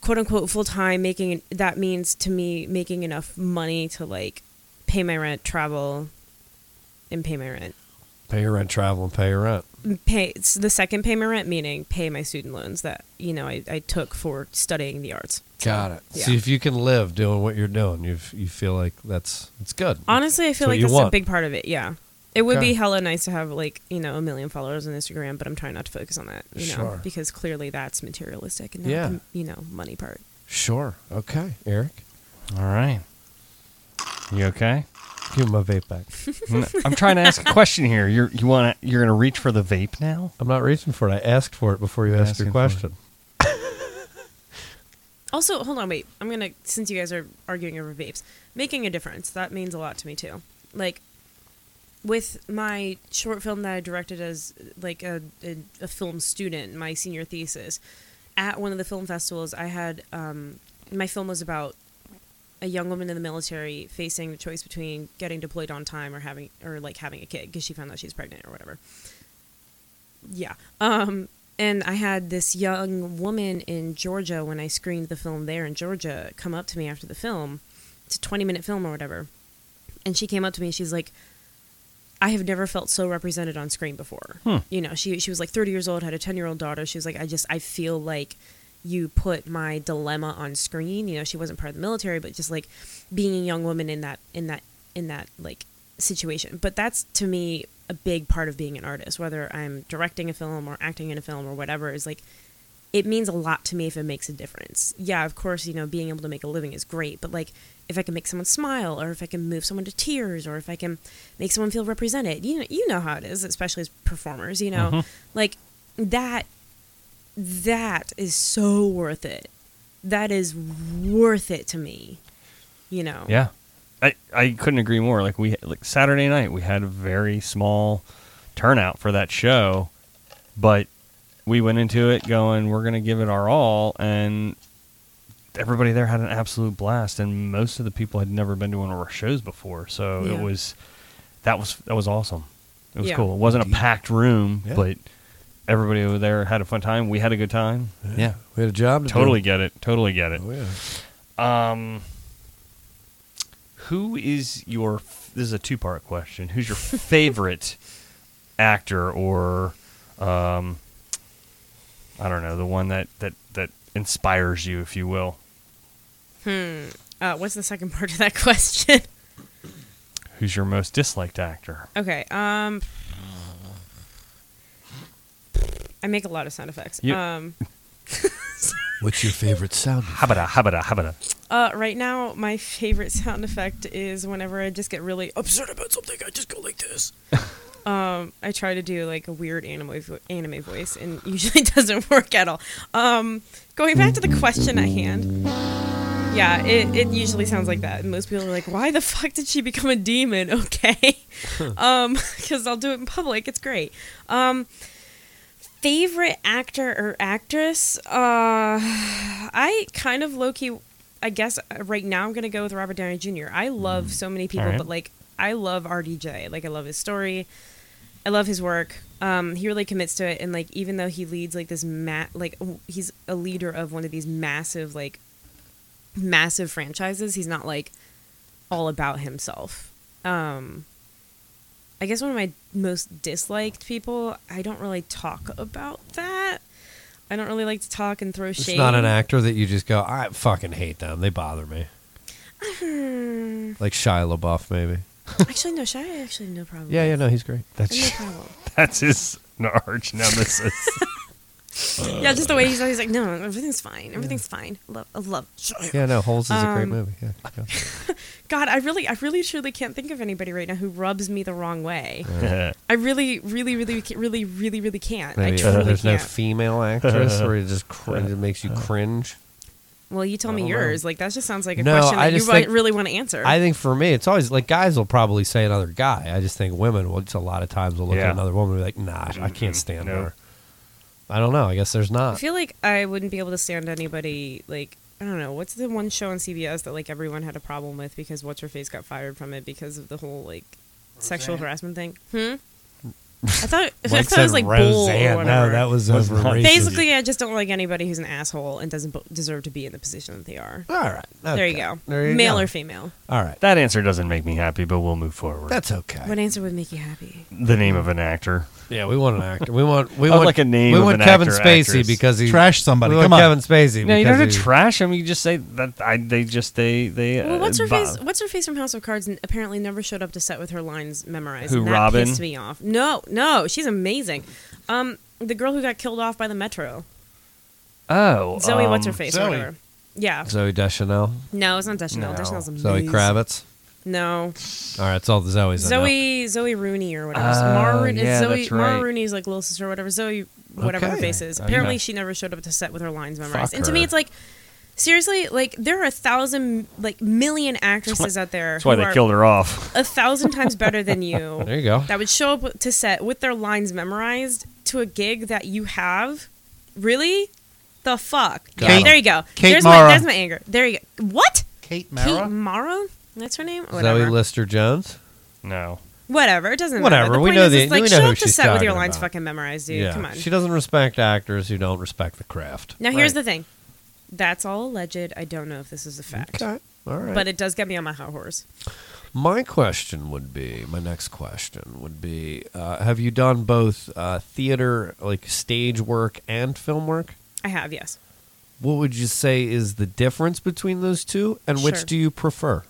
Speaker 8: quote unquote full time making that means to me making enough money to like pay my rent, travel and pay my rent.
Speaker 7: Pay your rent, travel, and pay your rent.
Speaker 8: pay it's the second pay my rent meaning pay my student loans that you know I, I took for studying the arts
Speaker 7: Got it.
Speaker 8: Yeah.
Speaker 7: See if you can live doing what you're doing. You you feel like that's it's good.
Speaker 8: honestly i
Speaker 7: It's
Speaker 8: feel
Speaker 7: what
Speaker 8: like
Speaker 7: you
Speaker 8: that's a
Speaker 7: want.
Speaker 8: big part of it yeah it would
Speaker 7: Okay.
Speaker 8: be hella nice to have like you know a million followers on instagram but i'm trying not to focus on that you know
Speaker 7: Sure.
Speaker 8: because clearly that's materialistic and not
Speaker 7: Yeah.
Speaker 8: the, you know money part
Speaker 7: Sure. Okay, Eric.
Speaker 5: All right. You okay?
Speaker 7: Give my vape
Speaker 8: <laughs>
Speaker 7: back.
Speaker 5: <laughs> I'm trying to ask a question here. You're you want to you're gonna reach for the vape now?
Speaker 7: <laughs> I'm not reaching for it. I asked for it before you asked your
Speaker 5: Asking for it.
Speaker 7: question.
Speaker 8: also hold on wait i'm gonna since you guys are arguing over vapes making a difference that means a lot to me too like with my short film that i directed as like a, a, a film student my senior thesis at one of the film festivals i had um, my film was about a young woman in the military facing the choice between getting deployed on time or having or like having a kid because she found out she's pregnant or whatever yeah. Um, and I had this young woman in Georgia when I screened the film there in Georgia come up to me after the film. It's a 20 minute film or whatever. And she came up to me and she's like, I have never felt so represented on screen before.
Speaker 21: Hmm.
Speaker 8: You know, she, she was like 30 years old, had a 10 year old daughter. She was like, I just, I feel like you put my dilemma on screen. You know, she wasn't part of the military, but just like being a young woman in that, in that, in that like situation. But that's to me a big part of being an artist, whether I'm directing a film or acting in a film or whatever, is like it means a lot to me if it makes a difference. Yeah, of course, you know, being able to make a living is great, but like if I can make someone smile or if I can move someone to tears or if I can make someone feel represented, you know, you know how it is, especially as performers, you know,
Speaker 21: Mhm.
Speaker 8: like that, that is so worth it. That is worth it to me, you know?
Speaker 5: Yeah, I I couldn't agree more. Like we like Saturday night, we had a very small turnout for that show, but we went into it going, we're gonna give it our all, and everybody there had an absolute blast, and most of the people had never been to one of our shows before, so
Speaker 7: Yeah.
Speaker 5: it was that was that was awesome. It was
Speaker 7: Yeah.
Speaker 5: cool. It wasn't a packed room,
Speaker 7: Yeah.
Speaker 5: but everybody over there had a fun time. We had a good time. Yeah,
Speaker 7: we had a job. to do.
Speaker 5: totally get it. Totally get
Speaker 7: Oh,
Speaker 5: it. Um, who is your? This is a two-part question. Who's
Speaker 7: <laughs>
Speaker 5: your favorite actor, or um, I don't know, the one that that that inspires you, if you will.
Speaker 8: Hmm. Uh, what's the second <laughs> part of that question?
Speaker 5: Who's your most disliked actor?
Speaker 8: okay. Um. I make a lot of sound effects.
Speaker 5: You-
Speaker 8: Um.
Speaker 7: What's your favorite sound? Habada,
Speaker 5: habada, habada.
Speaker 8: Uh, right now, my favorite sound effect is whenever I just get really upset about something, I just go like this. um, I try to do like a weird anime vo- anime voice, and <laughs> usually it doesn't work at all. Um, going back to the question at hand, yeah, it, it usually sounds like that. And most people are like, "Why the fuck did she become a demon?" <laughs> Okay, <laughs> because I'll do it in public. It's great. Um, favorite actor or actress? Uh, I kind of low key. I guess uh, right now I'm gonna go with Robert Downey Jr. I love so many people,
Speaker 10: Alright.
Speaker 8: but like I love RDJ. Like I love his story. I love his work. Um, he really commits to it, and like even though he leads like this mat, like w- he's a leader of one of these massive like massive franchises. He's not like all about himself. Um, I guess one of my most disliked people. I don't really talk about that. I don't really like to talk and throw
Speaker 7: It's
Speaker 8: shade.
Speaker 7: not an actor that you just go, I fucking hate them. They bother me.
Speaker 8: Hmm.
Speaker 7: Like Shia LaBeouf, maybe.
Speaker 8: actually, no. Shy. Actually, no problem.
Speaker 7: Yeah, yeah, no, he's great.
Speaker 8: That's no
Speaker 7: <laughs>
Speaker 8: problem.
Speaker 5: That's his arch nemesis.
Speaker 8: yeah, just the way he's, he's like, no, everything's fine. Everything's fine. Love, I love. Shia.
Speaker 7: Yeah, no, Holes is a great
Speaker 8: Um,
Speaker 7: movie. Yeah, <laughs> yeah.
Speaker 8: God, I really, I really, truly can't think of anybody right now who rubs me the wrong way.
Speaker 7: Yeah.
Speaker 8: <laughs> I really, really, really, ca- really, really, really can't. I
Speaker 7: Maybe uh,
Speaker 8: truly
Speaker 7: there's no
Speaker 8: can't.
Speaker 7: female actress where it just <laughs> cr- it makes you cringe.
Speaker 8: well, you tell
Speaker 7: I
Speaker 8: me
Speaker 7: don't know.
Speaker 8: yours. Like that just sounds like a
Speaker 7: No,
Speaker 8: question
Speaker 7: I
Speaker 8: that you
Speaker 7: just
Speaker 8: might
Speaker 7: think-
Speaker 8: really want to answer.
Speaker 7: I think for me, it's always like guys will probably say another guy. I just think women will just a lot of times will look
Speaker 5: Yeah.
Speaker 7: at another woman and be like, nah, I can't stand
Speaker 5: No.
Speaker 7: her. I don't know. I guess there's
Speaker 8: I
Speaker 7: not.
Speaker 8: feel like I wouldn't be able to stand anybody like I don't know what's the one show on CBS that like everyone had a problem with because what's her face got fired from it because of the whole like sexual harassment thing. Hmm. I thought <laughs> I
Speaker 7: Mike
Speaker 8: thought it was
Speaker 7: said
Speaker 8: like bull or
Speaker 7: Roseanne. No,
Speaker 8: whatever.
Speaker 7: that was uh, Was over not- racism.
Speaker 8: Basically, I just don't like anybody who's an asshole and doesn't b- deserve to be in the position that they are.
Speaker 7: All right.
Speaker 8: There you
Speaker 7: okay.
Speaker 8: go.
Speaker 7: There you
Speaker 8: Male
Speaker 7: go.
Speaker 8: or female.
Speaker 7: All right.
Speaker 5: That answer doesn't make me happy, but we'll move forward.
Speaker 7: That's okay.
Speaker 8: What answer would make you happy?
Speaker 5: The name of an actor.
Speaker 7: Yeah, we want an actor. We want
Speaker 5: <laughs>
Speaker 7: we
Speaker 5: I would
Speaker 7: want
Speaker 5: like a name
Speaker 7: We
Speaker 5: of
Speaker 7: want
Speaker 5: an
Speaker 7: Kevin
Speaker 5: actor,
Speaker 7: Spacey
Speaker 5: actress.
Speaker 7: because he
Speaker 5: Trash somebody,
Speaker 7: We want
Speaker 5: come on.
Speaker 7: Kevin Spacey.
Speaker 5: No, you don't have
Speaker 7: because
Speaker 5: to
Speaker 7: he-
Speaker 5: trash him. You just say that I, they just they they.
Speaker 8: Well, what's
Speaker 5: uh,
Speaker 8: her
Speaker 5: bo-
Speaker 8: face? What's her face from House of Cards? And apparently, never showed up to set with her lines memorized.
Speaker 5: Who,
Speaker 8: and that
Speaker 5: Robin?
Speaker 8: Pissed me off. No, no, she's amazing. Um, the girl who got killed off by the metro.
Speaker 7: Oh,
Speaker 8: Zoe,
Speaker 7: um,
Speaker 8: what's her face? or Whatever. Yeah.
Speaker 7: Zoe Deschanel.
Speaker 8: No, it's not Deschanel. Deschanel's amazing.
Speaker 7: Zoe Kravitz.
Speaker 8: No.
Speaker 7: All right, it's all the Zoes. I know.
Speaker 8: Zoe, Zoe Rooney or whatever.
Speaker 7: Oh,
Speaker 8: Mara, Rooney-
Speaker 7: yeah,
Speaker 8: Zoe,
Speaker 7: that's
Speaker 8: Mara
Speaker 7: right.
Speaker 8: Rooney's like little sister or whatever. Zoe, whatever her
Speaker 10: Okay.
Speaker 8: face is.
Speaker 10: Okay.
Speaker 8: Apparently, she never showed up to set with her lines memorized.
Speaker 10: Fuck
Speaker 8: and to me,
Speaker 10: her.
Speaker 8: it's like. Seriously, like there are a thousand, like million actresses out there.
Speaker 5: That's why
Speaker 8: who
Speaker 5: they
Speaker 8: are
Speaker 5: killed her off.
Speaker 8: A thousand times better than you.
Speaker 5: There you go.
Speaker 8: That would show up to set with their lines memorized to a gig that you have. Really, the fuck.
Speaker 6: Got
Speaker 8: Yeah,
Speaker 6: him.
Speaker 8: there you go.
Speaker 6: Kate
Speaker 8: there's
Speaker 7: Mara.
Speaker 8: my there's my anger. There you go. What? Kate
Speaker 6: Mara?
Speaker 8: Kate Mara. That's her name. Whatever.
Speaker 7: Zoe Lister Jones.
Speaker 5: No.
Speaker 8: Whatever. It doesn't matter.
Speaker 7: Whatever,
Speaker 8: The
Speaker 7: we
Speaker 8: point
Speaker 7: know
Speaker 8: is,
Speaker 7: the-
Speaker 8: it's like,
Speaker 7: we know
Speaker 8: show
Speaker 7: who
Speaker 8: up to
Speaker 7: she's
Speaker 8: set with
Speaker 7: talking
Speaker 8: your lines
Speaker 7: about.
Speaker 8: fucking memorized, dude.
Speaker 7: yeah,
Speaker 8: Come on.
Speaker 7: she doesn't respect actors who don't respect the craft.
Speaker 8: now, here's the thing. That's all alleged. I don't know if this is a fact.
Speaker 7: Okay. All right.
Speaker 8: But it does get me on my hot horse.
Speaker 7: My question would be my next question would be uh, Have you done both uh, theater, like stage work and film work?
Speaker 8: I have, yes.
Speaker 7: What would you say is the difference between those two, and which
Speaker 8: Sure.
Speaker 7: do you prefer?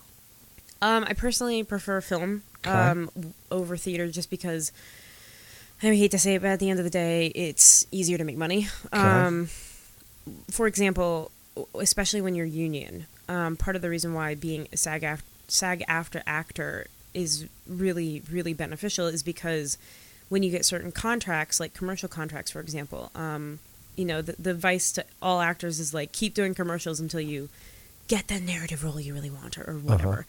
Speaker 8: Um, I personally prefer film
Speaker 7: Okay.
Speaker 8: um, w- over theater just because I hate to say it, but at the end of the day, it's easier to make money. Um, for example, w- especially when you're union, um, part of the reason why being a SAG after, SAG after actor is really, really beneficial is because when you get certain contracts, like commercial contracts, for example, um, you know, the, the advice to all actors is like keep doing commercials until you get that narrative role you really want or, or whatever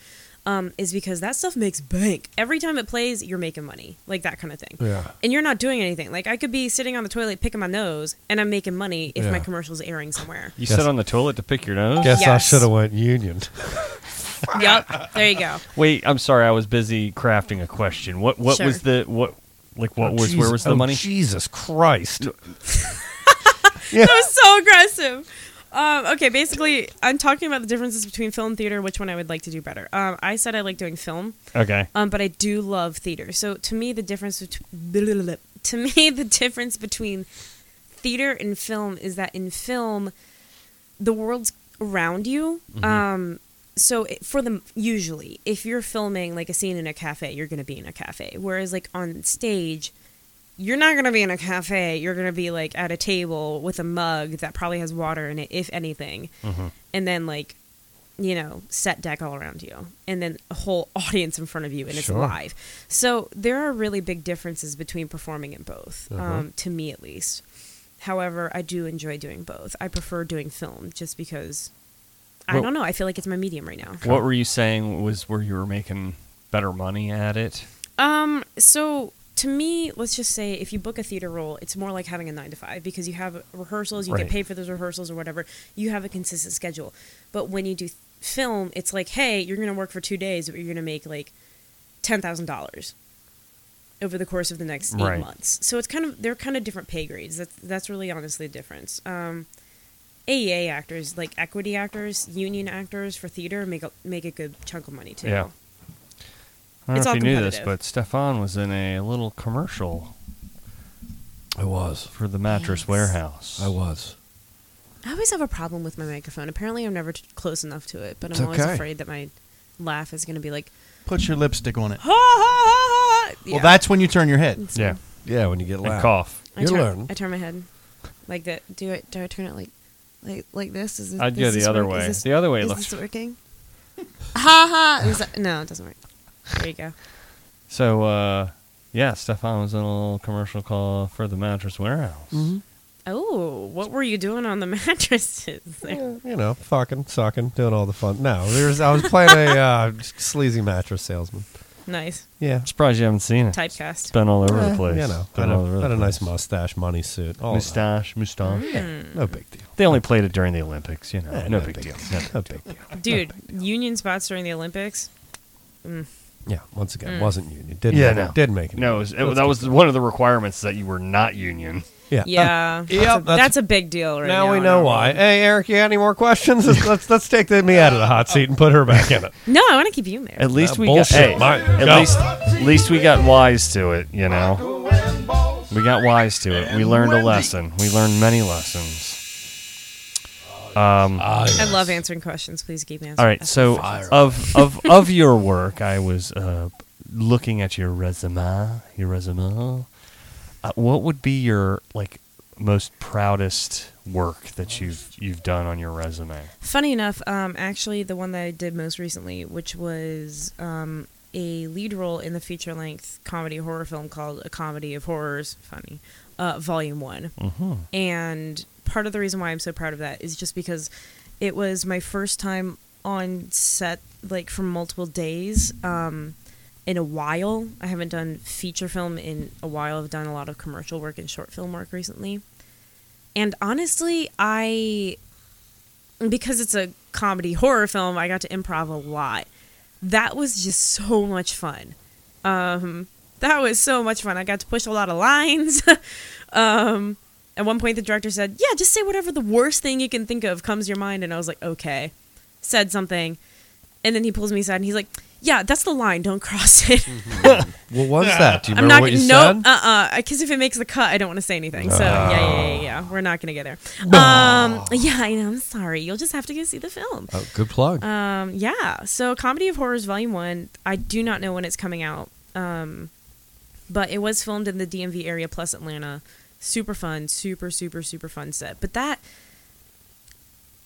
Speaker 8: um, is because that stuff makes bank. Every time it plays, you're making money, like that kind of thing.
Speaker 10: Yeah.
Speaker 8: And you're not doing anything. Like I could be sitting on the toilet picking my nose, and I'm making money if my
Speaker 7: Yeah.
Speaker 8: commercial's airing somewhere.
Speaker 5: <laughs> You
Speaker 7: Guess-
Speaker 5: sit on the toilet to pick your nose.
Speaker 7: Guess I
Speaker 8: Yes.
Speaker 7: should have went union.
Speaker 8: yep. There you go.
Speaker 5: Wait, I'm sorry. I was busy crafting a question. What what was the what like what
Speaker 7: Oh,
Speaker 5: was
Speaker 7: Jesus-
Speaker 5: where was the
Speaker 7: oh,
Speaker 5: money?
Speaker 7: Jesus Christ!
Speaker 5: <laughs>
Speaker 8: That was so aggressive. Um, okay, basically, I'm talking about the differences between film and theater, which one I would like to do better. Um, I said I like doing film.
Speaker 5: Okay.
Speaker 8: Um, but I do love theater. So to me, the difference between <laughs> to me the difference between theater and film is that in film, the world's around you.
Speaker 10: Mhm.
Speaker 8: Um, so it- for the usually, if you're filming like a scene in a cafe, you're going to be in a cafe. Whereas like on stage, you're not going to be in a cafe. You're going to be like at a table with a mug that probably has water in it, if anything.
Speaker 7: Mm-hmm.
Speaker 15: Mhm.
Speaker 8: And then like, you know, set deck all around you, and then a whole <laughs> audience in front of you, and it's
Speaker 15: Sure.
Speaker 8: live. So there are really big differences between performing in both,
Speaker 15: Uh-huh.
Speaker 8: um, to me at least. However, I do enjoy doing both. I prefer doing film just because. I
Speaker 5: Well-
Speaker 8: don't know. I feel like it's my medium right now.
Speaker 5: What were you saying was where you were making better money at it?
Speaker 8: Um, so to me, let's just say if you book a theater role, it's more like having a nine to five because you have rehearsals, you
Speaker 15: Right.
Speaker 8: get paid for those rehearsals or whatever. You have a consistent schedule. But when you do film, it's like, hey, you're going to work for two days, but you're going to make like ten thousand dollars over the course of the next eight
Speaker 15: Right.
Speaker 8: months. So it's kind of they're kind of different pay grades. That's that's really honestly the difference. Um, AEA actors, like equity actors, union actors for theater, make a, make a good chunk of money too.
Speaker 5: Yeah. I don't
Speaker 8: It's
Speaker 5: know
Speaker 8: all
Speaker 5: if you knew this,
Speaker 8: competitive.
Speaker 5: but Stefan was in a little commercial. I was for the mattress warehouse. I
Speaker 22: was.
Speaker 8: I always have a problem with my microphone. Apparently, I'm never t- close enough to it, but I'm
Speaker 6: It's
Speaker 8: always
Speaker 6: okay.
Speaker 8: afraid that my laugh is going to be like,
Speaker 6: Put your lipstick on it.
Speaker 8: ha ha ha. ha. Yeah.
Speaker 6: Well, that's when you turn your head.
Speaker 8: Yeah.
Speaker 6: Yeah, when you get
Speaker 5: And loud. cough.
Speaker 8: I turn, I turn my head like that. Do I do I turn it like like like this? Is this,
Speaker 5: I'd go
Speaker 8: does
Speaker 5: the
Speaker 8: this
Speaker 5: other
Speaker 8: work? Is
Speaker 5: way.
Speaker 8: this-
Speaker 5: The other way
Speaker 8: Is
Speaker 5: looks-
Speaker 8: this
Speaker 5: <laughs>
Speaker 8: working? ha ha. Is that- no, it doesn't work. There you go.
Speaker 5: So, uh, yeah, Stefan was in a little commercial call for the mattress warehouse.
Speaker 8: Mm-hmm. Oh, what were you doing on the <laughs> mattresses? There?
Speaker 7: You know, fucking, sucking, doing all the fun. No, there's. I was playing a uh, sleazy mattress salesman.
Speaker 8: Nice.
Speaker 7: Yeah,
Speaker 5: surprised you haven't seen it.
Speaker 8: Typecast.
Speaker 5: It's been all over the place.
Speaker 7: You know,
Speaker 5: Been
Speaker 7: had
Speaker 5: all over
Speaker 7: a,
Speaker 5: the
Speaker 7: had a nice
Speaker 5: place.
Speaker 7: mustache, money suit, all that.
Speaker 5: mustache, mustache.
Speaker 8: Yeah,
Speaker 7: no big deal.
Speaker 5: They only played it during the Olympics, you know.
Speaker 7: Yeah,
Speaker 5: no,
Speaker 7: no
Speaker 5: big,
Speaker 7: big
Speaker 5: deal.
Speaker 7: deal. No big deal.
Speaker 5: <laughs>
Speaker 8: Dude, union spots during the Olympics. Mm.
Speaker 7: Yeah, once again,
Speaker 8: Mm.
Speaker 7: wasn't union. Didn't
Speaker 5: yeah,
Speaker 7: make,
Speaker 5: no.
Speaker 7: it, did make it.
Speaker 5: No, it was, it-
Speaker 7: Let's
Speaker 5: that
Speaker 7: keep
Speaker 5: was
Speaker 7: going.
Speaker 5: one of the requirements that you were not union.
Speaker 7: Yeah.
Speaker 8: Yeah, that's,
Speaker 7: yep,
Speaker 8: a,
Speaker 7: that's-
Speaker 8: that's a big deal right now.
Speaker 7: now, we know why. Hey, Eric, you got any more questions? Let's let's, let's take the, me out of the hot seat and put her back in it.
Speaker 8: No, I want to keep you in there.
Speaker 5: At least
Speaker 7: That
Speaker 5: we
Speaker 7: bullshit,
Speaker 5: got
Speaker 7: Mike.
Speaker 5: hey,
Speaker 7: Go.
Speaker 5: at least at least we got wise to it, you know. We got wise to it. We learned a lesson. We learned many lessons. Um,
Speaker 8: I love answering questions. Please keep answering.
Speaker 5: All right, so of of of your work, I was uh, looking at your resume. Your resume. Uh, what would be your like most proudest work that you've you've done on your resume?
Speaker 8: Funny enough, um, actually, the one that I did most recently, which was um, a lead role in the feature length comedy horror film called A Comedy of Horrors, funny, uh, Volume one
Speaker 15: Mhm.
Speaker 8: And part of the reason why I'm so proud of that is just because it was my first time on set, like for multiple days. Um, in a while, I haven't done feature film in a while. I've done a lot of commercial work and short film work recently. And honestly, I because it's a comedy horror film, I got to improv a lot. That was just so much fun. Um, that was so much fun. I got to push a lot of lines. <laughs> um, at one point, the director said, "Yeah, just say whatever the worst thing you can think of comes to your mind," and I was like, "Okay." Said something, and then he pulls me aside and he's like, "Yeah, that's the line. Don't cross it."
Speaker 7: <laughs> What was that? Do you
Speaker 8: I'm
Speaker 7: remember
Speaker 8: not
Speaker 7: what you
Speaker 8: gonna-
Speaker 7: said?
Speaker 8: no, uh, uh because if it makes the cut, I don't want to say anything. So yeah, yeah, yeah, yeah, we're not gonna get there. Um, yeah, I know. I'm sorry. You'll just have to go see the film.
Speaker 7: Oh, good plug.
Speaker 8: Um, yeah. So, Comedy of Horrors Volume One. I do not know when it's coming out. Um, but it was filmed in the DMV area plus Atlanta. Super fun, super, super, super fun set. But that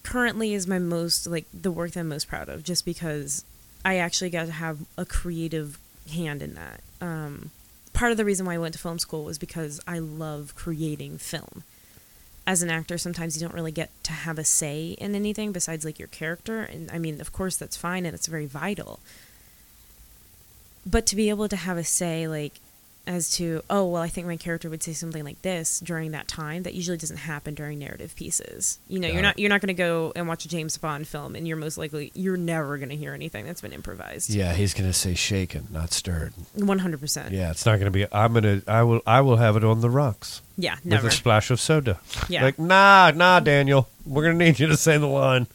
Speaker 8: currently is my most like the work that I'm most proud of, just because I actually got to have a creative hand in that. Um, part of the reason why I went to film school was because I love creating film. As an actor, sometimes you don't really get to have a say in anything besides like your character, and I mean, of course, that's fine and it's very vital but to be able to have a say like as to oh well i think my character would say something like this during that time that usually doesn't happen during narrative pieces you know
Speaker 15: Got
Speaker 8: you're
Speaker 15: it.
Speaker 8: not you're not going to go and watch a james bond film and you're most likely you're never going to hear anything that's been improvised
Speaker 22: Yeah, he's gonna say shaken, not stirred.
Speaker 8: 100%
Speaker 7: Yeah, it's not going to be. I'm gonna. I will. I will have it on the rocks.
Speaker 8: Yeah,
Speaker 7: with
Speaker 8: never.
Speaker 7: a splash of soda.
Speaker 8: Yeah.
Speaker 7: Like nah, nah, Daniel. We're gonna need you to say
Speaker 8: <laughs>
Speaker 7: the line.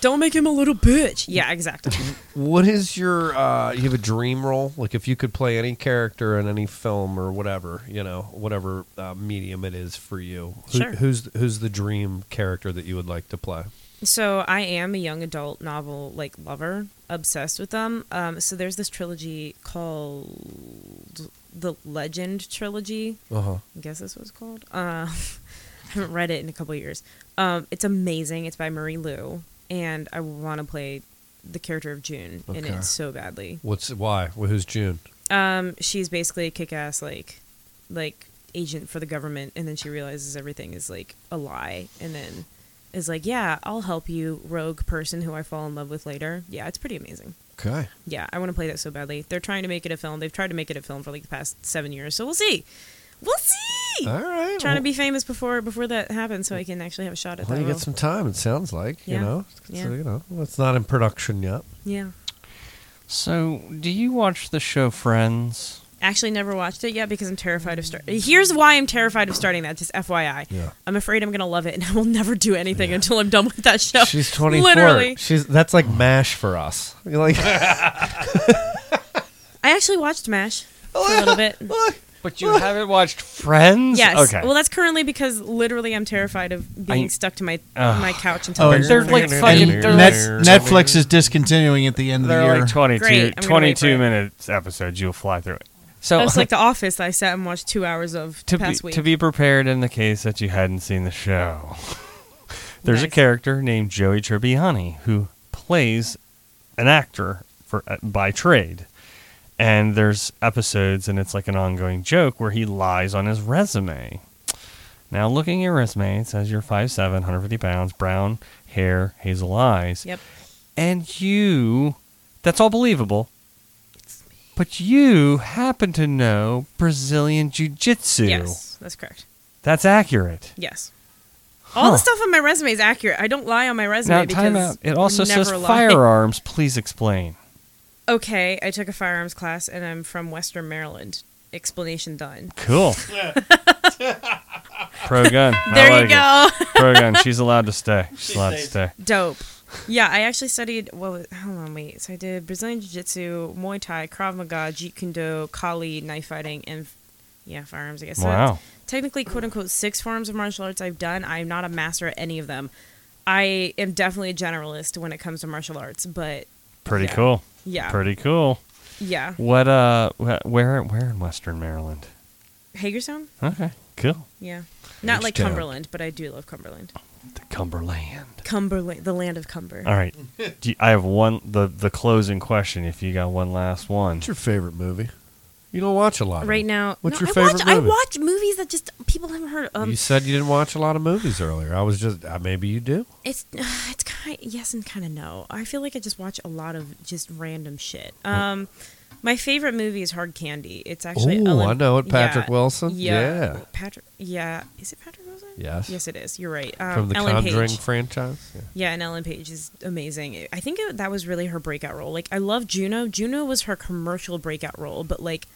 Speaker 8: don't make him a little bitch yeah exactly
Speaker 7: What is your? uh You have a dream role. Like if you could play any character in any film or whatever, you know, whatever uh, medium it is for you.
Speaker 8: Sure.
Speaker 7: Who's Who's the dream character that you would like to play?
Speaker 8: So I am a young adult novel like lover, obsessed with them. Um, so there's this trilogy called the Legend trilogy.
Speaker 15: Uh-huh.
Speaker 8: I guess this was called. Uh, <laughs> I haven't read it in a couple of years. Um, it's amazing. It's by Marie Lou, and I want to play the character of June in
Speaker 7: Okay.
Speaker 8: it so badly.
Speaker 7: What's why? Well, who's June?
Speaker 8: Um, she's basically a kick-ass like, like agent for the government, and then she realizes everything is like a lie, and then is like, "Yeah, I'll help you, rogue person who I fall in love with later." Yeah, it's pretty amazing.
Speaker 15: Okay.
Speaker 8: Yeah, I want to play that so badly. They're trying to make it a film. They've tried to make it a film for like the past seven years, so we'll see. We'll see.
Speaker 15: All right.
Speaker 8: Trying to be famous before before that happens, so I can actually have a shot at
Speaker 15: Well,
Speaker 8: that.
Speaker 15: you get
Speaker 8: role.
Speaker 15: some time. It sounds like
Speaker 8: Yeah.
Speaker 15: you know. So,
Speaker 8: Yeah.
Speaker 15: You know, well, it's not in production yet.
Speaker 8: Yeah.
Speaker 5: So, do you watch the show Friends?
Speaker 8: Actually, never watched it yet because I'm terrified of start. Here's why I'm terrified of starting that. Just FYI,
Speaker 15: Yeah.
Speaker 8: I'm afraid I'm gonna love it, and I will never do anything until I'm done with that show.
Speaker 15: She's 24.
Speaker 8: Literally,
Speaker 15: She's that's like mash for us. <laughs> You're like
Speaker 8: I actually watched Mash for a little bit.
Speaker 5: But you haven't watched Friends?
Speaker 8: Yes.
Speaker 5: Okay.
Speaker 8: Well, that's currently because literally I'm terrified of being
Speaker 5: I-
Speaker 8: stuck to my
Speaker 5: Ugh.
Speaker 8: my couch until
Speaker 5: Oh,
Speaker 8: I'm
Speaker 5: they're like fucking. They're
Speaker 6: Net-
Speaker 5: like,
Speaker 6: Netflix is discontinuing at the end of the
Speaker 5: They're
Speaker 6: year.
Speaker 5: like 22
Speaker 8: Great, I'm gonna wait
Speaker 5: 22 minutes episodes. You'll fly through it.
Speaker 8: <laughs>
Speaker 5: So
Speaker 8: That's
Speaker 5: <laughs>
Speaker 8: like The Office. that I sat and watched two hours of
Speaker 5: to
Speaker 8: past
Speaker 5: be,
Speaker 8: week.
Speaker 5: to be prepared in the case that you hadn't seen the show. <laughs> There's a character named Joey Tribbiani who plays an actor for uh, by trade. And there's episodes and it's like an ongoing joke where he lies on his resume. Now looking at your resume, it says you're 5'7", 150 pounds, brown hair, hazel eyes.
Speaker 8: Yep.
Speaker 5: And you that's all believable. But you happen to know Brazilian Jiu Jitsu.
Speaker 8: Yes, that's correct.
Speaker 5: That's accurate.
Speaker 8: Yes. All the
Speaker 5: Huh.
Speaker 8: stuff on my resume is accurate. I don't lie on my resume
Speaker 5: Now,
Speaker 8: because
Speaker 5: time out. It also
Speaker 8: I never
Speaker 5: says
Speaker 8: lie.
Speaker 5: firearms. Please explain.
Speaker 8: Okay, I took a firearms class and I'm from Western Maryland. Explanation done.
Speaker 5: Cool. Pro gun. I
Speaker 8: There you
Speaker 5: like it.
Speaker 8: go.
Speaker 5: Pro gun. She's allowed to stay. She's allowed to
Speaker 8: stays.
Speaker 5: stay.
Speaker 8: Dope. Yeah, I actually studied. What was, hold on, wait. So I did Brazilian Jiu Jitsu, Muay Thai, Krav Maga, Jeet Kune Do, Kali, knife fighting, and yeah, firearms. I guess. So
Speaker 5: Wow.
Speaker 8: that's technically, quote unquote, six forms of martial arts I've done. I'm not a master at any of them. I am definitely a generalist when it comes to martial arts, but
Speaker 5: Pretty
Speaker 8: yeah.
Speaker 5: cool.
Speaker 8: Yeah.
Speaker 5: Pretty cool.
Speaker 8: Yeah.
Speaker 5: What? Uh. wh- Where? Where in Western Maryland?
Speaker 8: Hagerstown.
Speaker 5: Okay. Cool.
Speaker 8: Yeah. Not like
Speaker 5: Hagerstown.
Speaker 8: Cumberland, but I do love Cumberland.
Speaker 5: The Cumberland.
Speaker 8: Cumberland, the land of Cumber.
Speaker 5: All right. Do you- I have one. The the closing question. If you got one last one. What's
Speaker 15: your favorite movie? You don't watch a
Speaker 8: <laughs>
Speaker 15: lot.
Speaker 8: Right now,
Speaker 15: What's
Speaker 8: no,
Speaker 15: your
Speaker 8: I
Speaker 15: favorite
Speaker 8: watch,
Speaker 15: movie?
Speaker 8: I watch movies that just people haven't heard of.
Speaker 7: you said you didn't watch a lot of movies earlier. I was just uh, maybe you do.
Speaker 8: It's <sighs> it's kind yes and kind of no. I feel like I just watch a lot of just random shit. Um, my favorite movie is Hard Candy. It's actually
Speaker 7: Ooh, I know it,
Speaker 8: yeah,
Speaker 7: Patrick Wilson. Yeah.
Speaker 8: Patrick. Yeah, is it Patrick Wilson?
Speaker 7: Yes.
Speaker 8: yes, it is. You're right. Um,
Speaker 7: From the
Speaker 8: Ellen
Speaker 7: Conjuring
Speaker 8: Page.
Speaker 7: franchise. Yeah.
Speaker 8: Yeah, and Ellen Page is amazing. I think it, that was really her breakout role. Like, I love Juno. Juno was her commercial breakout role, but like,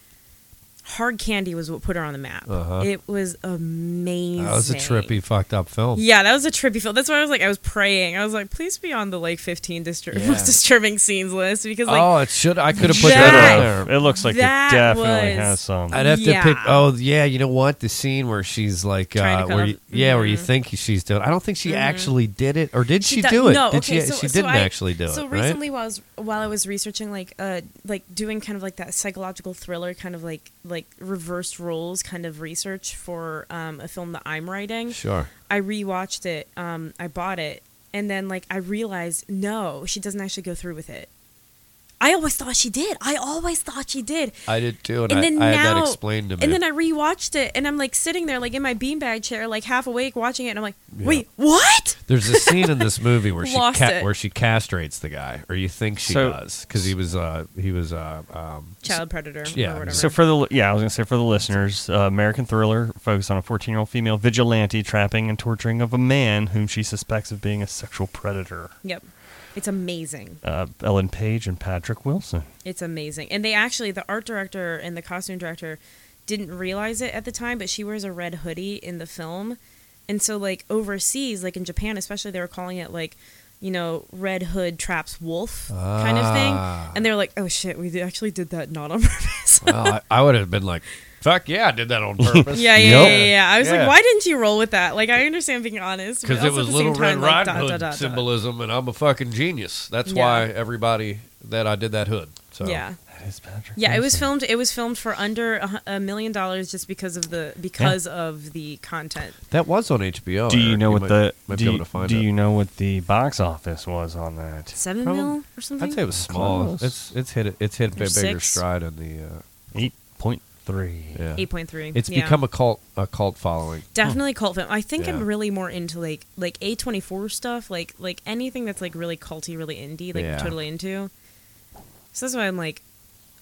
Speaker 8: Hard Candy was what put her on the map.
Speaker 7: Uh-huh.
Speaker 8: It was amazing.
Speaker 7: That was a trippy, fucked up film.
Speaker 8: Yeah, that was a trippy film. That's why I was like, I was praying. I was like, please be on the like 15 distur-
Speaker 7: Yeah.
Speaker 8: most <laughs> disturbing scenes list because like,
Speaker 7: oh, it should. I could have put
Speaker 8: Should've.
Speaker 7: that on there.
Speaker 5: It looks like it
Speaker 8: That
Speaker 5: definitely
Speaker 8: was-
Speaker 5: has some.
Speaker 7: I'd have
Speaker 8: Yeah.
Speaker 7: to pick. Oh, yeah. You know what? The scene where she's like,
Speaker 8: Trying to
Speaker 7: uh, where
Speaker 8: come
Speaker 7: you,
Speaker 8: up-
Speaker 7: yeah, where you think she's doing. I don't think she
Speaker 8: Mhm.
Speaker 7: actually did it, or did she,
Speaker 8: do-
Speaker 7: do it?
Speaker 8: No,
Speaker 7: did
Speaker 8: okay,
Speaker 7: she?
Speaker 8: so,
Speaker 7: she
Speaker 8: so
Speaker 7: didn't
Speaker 8: I-
Speaker 7: actually do
Speaker 8: So
Speaker 7: it, right?
Speaker 8: recently, while I was while I was researching, like, uh, like doing kind of like that psychological thriller, kind of like like reverse roles kind of research for um, a film that I'm writing.
Speaker 7: Sure.
Speaker 8: I rewatched it. Um, I bought it, and then like I realized, no, she doesn't actually go through with it. I always thought she did. I always thought she did.
Speaker 7: I did too, and, I, I had that explained to me.
Speaker 8: And then I rewatched it, and I'm like sitting there, like in my beanbag chair, like half awake, watching it, and I'm like,
Speaker 7: Yeah.
Speaker 8: wait, what?
Speaker 7: There's a scene in this movie where she
Speaker 8: Lost
Speaker 7: ca-
Speaker 8: it.
Speaker 7: where she castrates the guy, or you think she
Speaker 5: So-
Speaker 7: does, because he was uh he was uh um
Speaker 8: Child predator. Or whatever.
Speaker 5: So for the yeah, I was gonna say for the listeners, uh, American Thriller focused on a 14 year old female vigilante trapping and torturing of a man whom she suspects of being a sexual predator.
Speaker 8: Yep. It's amazing.
Speaker 5: Uh, Ellen Page and Patrick Wilson.
Speaker 8: It's amazing. And they actually, the art director and the costume director didn't realize it at the time, but she wears a red hoodie in the film. And so, like, overseas, like in Japan especially, they were calling it, like, you know, Red Hood traps wolf kind of
Speaker 7: Ah.
Speaker 8: thing. And they were like, oh shit, we actually did that not on <laughs> purpose.
Speaker 7: well, I, I would have been like, fuck yeah, I did
Speaker 8: <laughs>
Speaker 7: that on purpose.
Speaker 8: yeah, yeah, yeah, yeah, yeah. I was like, why didn't you roll with that? Like, I understand being honest. but
Speaker 7: Because it
Speaker 8: also
Speaker 7: was
Speaker 8: at the same
Speaker 7: Little Red
Speaker 8: time,
Speaker 7: Riding
Speaker 8: dot,
Speaker 7: Hood
Speaker 8: dot, dot, dot.
Speaker 7: symbolism, and I'm a fucking genius. That's
Speaker 8: Yeah.
Speaker 7: why everybody that I did that hood.
Speaker 23: So
Speaker 8: yeah.
Speaker 5: That is Patrick.
Speaker 8: Yeah, it was filmed. It was filmed for under a hu- a million dollars just because of the because of the content.
Speaker 7: That was on HBO.
Speaker 5: Do you
Speaker 7: Eric.
Speaker 5: know what
Speaker 7: might,
Speaker 5: the
Speaker 7: might
Speaker 5: do,
Speaker 7: be
Speaker 5: you,
Speaker 7: able to find
Speaker 5: do
Speaker 7: it.
Speaker 5: you know what the box office was on that?
Speaker 8: Seven
Speaker 7: Probably-
Speaker 8: mil or something.
Speaker 7: I'd say it was small.
Speaker 8: Close.
Speaker 7: It's it's hit it's hit a bit
Speaker 8: Or
Speaker 7: bigger
Speaker 8: six.
Speaker 7: stride on the uh,
Speaker 5: eight point three.
Speaker 7: Yeah.
Speaker 8: 8.3,
Speaker 7: It's
Speaker 8: yeah.
Speaker 7: become a cult a cult following.
Speaker 8: Definitely cult film. I think I'm
Speaker 7: Yeah.
Speaker 8: really more into like like A twenty four stuff, like like anything that's like really culty, really indie, like
Speaker 7: Yeah.
Speaker 8: totally into. So that's why I'm like,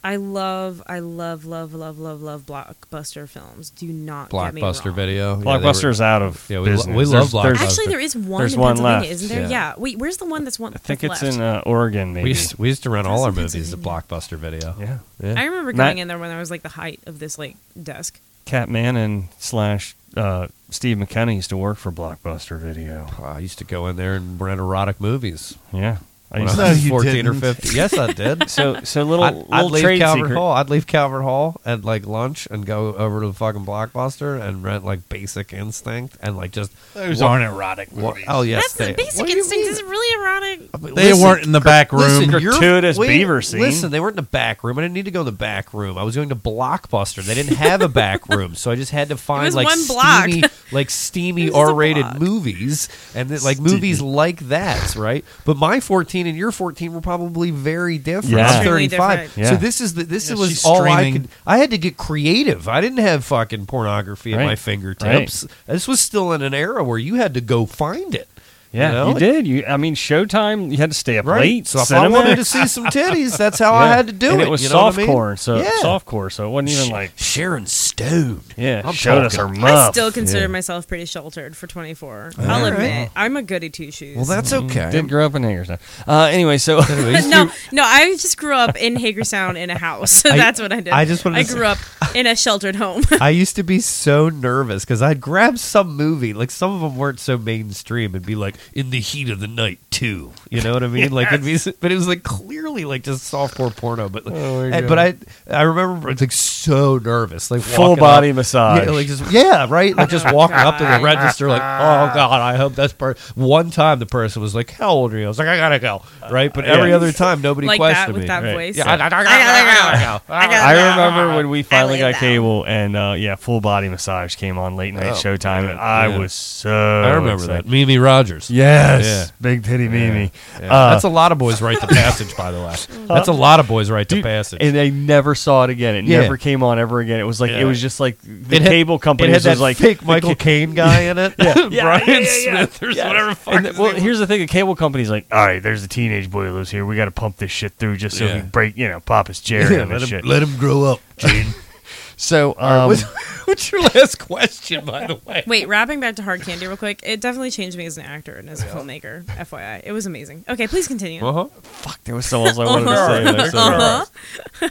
Speaker 8: I love, I love, love, love, love, love blockbuster films. Do not get me
Speaker 7: Blockbuster
Speaker 8: wrong.
Speaker 7: video. Yeah, they were-
Speaker 5: Blockbuster's out of
Speaker 7: Yeah, we, lo-
Speaker 5: business.
Speaker 7: we love
Speaker 5: There's- there's-
Speaker 7: Blockbuster.
Speaker 8: Actually, there is one
Speaker 5: There's
Speaker 8: in
Speaker 5: one
Speaker 8: Pennsylvania,
Speaker 5: left.
Speaker 8: isn't there?
Speaker 5: Yeah.
Speaker 8: Yeah. Wait, where's the one that's one?
Speaker 5: I think it's
Speaker 8: left?
Speaker 5: in uh, Oregon, maybe.
Speaker 23: we used, we used to rent all our
Speaker 8: That's in
Speaker 23: movies to Blockbuster Video.
Speaker 5: Yeah.
Speaker 8: I remember
Speaker 5: uh, Matt-
Speaker 8: going in there when I was like the height of this like desk.
Speaker 5: Catman and slash uh, Steve McKenna used to work for Blockbuster Video.
Speaker 7: I used to go in there and rent erotic movies.
Speaker 5: Yeah. I
Speaker 7: When
Speaker 5: used
Speaker 7: I
Speaker 5: to-
Speaker 7: was 14 or 15. Yes, I did. <laughs>
Speaker 5: <laughs> So, so little,
Speaker 7: I'd,
Speaker 5: little
Speaker 7: I'd leave
Speaker 5: trade
Speaker 7: Calvert
Speaker 5: secret.
Speaker 7: Hall. I'd leave Calvert Hall at like lunch and go over to the fucking Blockbuster and rent like Basic Instinct and like just
Speaker 6: Those
Speaker 7: wa-
Speaker 6: aren't erotic
Speaker 7: wa-
Speaker 6: movies.
Speaker 7: Oh yes,
Speaker 8: That's
Speaker 7: they.
Speaker 8: the basic instinct is really erotic.
Speaker 6: They weren't in the back room.
Speaker 7: you're-
Speaker 6: Gratuitous
Speaker 7: wait,
Speaker 6: beaver scene.
Speaker 7: Listen, they weren't in the back room. I didn't need to go in the back room. I was going to Blockbuster. They didn't have a back room, so I just had to find
Speaker 23: was
Speaker 7: like
Speaker 23: one block.
Speaker 7: steamy, <laughs> like steamy R-rated movies and that, like movies like that, right? But my 14 and your 14 were probably very different.
Speaker 5: Yeah.
Speaker 7: I'm
Speaker 5: Extremely
Speaker 7: 35,
Speaker 5: different.
Speaker 7: so
Speaker 5: Yeah.
Speaker 7: this is the, this
Speaker 5: Yeah,
Speaker 7: was
Speaker 5: she's
Speaker 7: all I
Speaker 5: streaming.
Speaker 7: could. I had to get creative. I didn't have fucking pornography at
Speaker 5: Right.
Speaker 7: my fingertips. This was still in an era where you had to go find it.
Speaker 5: Yeah, you,
Speaker 7: know?
Speaker 5: did. You, I mean, Showtime. You had to stay up
Speaker 7: Right.
Speaker 5: late.
Speaker 7: So if I wanted to see some titties, that's how
Speaker 6: <laughs>
Speaker 7: I had to do
Speaker 5: and
Speaker 7: it,
Speaker 5: It was
Speaker 7: you know what I mean?
Speaker 5: softcore, so
Speaker 7: Yeah.
Speaker 5: softcore, so it wasn't even
Speaker 7: Sh-
Speaker 5: like
Speaker 7: Sharon Stone.
Speaker 5: Yeah,
Speaker 7: I'm
Speaker 5: showed us her
Speaker 7: talking.
Speaker 5: muff.
Speaker 8: I still consider
Speaker 5: Yeah.
Speaker 8: myself pretty sheltered for 24.
Speaker 5: All
Speaker 8: I'll
Speaker 5: right.
Speaker 8: admit, I'm a goody two shoes.
Speaker 5: Well, that's
Speaker 7: Mm-hmm.
Speaker 5: okay. Did <laughs>
Speaker 8: no,
Speaker 5: Mm-hmm. grow up in Hagerstown. Uh,
Speaker 7: <laughs>
Speaker 5: anyway, so
Speaker 8: <laughs> no, I just grew up in Hagerstown in a house. <laughs> So
Speaker 7: I-
Speaker 8: that's what I did.
Speaker 7: I just wanted
Speaker 8: I
Speaker 7: to
Speaker 8: grew up in a sheltered
Speaker 5: <laughs>
Speaker 8: home.
Speaker 7: <laughs> I used to be so nervous because I'd grab some movie, like some of them weren't so mainstream, and be like, "In the heat of the night, too." You know what I mean? Like, it'd be, but it was like clearly like just softcore porno. But like,
Speaker 5: Oh my
Speaker 7: and-
Speaker 5: God.
Speaker 7: but I I remember I was like so nervous, like
Speaker 5: Full
Speaker 7: walking
Speaker 5: body
Speaker 7: up-
Speaker 5: massage.
Speaker 7: yeah, like just yeah, right, like just walking up to the register, like,
Speaker 5: <laughs>
Speaker 7: "Oh God, I hope that's part." One time the person was like, "How old are you?" I was like, "I gotta go,ff," right? But every
Speaker 5: Yeah.
Speaker 7: other time nobody
Speaker 8: like
Speaker 7: questioned
Speaker 8: that with
Speaker 7: me.
Speaker 8: that
Speaker 7: Right.
Speaker 8: voice.
Speaker 7: Yeah, I- I- I- I- I-
Speaker 5: <laughs>
Speaker 7: I- I-
Speaker 5: I remember when we finally got cable, and uh, yeah, full body massage came on late night
Speaker 7: Oh,
Speaker 5: Showtime,
Speaker 7: yeah,
Speaker 5: and I
Speaker 7: yeah.
Speaker 5: was so.
Speaker 7: I remember
Speaker 5: excited.
Speaker 7: that. Mimi Rogers.
Speaker 5: Yes,
Speaker 7: Yeah.
Speaker 5: big titty Mimi. Uh,
Speaker 7: Yeah. That's a lot of boys'
Speaker 5: <laughs>
Speaker 7: right to passage, by the way. That's a lot of boys' right to passage.
Speaker 5: and they never saw it again. It
Speaker 7: Yeah.
Speaker 5: never came on ever again. It was like
Speaker 7: Yeah.
Speaker 5: it was just like the
Speaker 7: It had-
Speaker 5: cable company
Speaker 7: it had that
Speaker 5: was like
Speaker 7: fake
Speaker 5: the
Speaker 7: Michael
Speaker 5: ca-
Speaker 7: Caine guy in it.
Speaker 5: <laughs>
Speaker 7: <laughs>
Speaker 5: yeah,
Speaker 7: Brian
Speaker 5: yeah, yeah, yeah, yeah.
Speaker 7: Smith or whatever the fuck
Speaker 5: And
Speaker 7: his
Speaker 5: well,
Speaker 7: name was.
Speaker 5: here's the thing: the cable company's like, all right, there's a teenage boy who lives here. We got to pump this shit through just so
Speaker 7: Yeah.
Speaker 5: we break, you know,
Speaker 7: <laughs>
Speaker 5: pop his chair
Speaker 7: Yeah,
Speaker 5: and
Speaker 7: let
Speaker 5: this
Speaker 7: him-
Speaker 5: shit.
Speaker 7: let him grow up, Gene.
Speaker 5: <laughs> so,
Speaker 7: right,
Speaker 5: um,
Speaker 7: what's- what's your last question, by the way?
Speaker 8: Wait, wrapping back to Hard Candy real quick. It definitely changed me as an actor and as a filmmaker. FYI, it was amazing. Okay, please continue.
Speaker 7: Uh-huh.
Speaker 5: Fuck, there was so much I wanted to
Speaker 8: Uh-huh.
Speaker 5: say. and I said it.
Speaker 8: Uh-huh.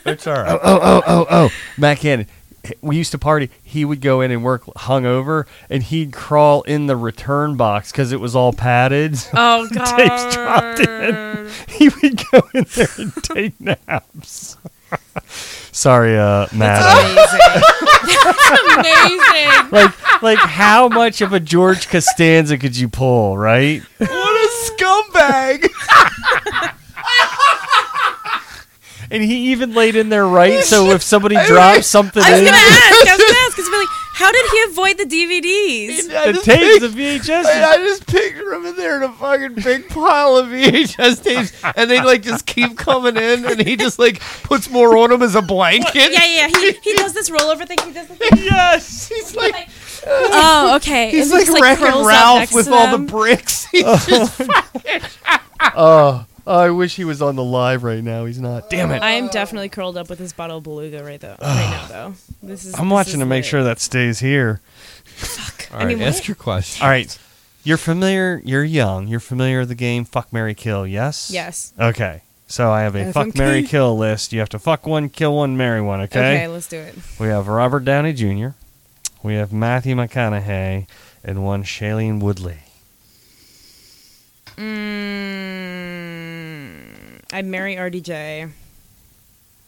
Speaker 8: <laughs>
Speaker 7: It's all right.
Speaker 5: Oh, oh, oh, oh, oh. Matt Cannon. We used to party. He would go in and work hungover, and he'd crawl in the return box because it was all padded.
Speaker 8: <laughs>
Speaker 5: <laughs>
Speaker 8: Oh,
Speaker 5: Tapes dropped in. He would go in there
Speaker 8: <laughs>
Speaker 5: and take naps. <laughs> Sorry, uh, Matt.
Speaker 8: <laughs> amazing.
Speaker 5: <laughs> like, like, how much of a George Costanza could you pull, right?
Speaker 7: What a scumbag!
Speaker 5: And he even laid in there, right? So if somebody drops something
Speaker 8: I was
Speaker 5: in,
Speaker 8: gonna ask. I was gonna ask because like, how did he avoid the DVDs?
Speaker 7: I
Speaker 5: the
Speaker 7: just
Speaker 5: tapes,
Speaker 7: pic-
Speaker 5: the VHS.
Speaker 7: I, I <laughs> just picture him in there in a fucking big pile of VHS tapes, and they like just keep coming in, and he just like puts more on him as a blanket.
Speaker 8: Yeah, yeah. He,
Speaker 7: <laughs>
Speaker 8: he does this rollover thing. He does the thing.
Speaker 7: Yes, he's like,
Speaker 8: Oh, okay.
Speaker 7: <laughs>
Speaker 8: And he
Speaker 7: He's like,
Speaker 8: just, like,
Speaker 7: wrecking
Speaker 8: curls up
Speaker 7: Ralph
Speaker 8: next
Speaker 7: with
Speaker 8: to
Speaker 7: all the <laughs>
Speaker 8: them. <laughs>
Speaker 7: bricks. He's just
Speaker 5: Oh, I wish he was on the live right now. He's not. Damn it.
Speaker 8: I am definitely curled up with this bottle of Beluga right though. Right now though. This is.
Speaker 5: I'm
Speaker 8: this
Speaker 5: watching
Speaker 8: is
Speaker 5: to make
Speaker 8: lit.
Speaker 5: sure that stays here.
Speaker 8: All right, I mean, ask what? your
Speaker 7: question.
Speaker 5: All right. You're familiar, you're young, you're familiar with the game Fuck Mary Kill, yes?
Speaker 8: Yes.
Speaker 5: Okay. So I have a fuck
Speaker 8: FMK.
Speaker 5: Mary Kill list. You have to fuck one, kill one, marry one, okay?
Speaker 8: Okay, let's do it.
Speaker 5: We have Robert Downey Jr., we have Matthew McConaughey, and one Shailene Woodley.
Speaker 8: Mm, I'd marry RDJ.
Speaker 24: <laughs>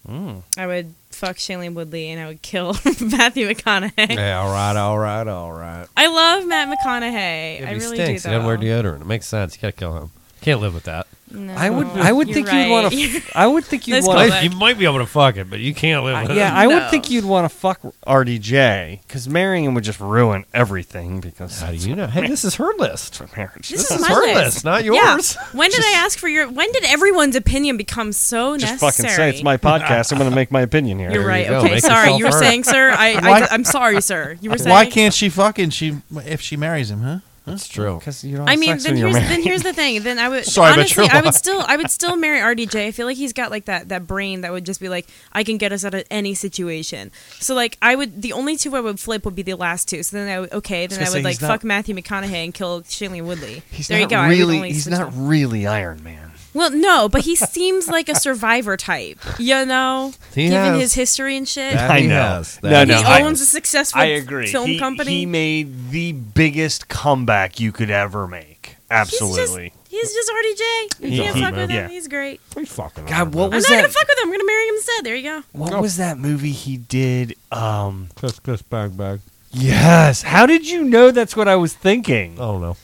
Speaker 5: Mm.
Speaker 8: I would fuck Shailene Woodley and I would kill <laughs> Matthew McConaughey.
Speaker 7: yeah, all right, all right, all right.
Speaker 8: I love Matt McConaughey. I
Speaker 23: he
Speaker 8: really
Speaker 23: stinks.
Speaker 8: do
Speaker 23: He doesn't
Speaker 8: though.
Speaker 23: wear deodorant. It makes sense. You gotta kill him.
Speaker 7: Can't live with that.
Speaker 24: No.
Speaker 5: I would. I would
Speaker 24: You're
Speaker 5: think
Speaker 24: right.
Speaker 5: you'd
Speaker 8: <laughs>
Speaker 5: want
Speaker 24: You're-
Speaker 5: to.
Speaker 24: <laughs>
Speaker 5: I would think you'd
Speaker 24: Let's
Speaker 5: want.
Speaker 24: go
Speaker 5: to
Speaker 24: back.
Speaker 7: You might be able to fuck it, but you can't live with it.
Speaker 5: Yeah, I would
Speaker 24: No.
Speaker 5: think you'd want to fuck RDJ because marrying him would just ruin everything. Because how do you know?
Speaker 7: Hey, this is her list.
Speaker 5: For marriage.
Speaker 8: This, is, my list. Yeah. When did I ask for your? When did everyone's opinion become so
Speaker 5: Just
Speaker 8: necessary?
Speaker 5: fucking say it's my podcast. I'm going to make my opinion here.
Speaker 8: <laughs> You're right. okay, sorry. You were saying, sir. I,
Speaker 6: Why-
Speaker 8: I, am sorry, sir. You were saying.
Speaker 6: Why can't she fucking she if she marries him? Huh? That's
Speaker 7: true.
Speaker 5: Because you don't.
Speaker 8: I mean, then here's then here's the thing. Then I would
Speaker 6: <laughs> Sorry, but
Speaker 8: honestly,
Speaker 6: you're
Speaker 8: I would
Speaker 6: lying.
Speaker 8: still I would still marry RDJ. I feel like he's got like that that brain that would just be like, I can get us out of any situation. So like, I would the only two I would flip would be the last two. So then I would okay, then
Speaker 5: gonna
Speaker 8: I
Speaker 5: say
Speaker 8: would like
Speaker 5: he's not-
Speaker 8: fuck Matthew McConaughey and kill Shailene Woodley.
Speaker 5: He's
Speaker 8: there
Speaker 5: not
Speaker 8: you go. I would
Speaker 5: Really,
Speaker 8: only
Speaker 5: he's
Speaker 8: switch
Speaker 5: not
Speaker 8: them.
Speaker 5: really Iron Man.
Speaker 8: Well, no, but he seems like a survivor type, you know,
Speaker 5: He
Speaker 8: given
Speaker 5: has-
Speaker 8: his history and shit.
Speaker 5: I know. No,
Speaker 8: He
Speaker 5: no.
Speaker 8: owns a successful
Speaker 5: I agree.
Speaker 8: film
Speaker 5: He-
Speaker 8: company.
Speaker 5: He made the biggest comeback you could ever make. Absolutely.
Speaker 8: He's just RDJ. You
Speaker 5: He's
Speaker 8: can't
Speaker 5: a
Speaker 8: fuck
Speaker 5: he-man.
Speaker 8: with him.
Speaker 5: Yeah.
Speaker 8: He's great.
Speaker 5: God, what
Speaker 8: I'm not
Speaker 5: was that?
Speaker 8: gonna fuck with him. I'm gonna marry him instead. There you go.
Speaker 5: What was that movie he did? Um,
Speaker 7: Kiss, kiss, bang, bang.
Speaker 5: Yes. How did you know that's what I was thinking?
Speaker 7: I don't know.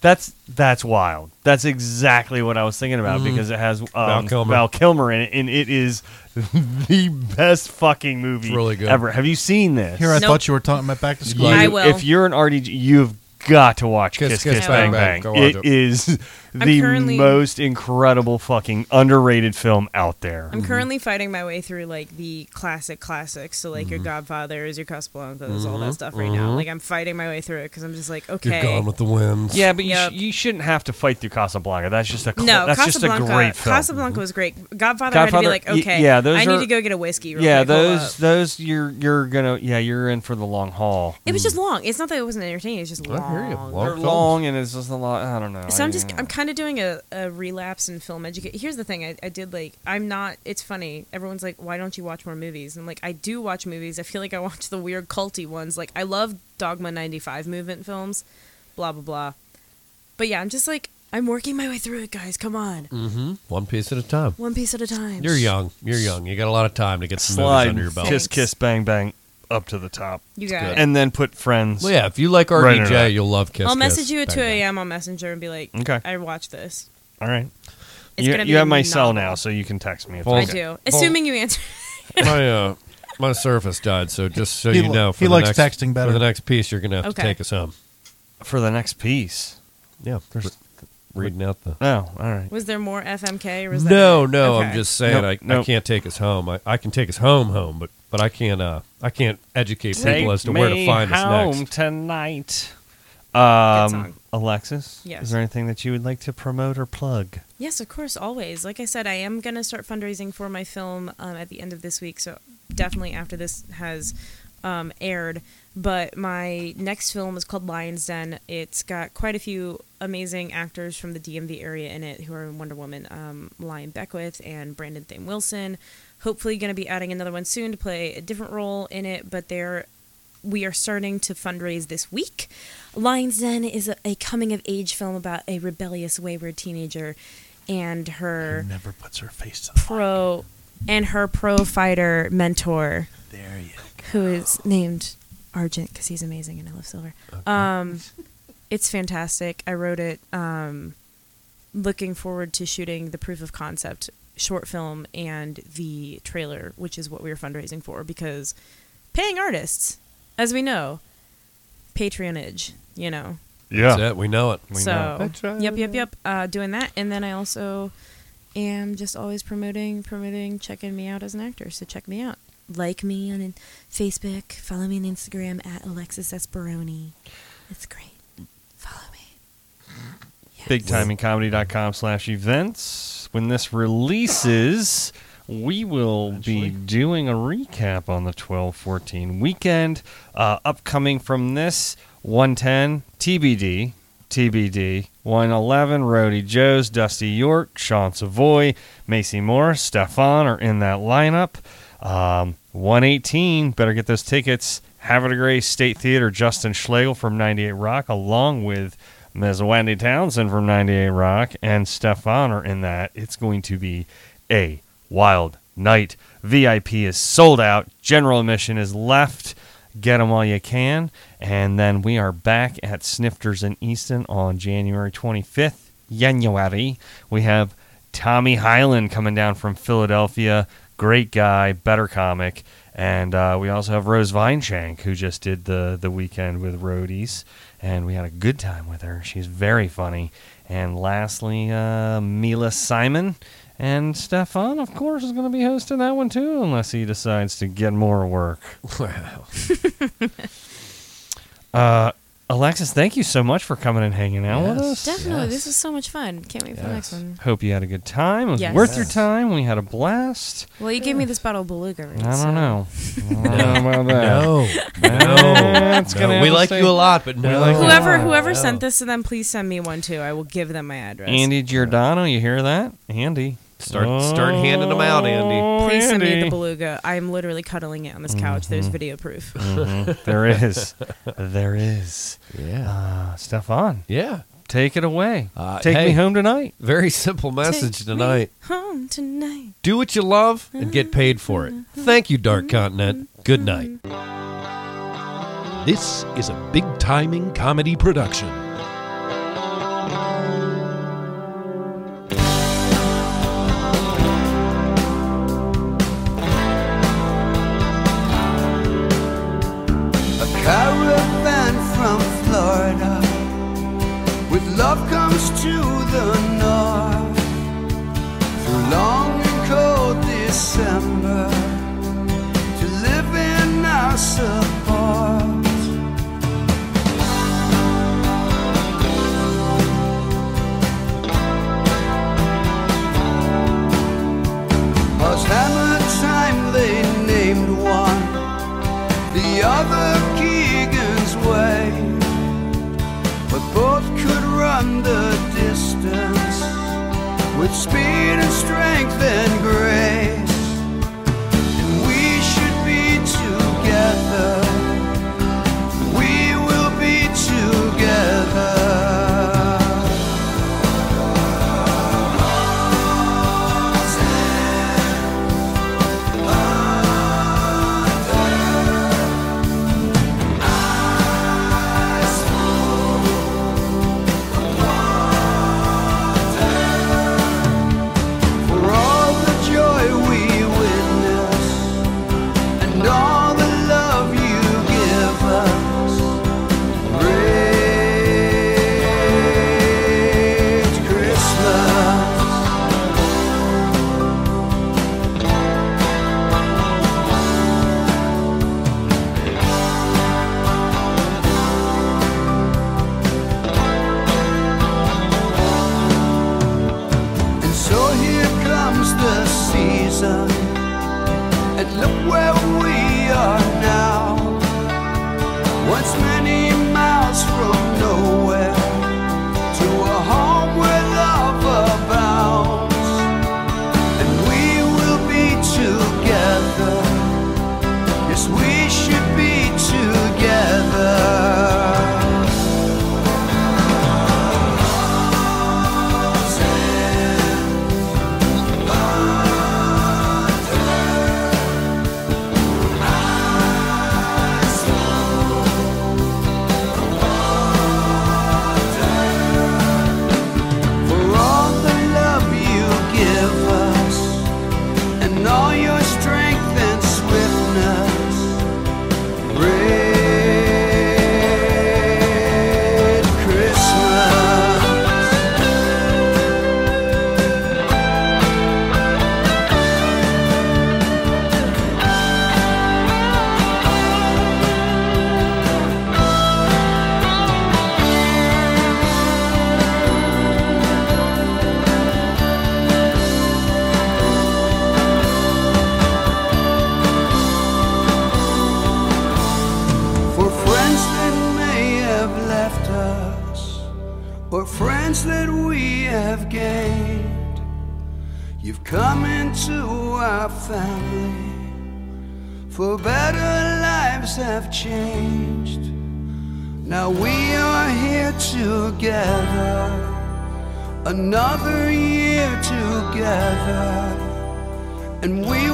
Speaker 5: That's that's wild. That's exactly what I was thinking about
Speaker 7: Mhm.
Speaker 5: because it has um,
Speaker 7: Val Kilmer.
Speaker 5: Val Kilmer in it, and it is <laughs> the best fucking movie
Speaker 6: really good.
Speaker 5: ever. Have you seen this?
Speaker 6: Here, I thought you were talking about back to school.
Speaker 5: You- If you're an RDG, you've got to watch
Speaker 6: Kiss,
Speaker 5: Kiss
Speaker 6: Kiss,
Speaker 5: Kiss,
Speaker 6: Bang,
Speaker 5: Bang Bang.
Speaker 6: Bang. Go watch
Speaker 5: It
Speaker 6: it.
Speaker 5: is
Speaker 8: I'm
Speaker 5: the
Speaker 8: currently-
Speaker 5: most incredible fucking underrated film out there.
Speaker 8: I'm currently fighting my way through like the classic classics, so like your
Speaker 5: Mm-hmm.
Speaker 8: Godfathers, your Casablancas, all that
Speaker 5: Mhm,
Speaker 8: stuff right now.
Speaker 5: mhm.
Speaker 8: Like I'm fighting my way through it because I'm just like, okay,
Speaker 7: wind.
Speaker 5: Yeah, but you,
Speaker 8: Yep.
Speaker 5: sh- you shouldn't have to fight through Casablanca. That's just a cl-
Speaker 8: No,
Speaker 5: that's
Speaker 8: Casablanca.
Speaker 5: just a great film. Mm-hmm.
Speaker 8: Casablanca was great. Godfather,
Speaker 5: Godfather,
Speaker 8: had to be
Speaker 5: y-
Speaker 8: like, okay,
Speaker 5: yeah, those
Speaker 8: I
Speaker 5: are-
Speaker 8: need to go get a whiskey. Real
Speaker 5: yeah,
Speaker 8: quick, hold up.
Speaker 5: those those you're you're gonna yeah you're in for the long haul.
Speaker 8: It was just long. It's not that it wasn't entertaining. It's just long.
Speaker 5: They're long and it's just a lot. I don't know.
Speaker 8: So
Speaker 5: I- uh,
Speaker 8: I'm just I'm kind of doing a, a relapse in film education. Here's the thing I, I did like I'm not. It's funny. Everyone's like, why don't you watch more movies? And I'm like, I do watch movies. I feel like I watch the weird culty ones. Like I love Dogma '95 movement films, blah blah blah. But yeah, I'm just like I'm working my way through it, guys. Come on,
Speaker 7: Mm-hmm. One piece at a time.
Speaker 8: one piece at a time.
Speaker 7: You're young. You're young. You got a lot of time to get some movies
Speaker 5: slide
Speaker 7: under your belt.
Speaker 5: kiss kiss bang bang up to the top.
Speaker 8: You got it.
Speaker 5: and then put friends.
Speaker 7: Well, yeah, if you like
Speaker 5: right under
Speaker 7: RDJ,
Speaker 5: that.
Speaker 7: you'll love Kiss.
Speaker 8: I'll
Speaker 7: Kiss,
Speaker 8: message you at
Speaker 7: Bang
Speaker 8: 2 a.m. on Messenger and be like,
Speaker 5: Okay.
Speaker 8: I watched this.
Speaker 5: All right.
Speaker 8: It's
Speaker 5: You,
Speaker 8: gonna
Speaker 5: you
Speaker 8: be
Speaker 5: have my
Speaker 8: novel.
Speaker 5: cell now, so you can text me. If
Speaker 7: Well,
Speaker 8: I
Speaker 7: Okay.
Speaker 8: do,
Speaker 7: Well-
Speaker 8: assuming you answer.
Speaker 7: Bang. <laughs> my uh,
Speaker 8: <laughs>
Speaker 7: my Surface died, so just so
Speaker 6: He
Speaker 7: you
Speaker 6: li-
Speaker 7: know, for
Speaker 6: he
Speaker 7: the
Speaker 6: likes
Speaker 7: next,
Speaker 6: texting better.
Speaker 7: For the next piece, you're gonna have
Speaker 8: Okay.
Speaker 7: to take us home.
Speaker 5: For the next piece.
Speaker 7: Yeah, there's reading out the.
Speaker 5: No, all right.
Speaker 8: Was there more FMK? Or was that
Speaker 7: No,
Speaker 8: it?
Speaker 7: no,
Speaker 8: Okay.
Speaker 7: I'm just saying
Speaker 5: Nope,
Speaker 7: I, I
Speaker 5: nope.
Speaker 7: can't take us home. I, I can take us home, home, but but I can't uh I can't educate people as to where to find us next.
Speaker 5: tonight. Um,
Speaker 8: song.
Speaker 5: Alexis,
Speaker 8: Yes.
Speaker 5: is there anything that you would like to promote or plug?
Speaker 8: Yes, of course, always. Like I said, I am going to start fundraising for my film um, at the end of this week, so definitely after this has um, aired. But my next film is called Lion's Den. It's got quite a few amazing actors from the DMV area in it who are in Wonder Woman, um, Lion Beckwith and Brandon Thame Wilson. Hopefully, going to be adding another one soon to play a different role in it, but they're we are starting to fundraise this week. Lion's Den is a, a coming of age film about a rebellious, wayward teenager and her
Speaker 6: Never puts her face to
Speaker 8: pro and her pro fighter mentor. There you Who is named Argent because he's amazing and I love Silver. Um, it's fantastic. I wrote it. Um, looking forward to shooting the proof of concept short film and the trailer, which is what we were fundraising for because paying artists, as we know, Patreonage, you know.
Speaker 7: Yeah, That's it. we know it. Oh, We know.
Speaker 8: so,
Speaker 7: it.
Speaker 8: yep, yep, yep. Uh, doing that. And then I also am just always promoting, promoting, checking me out as an actor. So check me out. Like me on Facebook. Follow me on Instagram at Alexis Esperoni. It's great.
Speaker 5: BigTimingComedy.com slash events. When this releases, we will be doing a recap on the 12 14 weekend. Uh, upcoming from this 110 TBD, TBD, 111 Rody Joes, Dusty York, Sean Savoy, Macy Morris, Stefan are in that lineup. Um, 118, better get those tickets. Havre de Grace State Theater, Justin Schlegel from 98 Rock, along with Ms. Wendy Townsend from 98 Rock and Stefan are in that. It's going to be a wild night. VIP is sold out. General admission is left. Get them while you can. And then we are back at Snifters in Easton on January 25th. January, we have Tommy Hyland coming down from Philadelphia. Great guy, better comic. And uh, we also have Rose Vineshank, who just did the, the weekend with Roadies. And we had a good time with her. She's very funny. And lastly, uh, Mila Simon. And Stefan, of course, is going to be hosting that one too, unless he decides to get more work. Wow. <laughs> uh, Alexis, thank you so much for coming and hanging out with us.
Speaker 8: Definitely. This was so much fun. Can't wait for the next one.
Speaker 5: Hope you had a good time. It was
Speaker 8: Yes.
Speaker 5: worth your time. We had a blast.
Speaker 8: Well, you gave me this bottle of Beluga.
Speaker 5: I
Speaker 8: <laughs>
Speaker 5: don't know. I don't know about that.
Speaker 7: No. No.
Speaker 5: That's gonna
Speaker 7: No.
Speaker 5: have
Speaker 7: We
Speaker 5: to
Speaker 7: like
Speaker 5: stay-
Speaker 7: you a lot, but
Speaker 5: We
Speaker 7: no.
Speaker 5: like you a
Speaker 8: Whoever
Speaker 5: lot.
Speaker 8: whoever sent this to them, please send me one too. I will give them my address.
Speaker 5: Andy Giordano, you hear that? Andy. Oh.
Speaker 7: Start- start handing 'em out, Andy.
Speaker 8: Please send me
Speaker 5: Andy.
Speaker 8: the beluga. I'm literally cuddling it on this couch. There's
Speaker 5: Mhm.
Speaker 8: video proof. <laughs>
Speaker 5: Mhm. There is. There
Speaker 7: <laughs>
Speaker 5: is. Yeah. Uh, Stefan.
Speaker 7: Yeah.
Speaker 5: Take it away.
Speaker 7: Uh,
Speaker 5: Take
Speaker 7: hey,
Speaker 5: me home tonight.
Speaker 7: Very simple message tonight.
Speaker 8: Home tonight.
Speaker 7: Do what you love and get paid for it. Thank you, Dark Continent. Good night.
Speaker 1: This is a big timing comedy production.
Speaker 24: a caravan from Florida. With love comes to the north. Through long and cold December, to live in our support. Was hammer time they named one the other Keegan's way. But both could run the distance with speed and strength and grace. And we should be together. We will be together. For all the joy we witness and all the love you give us, great Christmas. And so here comes the season. And look where we are now. Once many miles from nowhere to a home where love abounds. And we will be together. Yes, we should be together. For all the love you give us, and all your strength and swiftness, Red Christmas. For friends that may have left us, or friends that we have gained, you've come into our family. For better lives have changed. Now we are here together, another year together, and we